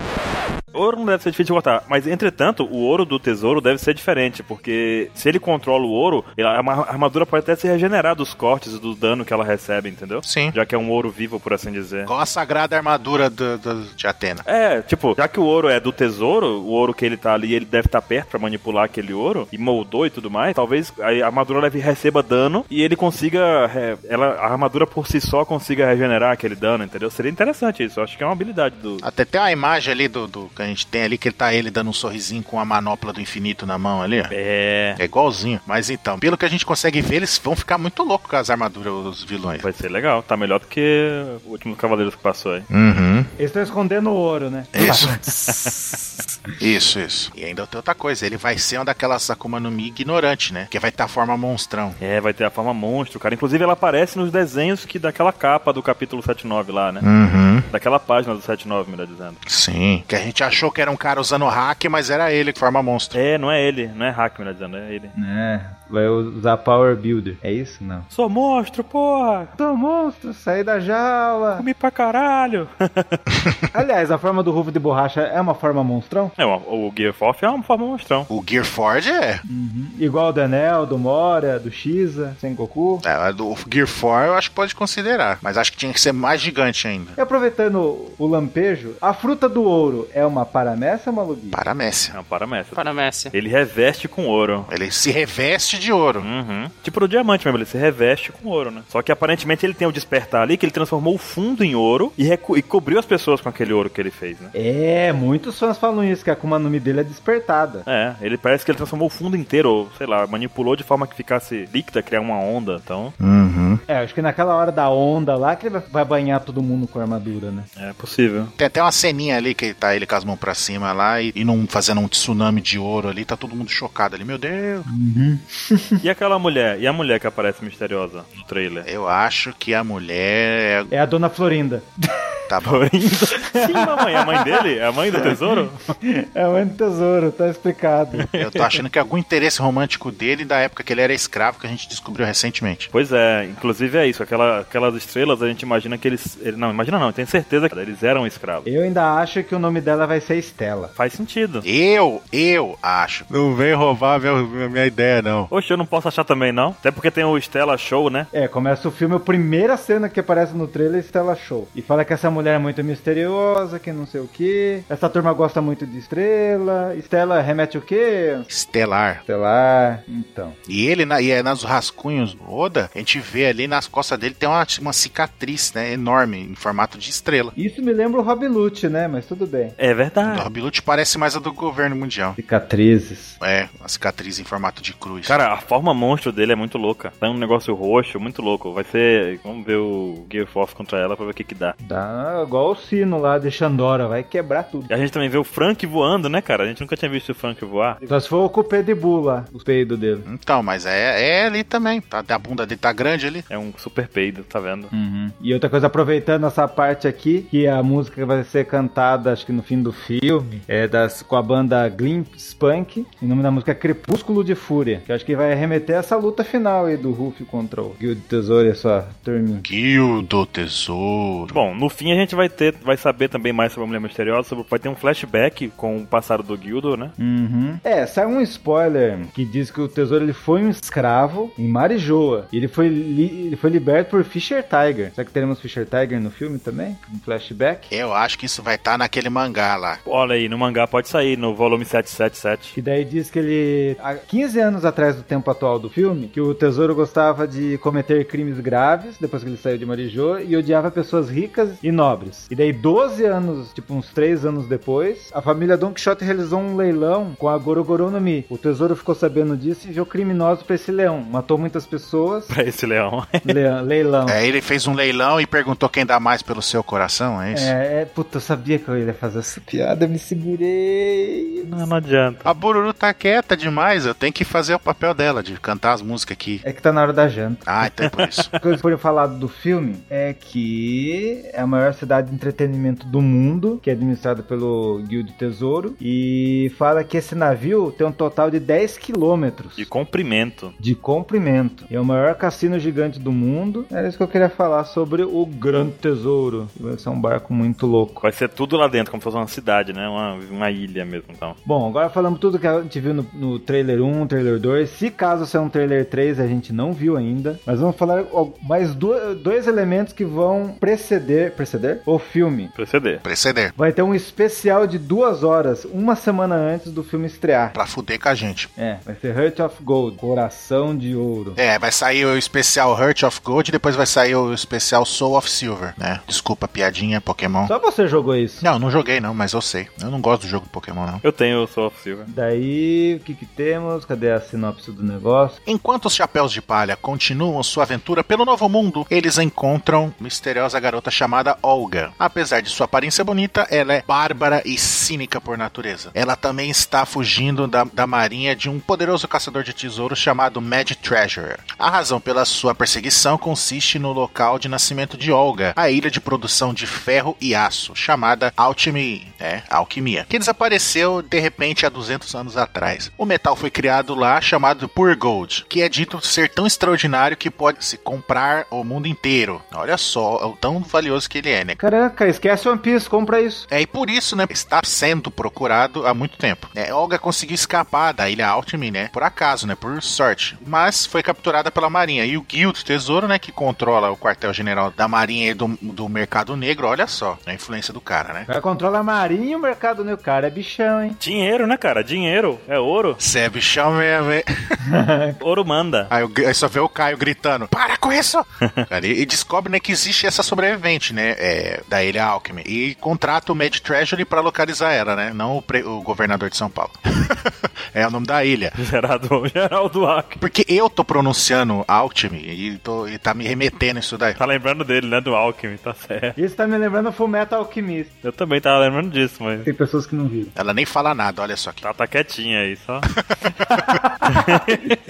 [SPEAKER 4] Ouro não deve ser difícil de cortar, mas entretanto, o ouro do tesouro deve ser diferente, porque se ele controla o ouro, ele- a ma- a armadura pode até se regenerar dos cortes, do dano que ela recebe, entendeu?
[SPEAKER 3] Sim.
[SPEAKER 4] Já que é um ouro vivo, por assim dizer.
[SPEAKER 3] Qual a sagrada armadura do- do- de Atena?
[SPEAKER 4] É, tipo, já que o ouro é do tesouro, o ouro que ele tá ali, ele deve estar perto pra manipular aquele ouro e moldou e tudo mais. Talvez a armadura leve receba dano e ele consiga. é, ela, a armadura por si só consiga regenerar aquele dano, entendeu? Seria interessante isso. eu Acho que é uma habilidade do.
[SPEAKER 3] Até tem uma imagem ali do, do- que a gente tem ali, que ele tá ele dando um sorrisinho com a manopla do infinito na mão ali. ó.
[SPEAKER 4] É.
[SPEAKER 3] É igualzinho. Mas então, pelo que a gente consegue ver, eles vão ficar muito loucos com as armaduras, os vilões.
[SPEAKER 4] Vai ser legal, tá melhor do que o último Cavaleiros que passou aí.
[SPEAKER 3] Uhum.
[SPEAKER 5] Eles estão escondendo o ouro, né?
[SPEAKER 3] Isso. isso, isso. E ainda tem outra coisa, ele vai ser uma daquelas Akuma no Mi ignorante, né? Que vai estar tá a forma monstrão.
[SPEAKER 4] É, vai ter a forma monstro, cara. Inclusive ela aparece nos desenhos que daquela capa do capítulo 79 lá, né?
[SPEAKER 3] Uhum.
[SPEAKER 4] Daquela página do 79, melhor dizendo.
[SPEAKER 3] Sim. Que a gente achou que era um cara usando hack, mas era ele que forma monstro.
[SPEAKER 4] É, não é ele, não é hack, melhor dizendo, é ele.
[SPEAKER 5] É, vai usar Power Builder. É isso? Não.
[SPEAKER 4] Sou monstro, porra!
[SPEAKER 5] Tô monstro, saí da jaula.
[SPEAKER 4] Comi pra caralho!
[SPEAKER 5] Aliás, a forma do Ruvo de borracha é uma forma monstrão?
[SPEAKER 4] É, o o Gear Fof é uma forma monstrão.
[SPEAKER 3] O Gear Forge é.
[SPEAKER 5] Igual do Enel, do Moria, do Shiza, sem Goku.
[SPEAKER 3] É, a do- o Gear 4 eu acho que pode considerar, mas acho que tinha que ser mais gigante ainda.
[SPEAKER 5] E aproveitando o lampejo, a fruta do ouro é uma paramessa, Malugui?
[SPEAKER 3] Para a Messi.
[SPEAKER 4] É um paramestre.
[SPEAKER 2] Para Messi.
[SPEAKER 4] Ele reveste com ouro.
[SPEAKER 3] Ele se reveste de ouro.
[SPEAKER 4] Uhum. Tipo do diamante mesmo, ele se reveste com ouro, né? Só que aparentemente ele tem o despertar ali que ele transformou o fundo em ouro e, recu- e cobriu as pessoas com aquele ouro que ele fez, né?
[SPEAKER 5] É, muitos fãs falam isso, que a Akuma no Mi dele é despertada.
[SPEAKER 4] É, ele parece que ele transformou o fundo inteiro, ou sei lá, manipulou de forma que ficasse líquida, criar uma onda, então
[SPEAKER 3] Uhum.
[SPEAKER 5] É, acho que naquela hora da onda lá que ele vai- vai banhar todo mundo com a armadura, né?
[SPEAKER 4] é possível.
[SPEAKER 3] Tem até uma ceninha ali que tá ele com as mãos pra cima lá e, e num- fazendo um tsunami de ouro ali, tá todo mundo chocado ali. Meu Deus!
[SPEAKER 4] E aquela mulher? E a mulher que aparece misteriosa no trailer?
[SPEAKER 3] Eu acho que a mulher
[SPEAKER 5] É a Dona Florinda.
[SPEAKER 3] é- tá bom.
[SPEAKER 4] Florinda? Sim, mamãe, é a mãe dele? É a mãe do tesouro?
[SPEAKER 5] É o Ente Tesouro, tá explicado.
[SPEAKER 3] Eu tô achando que é algum interesse romântico dele da época que ele era escravo que a gente descobriu recentemente.
[SPEAKER 4] Pois é, inclusive é isso, aquela, aquelas estrelas a gente imagina que eles. ele- não, imagina não, eu tenho certeza que eles eram escravos.
[SPEAKER 5] Eu ainda acho que o nome dela vai ser Estela.
[SPEAKER 4] Faz sentido.
[SPEAKER 3] Eu, eu acho. Não vem roubar minha, minha ideia, não.
[SPEAKER 4] Oxe, eu não posso achar também, não. Até porque tem o Stella Show, né?
[SPEAKER 5] É, começa o filme, a primeira cena que aparece no trailer é Estela Show. E fala que essa mulher é muito misteriosa, que não sei o que. Essa turma gosta muito de estrela. Estela remete o quê?
[SPEAKER 3] Estelar.
[SPEAKER 5] Estelar. Então.
[SPEAKER 3] E ele, na, e é nas rascunhos do Oda, a gente vê ali nas costas dele tem uma, uma cicatriz, né, enorme, em formato de estrela.
[SPEAKER 5] Isso me lembra o Rob Lute, né? Mas tudo bem.
[SPEAKER 4] É
[SPEAKER 3] O
[SPEAKER 4] verdade.
[SPEAKER 3] Rabilute parece mais a do governo mundial.
[SPEAKER 5] Cicatrizes.
[SPEAKER 3] É, uma cicatriz em formato de cruz.
[SPEAKER 4] Cara, a forma monstro dele é muito louca. Tem um negócio roxo, muito louco. Vai ser. Vamos ver o Gear Force contra ela pra ver o que que dá.
[SPEAKER 5] Dá igual o sino lá de Xandora, vai quebrar tudo.
[SPEAKER 4] E a gente também vê o Frank voando, né, cara? A gente nunca tinha visto o Frank voar.
[SPEAKER 5] Só Então, se for o cupê de bula, o peido dele.
[SPEAKER 3] Então, mas é, é ali também. Tá, a bunda dele tá grande ali.
[SPEAKER 4] É um super peido, tá vendo?
[SPEAKER 5] E outra coisa, aproveitando essa parte aqui, que a música que vai ser cantada, acho que no fim do filme, é das, com a banda Glimp Spunk, e o nome da música é Crepúsculo de Fúria, que eu acho que vai remeter a essa luta final aí do Ruff contra o Guild Tesouro e a sua turminha.
[SPEAKER 3] Guio do tesouro.
[SPEAKER 4] Bom, no fim a gente vai ter, vai saber também mais sobre a Mulher Misteriosa, sobre, vai ter um flashback com o passado do Guildo, né?
[SPEAKER 5] Uhum. É, sai um spoiler que diz que o tesouro ele foi um escravo em Marijoa. E ele foi, li- ele foi liberto por Fisher Tiger. Será que teremos Fisher Tiger no filme também? Um flashback?
[SPEAKER 3] Eu acho que isso vai estar naquele mangá lá.
[SPEAKER 4] Olha aí, no mangá pode sair, no volume 777.
[SPEAKER 5] Que daí diz que ele, há 15 anos atrás do tempo atual do filme, que o tesouro gostava de cometer crimes graves depois que ele saiu de Marijô e odiava pessoas ricas e nobres. E daí, 12 anos, tipo uns 3 anos depois, a família Don Quixote realizou um leilão com a Gorogoro no Mi. O tesouro ficou sabendo disso e enviou criminosos pra esse leão. Matou muitas pessoas.
[SPEAKER 4] Pra esse leão.
[SPEAKER 5] Leão- leilão.
[SPEAKER 3] É, ele fez um leilão e perguntou quem dá mais pelo seu coração, é isso?
[SPEAKER 5] É, é, puta, eu sabia que eu ia fazer essa piada, eu me segurei.
[SPEAKER 4] Não, não adianta.
[SPEAKER 3] A Bururu tá quieta demais, eu tenho que fazer o papel dela, de cantar as músicas aqui.
[SPEAKER 5] É que tá na hora da janta.
[SPEAKER 3] Ah, então é por isso.
[SPEAKER 5] O que eu foram falado do filme é que é a maior cidade de entretenimento do mundo, que é administrada pelo Guild Tesouro, e fala que esse navio tem um total de 10 quilômetros.
[SPEAKER 4] De comprimento.
[SPEAKER 5] de comprimento. E é o maior cassino gigante do mundo. Era isso que eu queria falar sobre o Grande Tesouro. que Vai ser um barco muito louco.
[SPEAKER 4] Vai ser tudo lá dentro, como se fosse uma cidade, né? Uma, uma ilha mesmo, então.
[SPEAKER 5] Bom, agora falamos tudo que a gente viu no, no trailer 1, trailer 2. Se caso ser um trailer 3, a gente não viu ainda. Mas vamos falar ó, mais du- dois elementos que vão preceder, preceder o filme.
[SPEAKER 4] Preceder.
[SPEAKER 3] Preceder.
[SPEAKER 5] Vai ter um especial de duas horas, uma semana antes do filme estrear.
[SPEAKER 3] Pra fuder com a gente.
[SPEAKER 5] É, vai ser Heart of Gold, Coração de Ouro.
[SPEAKER 3] É, vai sair o especial Hurt of Gold e depois vai sair o especial Soul of Silver, né? Desculpa, a piadinha, Pokémon.
[SPEAKER 5] Só você jogou isso.
[SPEAKER 3] Não, não joguei não, mas eu sei. Eu não gosto do jogo do Pokémon, não.
[SPEAKER 4] Eu tenho o Soul of Silver.
[SPEAKER 5] Daí, o que que temos? Cadê a sinopse do negócio?
[SPEAKER 3] Enquanto os Chapéus de Palha continuam sua aventura pelo Novo Mundo, eles encontram misteriosa garota chamada Olga. Apesar de sua aparência bonita, ela é bárbara e cínica por natureza. Ela também está fugindo da, da marinha de um poderoso caçador de tesouros chamado Mad Treasurer. A razão pela sua perseguição consiste no local de nascimento de Olga, a ilha de produção de ferro e aço, chamada Alchemy, né, alquimia, que desapareceu de repente há 200 anos atrás. O metal foi criado lá, chamado Pure Gold, que é dito ser tão extraordinário que pode se comprar o mundo inteiro. Olha só, o tão valioso que ele é, né?
[SPEAKER 5] Caraca, esquece One Piece, compra isso.
[SPEAKER 3] É, e por isso, né, está sendo procurado há muito tempo. É, Olga conseguiu escapar da ilha Altman, né, por acaso, né, por sorte. Mas foi capturada pela marinha. E o Guild Tesouro, né, que controla o quartel-general da marinha e do, do mercado negro, olha só, a influência do cara, né.
[SPEAKER 5] O cara controla a marinha e o mercado, né? O cara é bichão, hein?
[SPEAKER 4] Dinheiro, né, cara? Dinheiro. É ouro.
[SPEAKER 3] Cê é bichão mesmo, hein?
[SPEAKER 4] Ouro manda.
[SPEAKER 3] Aí, o- aí só vê o Caio gritando: Para com isso! Cara, e, e descobre né, que existe essa sobrevivente, né? é, da Ilha Alchemy. E contrata o Mad Treasury pra localizar ela, né? Não o, pre- o governador de São Paulo. é o nome da ilha.
[SPEAKER 4] Geraldo, Geraldo Alckmin.
[SPEAKER 3] Porque eu tô pronunciando Alchemy e, tô, e tá me remetendo isso daí.
[SPEAKER 4] Tá lembrando dele, né? Do Alckmin, tá certo.
[SPEAKER 5] Isso tá me lembrando Fullmetal Alchemist.
[SPEAKER 4] Eu também tava lembrando disso, mas.
[SPEAKER 5] Tem pessoas que não viram.
[SPEAKER 3] Ela nem fala nada, olha só. aqui.
[SPEAKER 4] Tá, tá quietinha aí, só.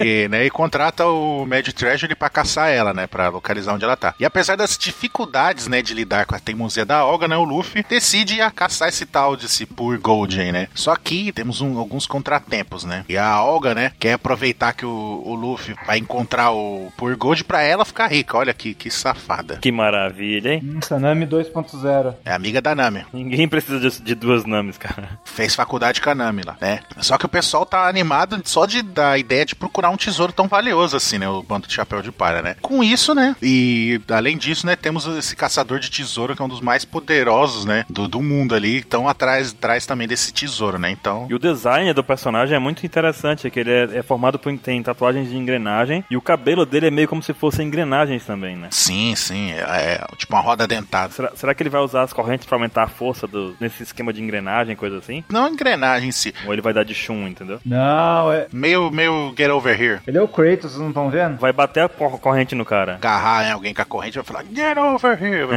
[SPEAKER 3] E, né, e contrata o Mad Treasury pra caçar ela, né? Pra localizar onde ela tá. E apesar das dificuldades, né, de lidar com a teimosia da Olga, né? O Luffy decide a caçar esse tal de esse Pure Gold aí, né? Só que temos um- alguns contratempos, né? E a Olga, né, quer aproveitar que o, o Luffy vai encontrar o Pure Gold pra ela ficar rica. Olha que, que safada.
[SPEAKER 4] que maravilha, hein?
[SPEAKER 5] Hum, Sanami 2.0.
[SPEAKER 3] É amiga da Nami.
[SPEAKER 4] Ninguém precisa de, de duas names, cara.
[SPEAKER 3] Fez faculdade com a Nami lá, né? Só que o pessoal tá animado só de da ideia de procurar um tesouro tão valioso assim, né? O bando de chapéu de palha, né? Com isso, né? E além disso, né? Temos esse caçador de tesouro que é um dos mais poderosos, né? Do, do mundo ali. Então atrás, atrás também desse tesouro, né? Então.
[SPEAKER 4] E o design do personagem é muito interessante, é que ele é, é formado por tem tatuagens de engrenagem e o cabelo dele é meio como se fossem engrenagens também, né?
[SPEAKER 3] Sim, sim. É, é tipo uma roda dentada.
[SPEAKER 4] Será, será que ele vai usar as correntes pra aumentar a força do, nesse esquema de engrenagem, coisa assim?
[SPEAKER 3] Não engrenagem em si.
[SPEAKER 4] Ou ele vai dar de chum, entendeu?
[SPEAKER 5] Não, é...
[SPEAKER 3] Meio, meio get over here.
[SPEAKER 5] ele é o Kratos, vocês não estão vendo?
[SPEAKER 4] Vai bater a cor- corrente no cara.
[SPEAKER 3] Agarrar né, alguém com a corrente e vai falar: Get over here!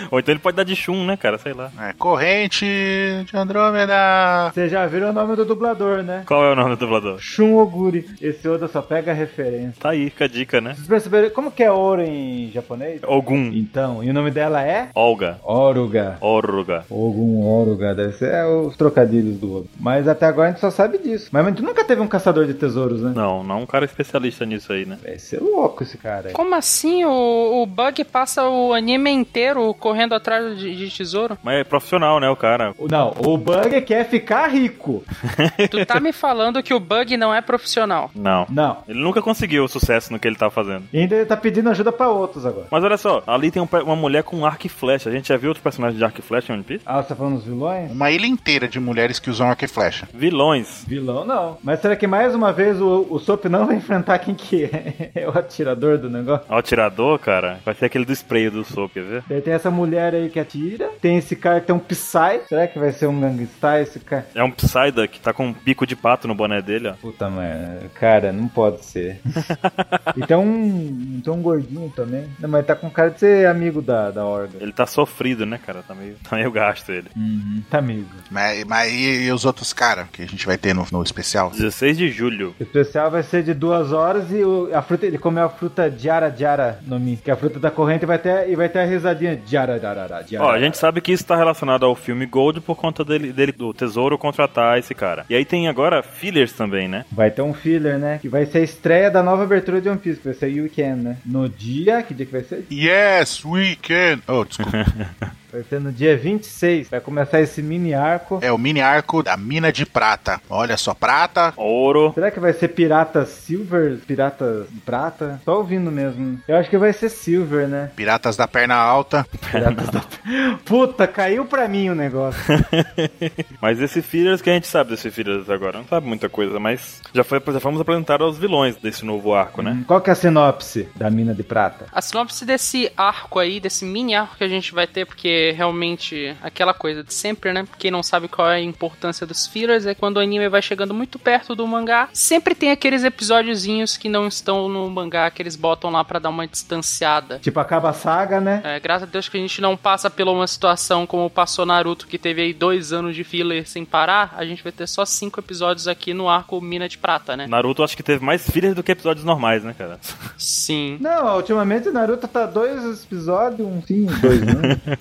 [SPEAKER 4] Ou então ele pode dar de chum, né, cara? Sei lá.
[SPEAKER 3] É, corrente de Andrômeda!
[SPEAKER 5] Vocês já viram o nome do dublador, né?
[SPEAKER 4] Qual é o nome do dublador?
[SPEAKER 5] Shun Oguri. Esse Oda só pega a referência.
[SPEAKER 4] Tá aí, fica a dica, né?
[SPEAKER 5] Vocês perceberam como que é ouro em japonês?
[SPEAKER 4] Ogum.
[SPEAKER 5] Então, e o nome dela é?
[SPEAKER 4] Olga.
[SPEAKER 5] Oruga.
[SPEAKER 4] Oruga.
[SPEAKER 5] Ogum Oruga, deve ser é, os trocadilhos do Oda. Mas até agora a gente só sabe disso. Mas a gente nunca teve um caçador de tesouros, né?
[SPEAKER 4] Não, não um cara especialista nisso aí, né?
[SPEAKER 5] Vai ser louco esse cara aí.
[SPEAKER 2] Como assim? O, o Bug passa o anime inteiro correndo atrás de, de tesouro?
[SPEAKER 4] Mas é profissional, né, o cara?
[SPEAKER 5] O- Não, o Bug quer ficar rico.
[SPEAKER 2] Tu tá me falando que o Bug não é profissional.
[SPEAKER 4] Não.
[SPEAKER 5] Não.
[SPEAKER 4] Ele nunca conseguiu o sucesso no que ele tava fazendo.
[SPEAKER 5] E ainda ele tá pedindo ajuda pra outros agora.
[SPEAKER 4] Mas olha só, ali tem um pe- uma mulher com arco e flecha. A gente já viu outro personagem de arco e flecha em One Piece?
[SPEAKER 5] Ah, você tá falando dos vilões?
[SPEAKER 3] Uma ilha inteira de mulheres que usam arco e flecha.
[SPEAKER 4] Vilões.
[SPEAKER 5] Vilão não. Mas será que mais uma vez o, o Sop não vai enfrentar quem que é? É o atirador do negócio?
[SPEAKER 4] Ó, O atirador, cara, vai ser aquele do spray do soco, quer ver?
[SPEAKER 5] Daí tem essa mulher aí que atira, tem esse cara que tem um Psy. Será que vai ser um gangsta esse cara?
[SPEAKER 4] É um Psyduck, tá com um pico de pato no boné dele, ó.
[SPEAKER 5] Puta merda, cara, não pode ser. e tem um, tem um gordinho também. Não, mas tá com cara de ser amigo da, da Orga.
[SPEAKER 4] Ele tá sofrido, né, cara? Tá meio, tá meio gasto ele.
[SPEAKER 5] Tá amigo.
[SPEAKER 3] Mas, mas e, e os outros caras que a gente vai ter no, no especial?
[SPEAKER 4] 16 de julho.
[SPEAKER 5] O especial vai ser de duas horas e o- a fruta, ele comeu a fruta Jara Jara no Mi, que é a fruta da corrente e vai ter, e vai ter a risadinha Jara Jara Jara.
[SPEAKER 4] Ó, a gente sabe que isso tá relacionado ao filme Gold por conta dele, dele do tesouro contratar esse cara. E aí tem agora fillers também, né?
[SPEAKER 5] Vai ter um filler, né? Que vai ser a estreia da nova abertura de One Piece, que vai ser You Can, né? No dia, que dia que vai ser?
[SPEAKER 3] Yes, we can! Oh, desculpa.
[SPEAKER 5] Vai ser no dia 26. Vai começar esse mini arco.
[SPEAKER 3] é o mini arco da mina de prata. Olha só, prata.
[SPEAKER 4] Ouro.
[SPEAKER 5] Será que vai ser Pirata Silver? Pirata Prata? Só ouvindo mesmo. Eu acho que vai ser Silver, né?
[SPEAKER 3] Piratas da perna alta.
[SPEAKER 5] Piratas da- Puta, caiu pra mim o negócio.
[SPEAKER 4] Mas esse fillers que a gente sabe desse fillers agora. Não sabe muita coisa, mas já, foi, já fomos apresentados aos vilões desse novo arco, né?
[SPEAKER 5] Qual que é a sinopse da mina de prata?
[SPEAKER 2] A sinopse desse arco aí, desse mini arco que a gente vai ter, porque realmente aquela coisa de sempre, né? Quem não sabe qual é a importância dos fillers é quando o anime vai chegando muito perto do mangá, sempre tem aqueles episódiozinhos que não estão no mangá, que eles botam lá pra dar uma distanciada.
[SPEAKER 5] Tipo, acaba a saga, né?
[SPEAKER 2] É, graças a Deus que a gente não passa por uma situação como passou Naruto, que teve aí dois anos de filler sem parar. A gente vai ter só cinco episódios aqui no arco Mina de Prata, né?
[SPEAKER 4] Naruto acho que teve mais fillers do que episódios normais, né, cara?
[SPEAKER 2] Sim.
[SPEAKER 5] Não, ultimamente o Naruto tá dois episódios, um sim, dois não.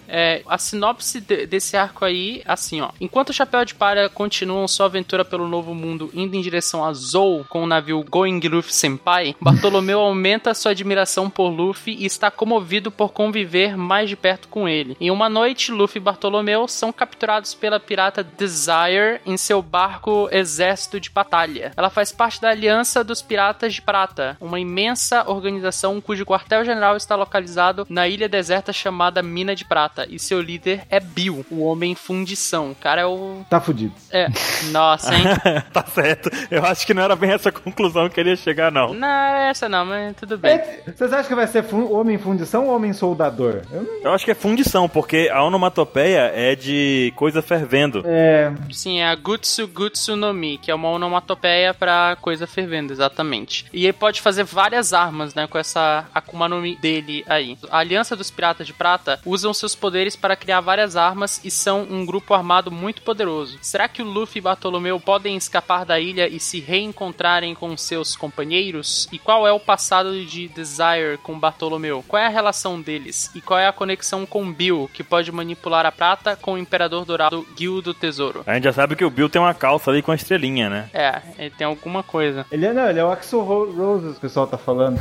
[SPEAKER 2] É, a sinopse de- desse arco aí, assim, ó. Enquanto o Chapéu de Palha continuam sua aventura pelo novo mundo, indo em direção a Zou com o navio Going Luffy Senpai, Bartolomeu aumenta sua admiração por Luffy e está comovido por conviver mais de perto com ele. Em uma noite, Luffy e Bartolomeu são capturados pela pirata Desire em seu barco Exército de Batalha. Ela faz parte da Aliança dos Piratas de Prata, uma imensa organização cujo quartel-general está localizado na ilha deserta chamada Mina de Prata, e seu líder é Bill, o homem fundição. O cara é o.
[SPEAKER 5] Tá fudido.
[SPEAKER 2] É. Nossa, hein?
[SPEAKER 4] tá certo. Eu acho que não era bem essa conclusão que ele ia chegar, não.
[SPEAKER 2] Não, é essa não, mas tudo bem.
[SPEAKER 5] É, Vocês acham que vai ser fun- homem fundição ou homem soldador? Eu não...
[SPEAKER 4] Eu acho que é fundição, porque a onomatopeia é de coisa fervendo.
[SPEAKER 5] É,
[SPEAKER 2] Sim, é a Gutsu Gutsu no Mi, que é uma onomatopeia pra coisa fervendo, exatamente. E ele pode fazer várias armas, né, com essa Akuma no Mi dele aí. A Aliança dos Piratas de Prata usam seus poderes para criar várias armas e são um grupo armado muito poderoso. Será que o Luffy e Bartolomeu podem escapar da ilha e se reencontrarem com seus companheiros? E qual é o passado de Desire com Bartolomeu? Qual é a relação deles? E qual é a conexão com Bill, que pode manipular a prata com o Imperador Dourado Gil do Tesouro?
[SPEAKER 4] A gente já sabe que o Bill tem uma calça ali com a estrelinha, né?
[SPEAKER 2] É, ele tem alguma coisa.
[SPEAKER 5] ele é, não, ele é o Axel Ro- Roses, o pessoal tá falando.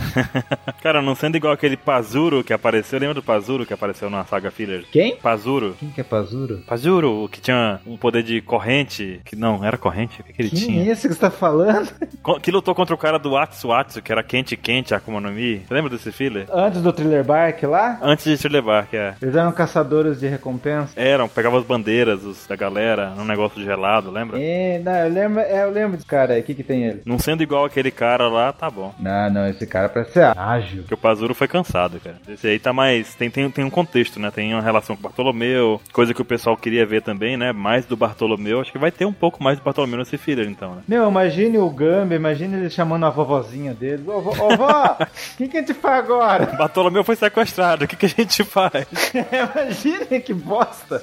[SPEAKER 4] Cara, não sendo igual aquele Pazuro que apareceu, lembra do Pazuro que apareceu na saga Filler?
[SPEAKER 5] Quem?
[SPEAKER 4] Pazuro.
[SPEAKER 5] Quem que é Pazuro?
[SPEAKER 4] Pazuro, o que tinha um poder de corrente. Que não, era corrente? O que, que ele
[SPEAKER 5] Quem
[SPEAKER 4] tinha?
[SPEAKER 5] é esse que você tá falando?
[SPEAKER 4] Co- Que lutou contra o cara do Atsu Atsu, que era quente quente, Akuma no Mi. Você lembra desse filler?
[SPEAKER 5] Antes do Thriller Bark lá,
[SPEAKER 4] Antes de te levar, que é.
[SPEAKER 5] eles eram caçadores de recompensa.
[SPEAKER 4] Eram, pegava as bandeiras os- da galera num negócio de gelado, lembra?
[SPEAKER 5] É, não, eu lembro, é, eu lembro desse cara aí, o que que tem ele?
[SPEAKER 4] Não sendo igual aquele cara lá, tá bom.
[SPEAKER 5] Não, não, esse cara parece ser ágil.
[SPEAKER 4] Porque o Pazuro foi cansado, cara. Esse aí tá mais. Tem, tem, tem um contexto, né? Tem uma relação com o Bartolomeu, coisa que o pessoal queria ver também, né? Mais do Bartolomeu. Acho que vai ter um pouco mais do Bartolomeu nesse filler, então, né?
[SPEAKER 5] Meu, imagine o Gamba, imagine ele chamando a vovozinha dele. Ô, vó, ô, vó, o que que a gente faz agora?
[SPEAKER 4] Bartolomeu foi sequestrado, o que, que a gente faz?
[SPEAKER 5] Imagine que bosta.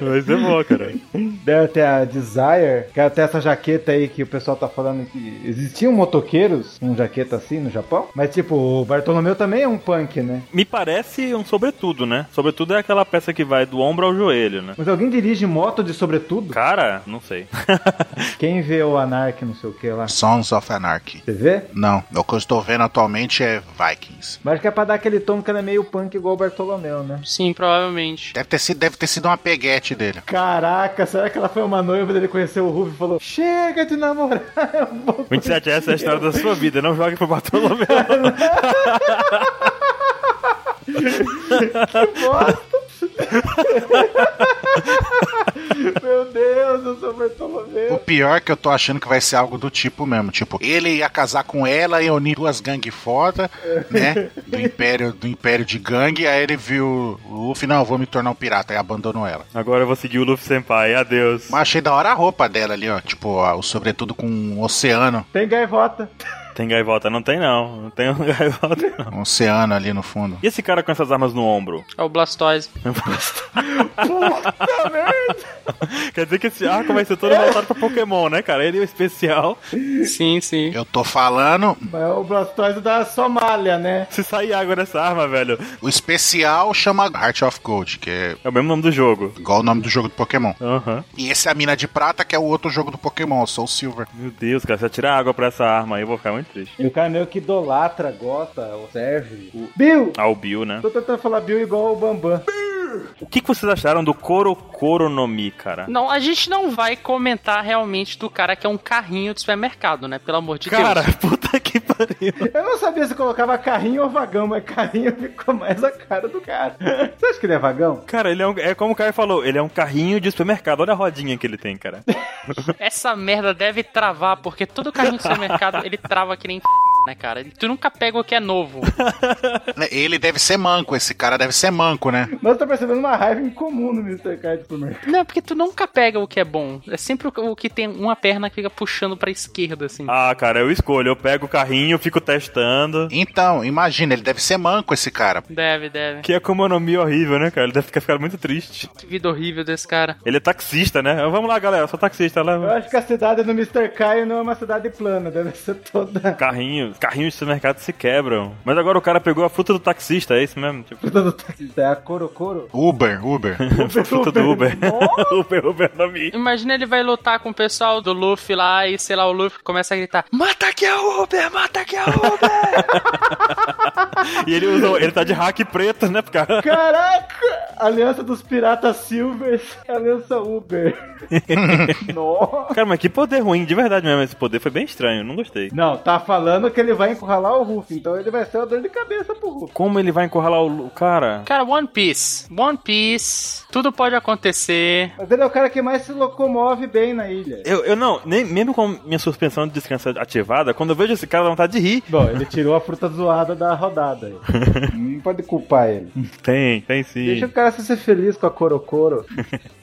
[SPEAKER 4] Vai ser é bom, cara.
[SPEAKER 5] Daí até a Desire, que é até essa jaqueta aí que o pessoal tá falando que existiam motoqueiros com jaqueta assim no Japão, mas tipo, o Bartolomeu também é um punk, né?
[SPEAKER 4] Me parece um sobretudo, né? Sobretudo é aquela peça que vai do ombro ao joelho, né?
[SPEAKER 5] Mas alguém dirige moto de sobretudo?
[SPEAKER 4] Cara, não sei.
[SPEAKER 5] Quem vê o Anark não sei o que lá?
[SPEAKER 3] Sons of Anarchy.
[SPEAKER 5] Você vê?
[SPEAKER 3] Não, o que eu estou vendo atualmente é Vikings.
[SPEAKER 5] Mas acho que é pra dar aquele tom que ela é meio punk igual o Bartolomeu, né?
[SPEAKER 2] Sim, provavelmente.
[SPEAKER 3] Deve ter sido, deve ter sido uma peguete dele.
[SPEAKER 5] Caraca, será que ela foi uma noiva dele conheceu o Ruby e falou: Chega de namorar, eu vou
[SPEAKER 4] 27, essa é a história da sua vida, não jogue pro Bartolomeu.
[SPEAKER 5] embora. Meu Deus, eu sou
[SPEAKER 3] O
[SPEAKER 5] Bartolomeu.
[SPEAKER 3] pior é que eu tô achando que vai ser algo do tipo mesmo. Tipo, ele ia casar com ela e unir duas gangues foda, né? Do império, do império de gangue. Aí ele viu o Luffy, não, eu vou me tornar um pirata. E abandonou ela.
[SPEAKER 4] Agora eu vou seguir o Luffy Senpai, adeus.
[SPEAKER 3] Mas achei da hora a roupa dela ali, ó. Tipo, ó, o sobretudo com um oceano.
[SPEAKER 5] Tem gaivota.
[SPEAKER 4] Tem gaivota? Não tem não, não tem gaivota não.
[SPEAKER 3] Um oceano ali no fundo.
[SPEAKER 4] E esse cara com essas armas no ombro?
[SPEAKER 2] É o Blastoise.
[SPEAKER 5] Puta merda.
[SPEAKER 4] Quer dizer que esse arco vai ser todo voltado pra Pokémon, né, cara? Ele é o especial.
[SPEAKER 2] Sim, sim.
[SPEAKER 3] Eu tô falando,
[SPEAKER 5] Mas o Blastoise da Somália, né?
[SPEAKER 4] Se sair água nessa arma, velho,
[SPEAKER 3] o especial chama Heart of Gold, que é
[SPEAKER 4] é o mesmo nome do jogo.
[SPEAKER 3] igual o nome do jogo do Pokémon.
[SPEAKER 4] Aham.
[SPEAKER 3] E esse é a mina de prata, que é o outro jogo do Pokémon, Soul Silver.
[SPEAKER 4] Meu Deus, cara, se eu tirar água pra essa arma aí, eu vou ficar muito triste.
[SPEAKER 5] E o cara meio que idolatra, gosta, ou serve. O Bill!
[SPEAKER 4] Ah, o Bill, né?
[SPEAKER 5] Tô tentando falar Bill igual o Bambam.
[SPEAKER 4] O que, que vocês acharam do Korokoro no Mi, cara?
[SPEAKER 2] Não, a gente não vai comentar realmente do cara que é um carrinho de supermercado, né? Pelo amor de
[SPEAKER 4] Cara,
[SPEAKER 2] Deus.
[SPEAKER 4] puta que pariu.
[SPEAKER 5] Eu não sabia se colocava carrinho ou vagão, mas carrinho ficou mais a cara do cara. Você acha que ele é vagão?
[SPEAKER 4] Cara, ele é, um, é como o Caio falou, ele é um carrinho de supermercado. Olha a rodinha que ele tem, cara.
[SPEAKER 2] Essa merda deve travar, porque todo carrinho de supermercado ele trava que nem né, cara? Tu nunca pega o que é novo.
[SPEAKER 3] Né, Ele deve ser manco, esse cara deve ser manco, né?
[SPEAKER 5] Mas eu tô percebendo uma raiva incomum no Mr. Card por mim.
[SPEAKER 2] Não, porque tu nunca pega o que é bom. É sempre o- o que tem uma perna que fica puxando pra esquerda, assim.
[SPEAKER 4] Ah, cara, eu escolho. Eu pego o carrinho, fico testando.
[SPEAKER 3] Então, imagina, ele deve ser manco, esse cara.
[SPEAKER 2] Deve, deve.
[SPEAKER 4] Que é economia horrível, né, cara? Ele deve ficar ficando muito triste.
[SPEAKER 2] Que vida horrível desse cara.
[SPEAKER 4] Ele é taxista, né? Vamos lá, galera, eu sou taxista,
[SPEAKER 5] Eu
[SPEAKER 4] leva.
[SPEAKER 5] acho que a cidade do Mr. Caio não é uma cidade plana, deve ser toda
[SPEAKER 4] Carrinhos, carrinhos de supermercado se quebram. Mas agora o cara pegou a fruta do taxista, é isso mesmo? Tipo,
[SPEAKER 5] toda do taxista. É a Corocoro.
[SPEAKER 3] Uber, Uber.
[SPEAKER 4] a fruta do Uber. Uber, Uber é no Mi.
[SPEAKER 2] Imagina ele vai lutar com o pessoal do Luffy lá e, sei lá, o Luffy começa a gritar: Mata aqui a Uber, mata aqui a Uber!
[SPEAKER 4] E ele usou, ele tá de hack preto, né, cara?
[SPEAKER 5] Caraca! Aliança dos Piratas Silvers, Aliança Uber. Nossa.
[SPEAKER 4] Cara, mas que poder ruim, de verdade mesmo. Esse poder foi bem estranho, não gostei.
[SPEAKER 5] Não, tá falando que ele vai encurralar o Ruff, então ele vai ser a dor de cabeça pro Ruff.
[SPEAKER 4] Como ele vai encurralar o o cara?
[SPEAKER 2] Cara, One Piece. One Piece. Tudo pode acontecer.
[SPEAKER 5] Mas ele é o cara que mais se locomove bem na ilha.
[SPEAKER 4] Eu, eu não, nem, mesmo com minha suspensão de descanso ativada, quando eu vejo esse cara, dá vontade de rir.
[SPEAKER 5] Bom, ele tirou a fruta zoada da rodada aí. Não pode culpar ele.
[SPEAKER 4] Tem, tem sim.
[SPEAKER 5] Deixa o cara ser feliz com a Corocoro.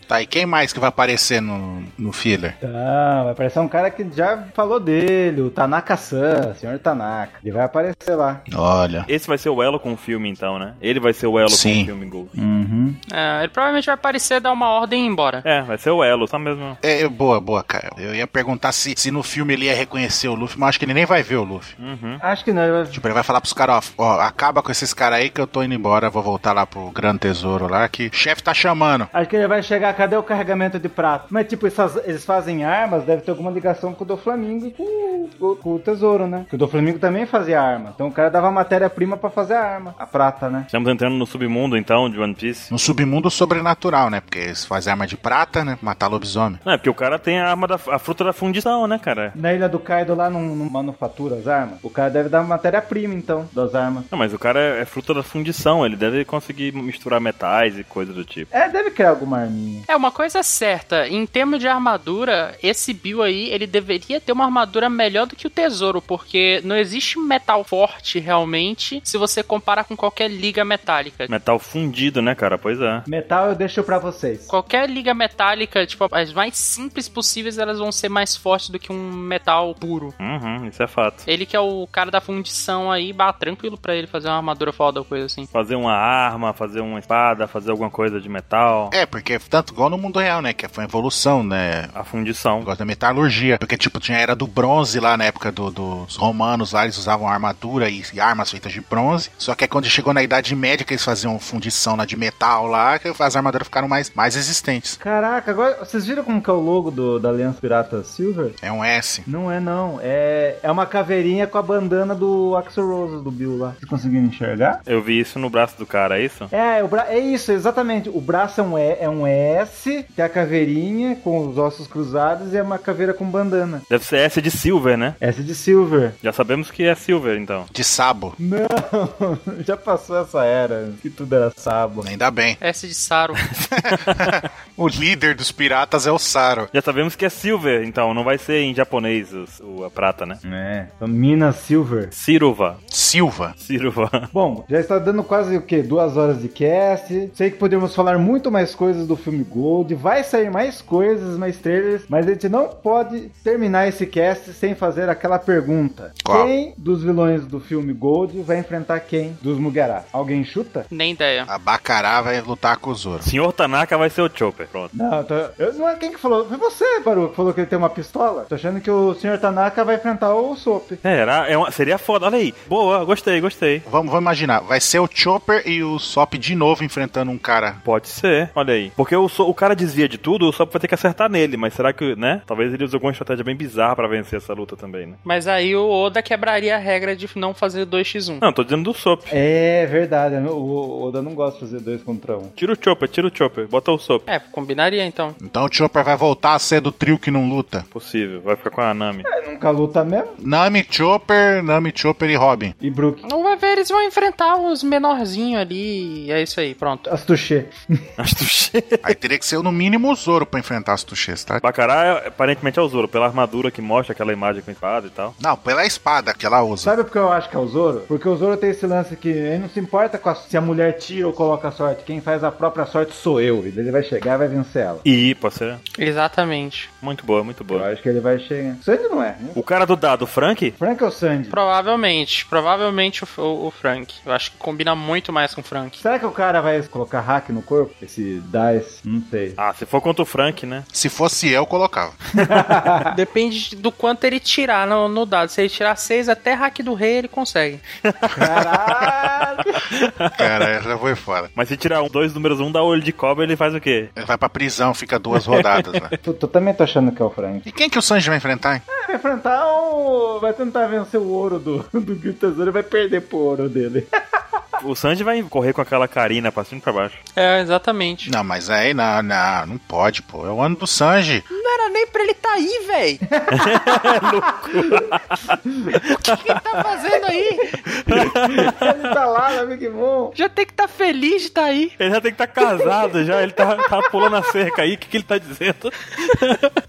[SPEAKER 3] Tá, e quem mais que vai aparecer no, no filler?
[SPEAKER 5] Tá, vai aparecer um cara que já falou dele, o Tanaka-san, senhor Tanaka. Ele vai aparecer lá.
[SPEAKER 3] Olha.
[SPEAKER 4] Esse vai ser o elo com o filme, então, né? Ele vai ser o elo com
[SPEAKER 3] Sim.
[SPEAKER 4] o filme Gold.
[SPEAKER 5] Uhum.
[SPEAKER 2] É, ele provavelmente vai aparecer, dar uma ordem e ir embora.
[SPEAKER 4] É, vai ser o elo, só mesmo.
[SPEAKER 3] É, eu- boa, boa, cara. Eu ia perguntar se, se no filme ele ia reconhecer o Luffy, mas acho que ele nem vai ver o Luffy.
[SPEAKER 4] Uhum.
[SPEAKER 5] Acho que não, ele vai...
[SPEAKER 3] Tipo, ele vai falar pros caras, ó, ó, acaba com esses caras aí que eu tô indo embora, vou voltar lá pro Grande Tesouro lá, que o chefe tá chamando.
[SPEAKER 5] Acho que ele vai chegar, cadê o carregamento de prato? Mas, tipo, essas- eles fazem armas, deve ter alguma ligação com o do Flamingo e com, o- com- com o tesouro, né? Porque o do Flamingo também fazia arma. Então o cara dava matéria-prima pra fazer a arma. A prata, né?
[SPEAKER 4] Estamos entrando no submundo, então, de One Piece.
[SPEAKER 3] No Um submundo sobrenatural, né? Porque eles fazem arma de prata, né? Matar lobisomem.
[SPEAKER 4] Não, é porque o cara tem a arma da a fruta da fundição, né, cara?
[SPEAKER 5] Na ilha do Kaido lá não, não manufatura as armas. O cara deve dar matéria-prima, então, das armas.
[SPEAKER 4] Não, mas o cara é, é fruta da fundição, ele deve conseguir misturar metais e coisa do tipo.
[SPEAKER 5] É, deve criar alguma arminha.
[SPEAKER 2] É, uma coisa é certa, em termos de armadura, esse Bill aí, ele deveria ter uma armadura melhor do que o tesouro, porque não existe metal forte realmente se você comparar com qualquer liga metálica.
[SPEAKER 4] Metal fundido, né, cara? Pois é.
[SPEAKER 5] Metal eu deixo pra vocês.
[SPEAKER 2] Qualquer liga metálica, tipo, as mais simples possíveis, elas vão ser mais fortes do que um metal puro.
[SPEAKER 4] Uhum, isso é fato.
[SPEAKER 2] Ele que é o cara da fundição aí, bah, tranquilo pra ele fazer uma armadura foda ou coisa assim.
[SPEAKER 4] Fazer uma arma, fazer uma espada, fazer alguma coisa de metal.
[SPEAKER 3] É, porque tanto igual no mundo real, né? Que foi uma evolução, né?
[SPEAKER 4] A fundição.
[SPEAKER 3] negócio da metalurgia. Porque, tipo, tinha a era do bronze lá na época do- dos romanos lá, eles usavam armadura e, e armas feitas de bronze. Só que aí quando chegou na Idade Média, que eles faziam fundição lá de metal lá, que as armaduras ficaram mais, mais resistentes.
[SPEAKER 5] Caraca, agora vocês viram como que é o logo do, da Aliança Pirata Silver?
[SPEAKER 3] É um S.
[SPEAKER 5] Não é não, é, é uma caveirinha com a bandana do Axel Rose do Bill lá. Vocês conseguiram enxergar?
[SPEAKER 4] Eu vi isso no braço do cara, é isso?
[SPEAKER 5] É, o bra... é isso, exatamente. O braço é um, e... é um S, tem a caveirinha com os ossos cruzados e é uma caveira com bandana.
[SPEAKER 4] Deve ser essa de Silver, né?
[SPEAKER 5] S de Silver.
[SPEAKER 4] Já sabemos que é Silver, então.
[SPEAKER 3] De sabo.
[SPEAKER 5] Não, já passou essa era que tudo era sábado.
[SPEAKER 3] Ainda bem.
[SPEAKER 2] S de Saro.
[SPEAKER 3] O líder dos piratas é o Saro.
[SPEAKER 4] Já sabemos que é silver, então não vai ser em japonês os- o, a prata, né?
[SPEAKER 5] É, então, Mina Silver.
[SPEAKER 4] Siruva.
[SPEAKER 3] Silva.
[SPEAKER 4] Siruva.
[SPEAKER 5] Bom, já está dando quase o quê? Duas horas de cast. Sei que podemos falar muito mais coisas do filme Gold. Vai sair mais coisas, mais trailers. Mas a gente não pode terminar esse cast sem fazer aquela pergunta:
[SPEAKER 3] Qual?
[SPEAKER 5] Quem dos vilões do filme Gold vai enfrentar quem dos Mugará? Alguém chuta?
[SPEAKER 2] Nem ideia.
[SPEAKER 3] A Bacará vai lutar com o Zoro.
[SPEAKER 4] Senhor Tanaka vai ser o Chopper. Pronto.
[SPEAKER 5] Não, eu tô... eu- não é quem que falou. Foi você, Baru, que falou que ele tem uma pistola. Tô achando que o Sr. Tanaka vai enfrentar o Sop.
[SPEAKER 4] Será? É uma- seria foda, olha aí. Boa, gostei, gostei.
[SPEAKER 3] Vamos, vamos imaginar. Vai ser o Chopper e o Sop de novo enfrentando um cara.
[SPEAKER 4] Pode ser, olha aí. Porque o, so- o cara desvia de tudo, o Sop vai ter que acertar nele, mas será que, né? Talvez ele use alguma estratégia bem bizarra pra vencer essa luta também, né?
[SPEAKER 2] Mas aí o Oda quebraria a regra de não fazer 2x1.
[SPEAKER 4] Não, tô dizendo do Sop.
[SPEAKER 5] É verdade, o- o Oda não gosta de fazer dois contra um.
[SPEAKER 4] Tira o Chopper, tira o Chopper, bota o Sop.
[SPEAKER 2] É, combinaria então.
[SPEAKER 3] Então o Chopper vai voltar a ser do trio que não luta.
[SPEAKER 4] Possível, vai ficar com a Anami.
[SPEAKER 5] Nunca luta mesmo.
[SPEAKER 3] Nami, Chopper, Nami, Chopper e Robin.
[SPEAKER 5] E Brook,
[SPEAKER 2] Não vai ver, eles vão enfrentar os menorzinhos ali. e É isso aí, pronto.
[SPEAKER 5] as Tuxê.
[SPEAKER 4] Acho que
[SPEAKER 3] Aí teria que ser no mínimo o Zoro pra enfrentar as Tuxês, tá?
[SPEAKER 4] Bacará é- aparentemente é o Zoro, pela armadura que mostra aquela imagem com espada e tal.
[SPEAKER 3] Não, pela espada que ela usa.
[SPEAKER 5] Sabe por que eu acho que é o Zoro? Porque o Zoro tem esse lance que ele não se importa com a- se a mulher tira ou coloca a sorte. Quem faz a própria sorte sou eu. Ele vai chegar e vai vencer ela.
[SPEAKER 4] E pode ser.
[SPEAKER 2] Exatamente.
[SPEAKER 4] Muito boa, muito
[SPEAKER 5] Eu
[SPEAKER 4] boa.
[SPEAKER 5] acho que ele vai chegar. Sandy não é, né?
[SPEAKER 4] O cara do dado, o Frank?
[SPEAKER 5] Frank ou Sandy?
[SPEAKER 2] Provavelmente, provavelmente o, o- o Frank. Eu acho que combina muito mais com o Frank.
[SPEAKER 5] Será que o cara vai colocar hack no corpo? Esse Dice? Não sei.
[SPEAKER 4] Ah, se for contra o Frank, né?
[SPEAKER 3] Se fosse eu, colocava.
[SPEAKER 2] Depende de- do quanto ele tirar no, no dado. Se ele tirar 6 até hack do rei, ele consegue.
[SPEAKER 5] Caralho!
[SPEAKER 3] Cara, já foi fora.
[SPEAKER 4] Mas se tirar um, dois números um, dá olho de cobra, ele faz o quê?
[SPEAKER 3] Ele vai pra prisão, fica duas rodadas lá.
[SPEAKER 5] Tu, tu também tô achando que é o Frank.
[SPEAKER 3] E quem que o Sanji vai enfrentar? hein?
[SPEAKER 5] Vai enfrentar o. Vai tentar vencer o ouro do, do Grito Tesouro e vai perder pro ouro dele.
[SPEAKER 4] O Sanji vai correr com aquela carina pra cima e pra baixo.
[SPEAKER 2] É, exatamente.
[SPEAKER 3] Não, mas aí não, não, não pode, pô. É o ano do Sanji.
[SPEAKER 2] Não era nem pra ele tá aí, véi. o que, que ele tá fazendo aí?
[SPEAKER 5] Ele tá lá na Big Mom.
[SPEAKER 2] Já tem que tá feliz de tá aí.
[SPEAKER 4] Ele já tem que estar casado já, ele tá, tá pulando a cerca aí, o que, que ele tá dizendo?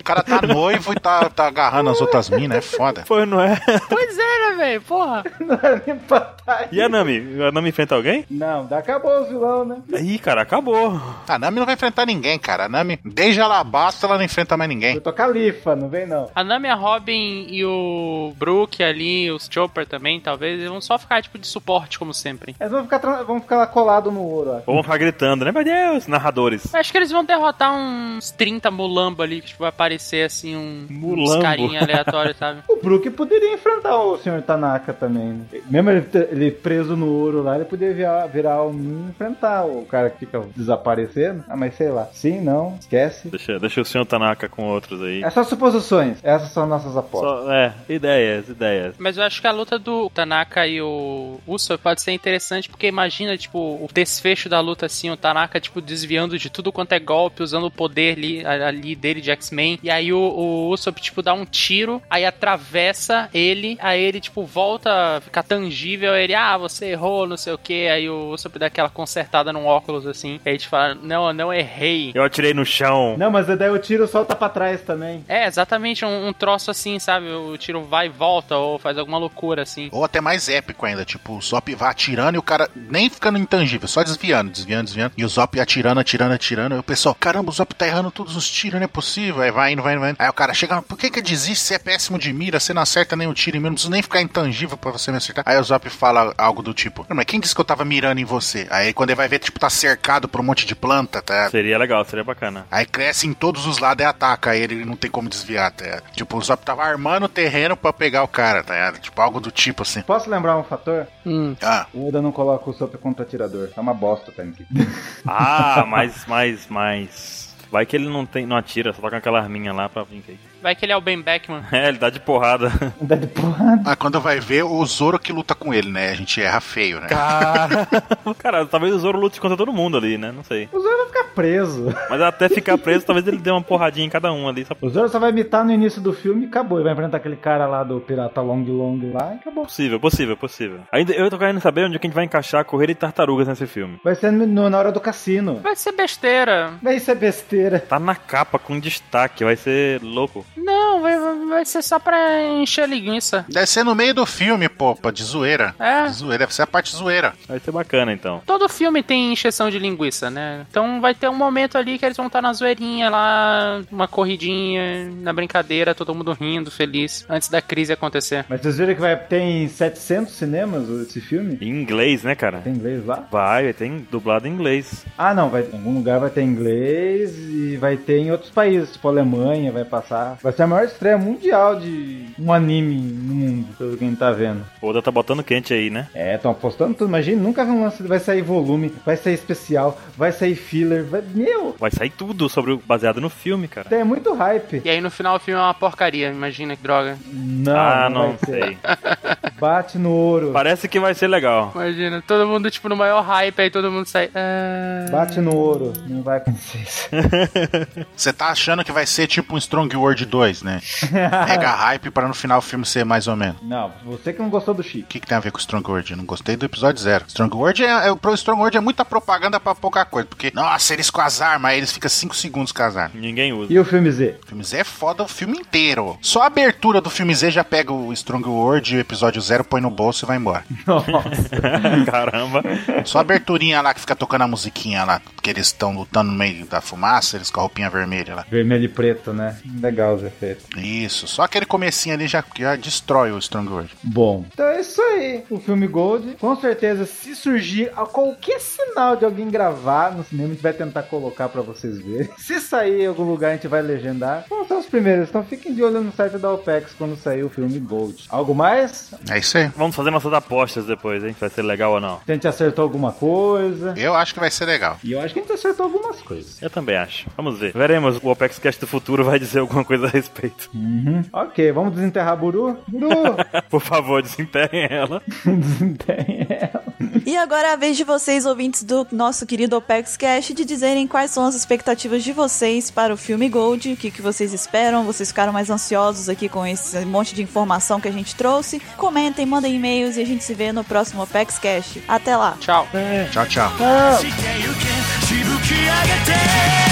[SPEAKER 3] O cara tá noivo e tá, tá agarrando as outras minas, é foda.
[SPEAKER 4] Foi, não é?
[SPEAKER 2] Pois é, né, velho? Porra.
[SPEAKER 5] Não era nem pra tá aí.
[SPEAKER 4] E a Nami? A Nami enfrenta alguém?
[SPEAKER 5] Não, dá- acabou os vilão, né?
[SPEAKER 4] Ih, cara, acabou.
[SPEAKER 3] A Nami não vai enfrentar ninguém, cara. A Nami, desde Alabasta, ela não enfrenta mais ninguém.
[SPEAKER 5] Eu tô califa, não vem não.
[SPEAKER 2] A Nami, a Robin e o Brook ali, os Chopper também, talvez, eles vão só ficar tipo de suporte, como sempre.
[SPEAKER 5] Eles vão ficar, tra- vão ficar lá colado no ouro, ó.
[SPEAKER 4] Ou vão ficar gritando, né? Meu Deus, narradores.
[SPEAKER 2] Eu acho que eles vão derrotar uns 30 mulamba ali, que tipo, vai aparecer assim um
[SPEAKER 4] Mulambo.
[SPEAKER 2] uns carinha aleatório, sabe?
[SPEAKER 5] O Brook poderia enfrentar o Sr. Tanaka também. né? Mesmo ele, te- ele preso no ouro lá, ele poderia virar, virar o Min e enfrentar o cara que fica desaparecendo. Ah, mas sei lá. Sim, não, esquece.
[SPEAKER 4] Deixa, deixa o senhor Tanaka com outros aí.
[SPEAKER 5] É só suposições. Essas são nossas apostas.
[SPEAKER 4] Só- é, ideias, ideias.
[SPEAKER 2] Mas eu acho que a luta do Tanaka e o Usopp pode ser interessante, porque imagina, tipo, o desfecho da luta, assim, o Tanaka, tipo, desviando de tudo quanto é golpe, usando o poder ali, ali dele de X-Men, e aí o, o Usopp, tipo, dá um tiro, aí atravessa ele, aí ele, tipo, volta a ficar tangível, aí ele, ah, você errou, não sei o que, aí o Usopp dá aquela consertada num óculos, assim, aí a gente fala, não, eu não errei.
[SPEAKER 4] Eu atirei no chão.
[SPEAKER 5] Não, mas daí o tiro solta pra trás também.
[SPEAKER 2] É, exatamente um, um troço assim, sabe? O tiro vai e volta, ou faz alguma loucura, assim.
[SPEAKER 3] Ou até mais épico ainda, tipo, o Zop vai atirando e o cara nem ficando intangível, só desviando, desviando, desviando. E o Zop atirando, atirando, atirando. E o pessoal, caramba, o Zop tá errando todos os tiros, não é possível. Aí vai indo, vai indo, vai indo. Aí o cara chega, por que que desiste? Você é péssimo de mira, você não acerta nenhum tiro em mim, não precisa nem ficar intangível pra você me acertar. Aí o Zop fala algo do tipo, "Não, mas quem disse que eu tava mirando em você? Aí quando ele vai ver, tipo, tá cercado por um monte de planta, tá?
[SPEAKER 4] Seria legal, seria bacana.
[SPEAKER 3] Aí cresce em todos os lados e ataca ele, ele não tem como desviar, tá? ligado? Tipo, o Zop tava armando o terreno pra pegar o cara, tá? ligado? Tipo, algo do tipo assim.
[SPEAKER 5] Posso lembrar um fator?
[SPEAKER 2] Hum.
[SPEAKER 3] Ah,
[SPEAKER 5] O Oda não coloca o Sop contra o atirador. É uma bosta, tá? Henrique?
[SPEAKER 4] Ah, mais, mais, mais. Vai que ele não tem, não atira, só tá com aquela arminha lá pra brincar. aí.
[SPEAKER 2] Vai que ele é o Ben Beckman.
[SPEAKER 4] É, ele dá de porrada.
[SPEAKER 5] Dá de porrada.
[SPEAKER 3] Ah, quando vai ver o Zoro que luta com ele, né? A gente erra feio, né?
[SPEAKER 4] Cara, cara, talvez o Zoro lute contra todo mundo ali, né? Não sei.
[SPEAKER 5] O Zoro vai ficar preso.
[SPEAKER 4] Mas até ficar preso, talvez ele dê uma porradinha em cada um ali. Só
[SPEAKER 5] O Zoro só vai imitar no início do filme e acabou. Ele vai enfrentar aquele cara lá do Pirata Long Long lá e acabou.
[SPEAKER 4] É possível, possível, possível. Ainda eu tô querendo saber onde é que a gente vai encaixar correr e tartarugas nesse filme.
[SPEAKER 5] Vai ser no- na hora do cassino.
[SPEAKER 2] Vai ser besteira.
[SPEAKER 5] Mas isso é besteira. inteira.
[SPEAKER 4] Tá na capa com destaque, vai ser louco.
[SPEAKER 2] Não, vai, vai- vai ser só pra encher linguiça.
[SPEAKER 3] Deve ser no meio do filme, popa, de zoeira.
[SPEAKER 2] É.
[SPEAKER 3] De zoeira, deve ser a parte zoeira.
[SPEAKER 4] Vai ser bacana então.
[SPEAKER 2] Todo filme tem encheção de linguiça, né? Então vai ter um momento ali que eles vão estar na zoeirinha lá, uma corridinha, na brincadeira, todo mundo rindo, feliz, antes da crise acontecer.
[SPEAKER 5] Mas vocês viram que vai ter em 700 cinemas esse filme?
[SPEAKER 4] Em inglês, né, cara?
[SPEAKER 5] Tem inglês lá?
[SPEAKER 4] Vai, tem dublado em inglês.
[SPEAKER 5] Ah, não, vai, em algum lugar vai ter inglês e vai ter em outros países, tipo Alemanha, vai passar. Vai ser a maior estreia mundial de um anime no mundo, pelo quem tá vendo.
[SPEAKER 4] O Oda tá botando quente aí, né?
[SPEAKER 5] É, estão apostando tudo, imagina, nunca vi um lance, vai sair volume, vai sair especial, vai sair filler, vai... meu,
[SPEAKER 4] Vai sair tudo sobre o baseado no filme, cara.
[SPEAKER 5] tem muito hype.
[SPEAKER 2] E aí no final o filme é uma porcaria, imagina que droga.
[SPEAKER 5] Não,
[SPEAKER 4] ah, não,
[SPEAKER 5] vai ser.
[SPEAKER 4] sei.
[SPEAKER 5] Bate no ouro,
[SPEAKER 4] Parece que vai ser legal.
[SPEAKER 2] Imagina, todo mundo tipo no maior hype, aí todo mundo sai. "Ah".
[SPEAKER 5] bate no ouro, não vai acontecer isso.
[SPEAKER 3] Você tá achando que vai ser tipo um Strong World 2, né? Mega hype pra no final o filme ser mais ou menos.
[SPEAKER 5] Não, você que não gostou do Chico.
[SPEAKER 3] O que, que tem a ver com Strong World? Eu não gostei do episódio zero. Strong World é, é, pro Strong World é muita propaganda pra pouca coisa. Porque, nossa, eles com as armas, aí eles ficam 5 segundos com as armas.
[SPEAKER 4] Ninguém usa.
[SPEAKER 5] E o filme Z?
[SPEAKER 3] O filme Z é foda o filme inteiro. Só a abertura do filme Z já pega o Strong World e o episódio zero, põe no bolso e vai embora.
[SPEAKER 5] Nossa.
[SPEAKER 4] Caramba.
[SPEAKER 3] Só a aberturinha lá que fica tocando a musiquinha lá, que eles estão lutando no meio da fumaça, eles com a roupinha vermelha lá.
[SPEAKER 5] Vermelho e preto, né? Legal os efeitos.
[SPEAKER 3] Isso, só aquele comecinho ali já, já destrói o Strong World.
[SPEAKER 5] Bom. Então é isso aí. O filme Gold, com certeza, se surgir a qualquer sinal de alguém gravar no cinema, a gente vai tentar colocar pra vocês verem. Se sair em algum lugar, a gente vai legendar. Vão ser os primeiros, então fiquem de olho no site da OPEX quando sair o filme Gold. Algo mais?
[SPEAKER 3] É isso aí.
[SPEAKER 4] Vamos fazer nossas apostas depois, hein? Vai ser legal ou não.
[SPEAKER 5] Se a gente acertou alguma coisa.
[SPEAKER 3] Eu acho que vai ser legal.
[SPEAKER 5] E eu acho que a gente acertou algumas coisas.
[SPEAKER 4] Eu também acho. Vamos ver. Veremos. O Opex Cast do futuro vai dizer alguma coisa a respeito.
[SPEAKER 5] Uhum. Ok, vamos desenterrar a Buru? Buru!
[SPEAKER 4] Por favor, desenterrem ela.
[SPEAKER 5] Desenterre ela.
[SPEAKER 1] E agora é a vez de vocês, ouvintes do nosso querido Opex Cash, de dizerem quais são as expectativas de vocês para o filme Gold, o que, que vocês esperam, vocês ficaram mais ansiosos aqui com esse monte de informação que a gente trouxe. Comentem, mandem e-mails e a gente se vê no próximo Opex Cash. Até lá!
[SPEAKER 2] Tchau.
[SPEAKER 3] Tchau, tchau.
[SPEAKER 8] してゆけしぶき上げて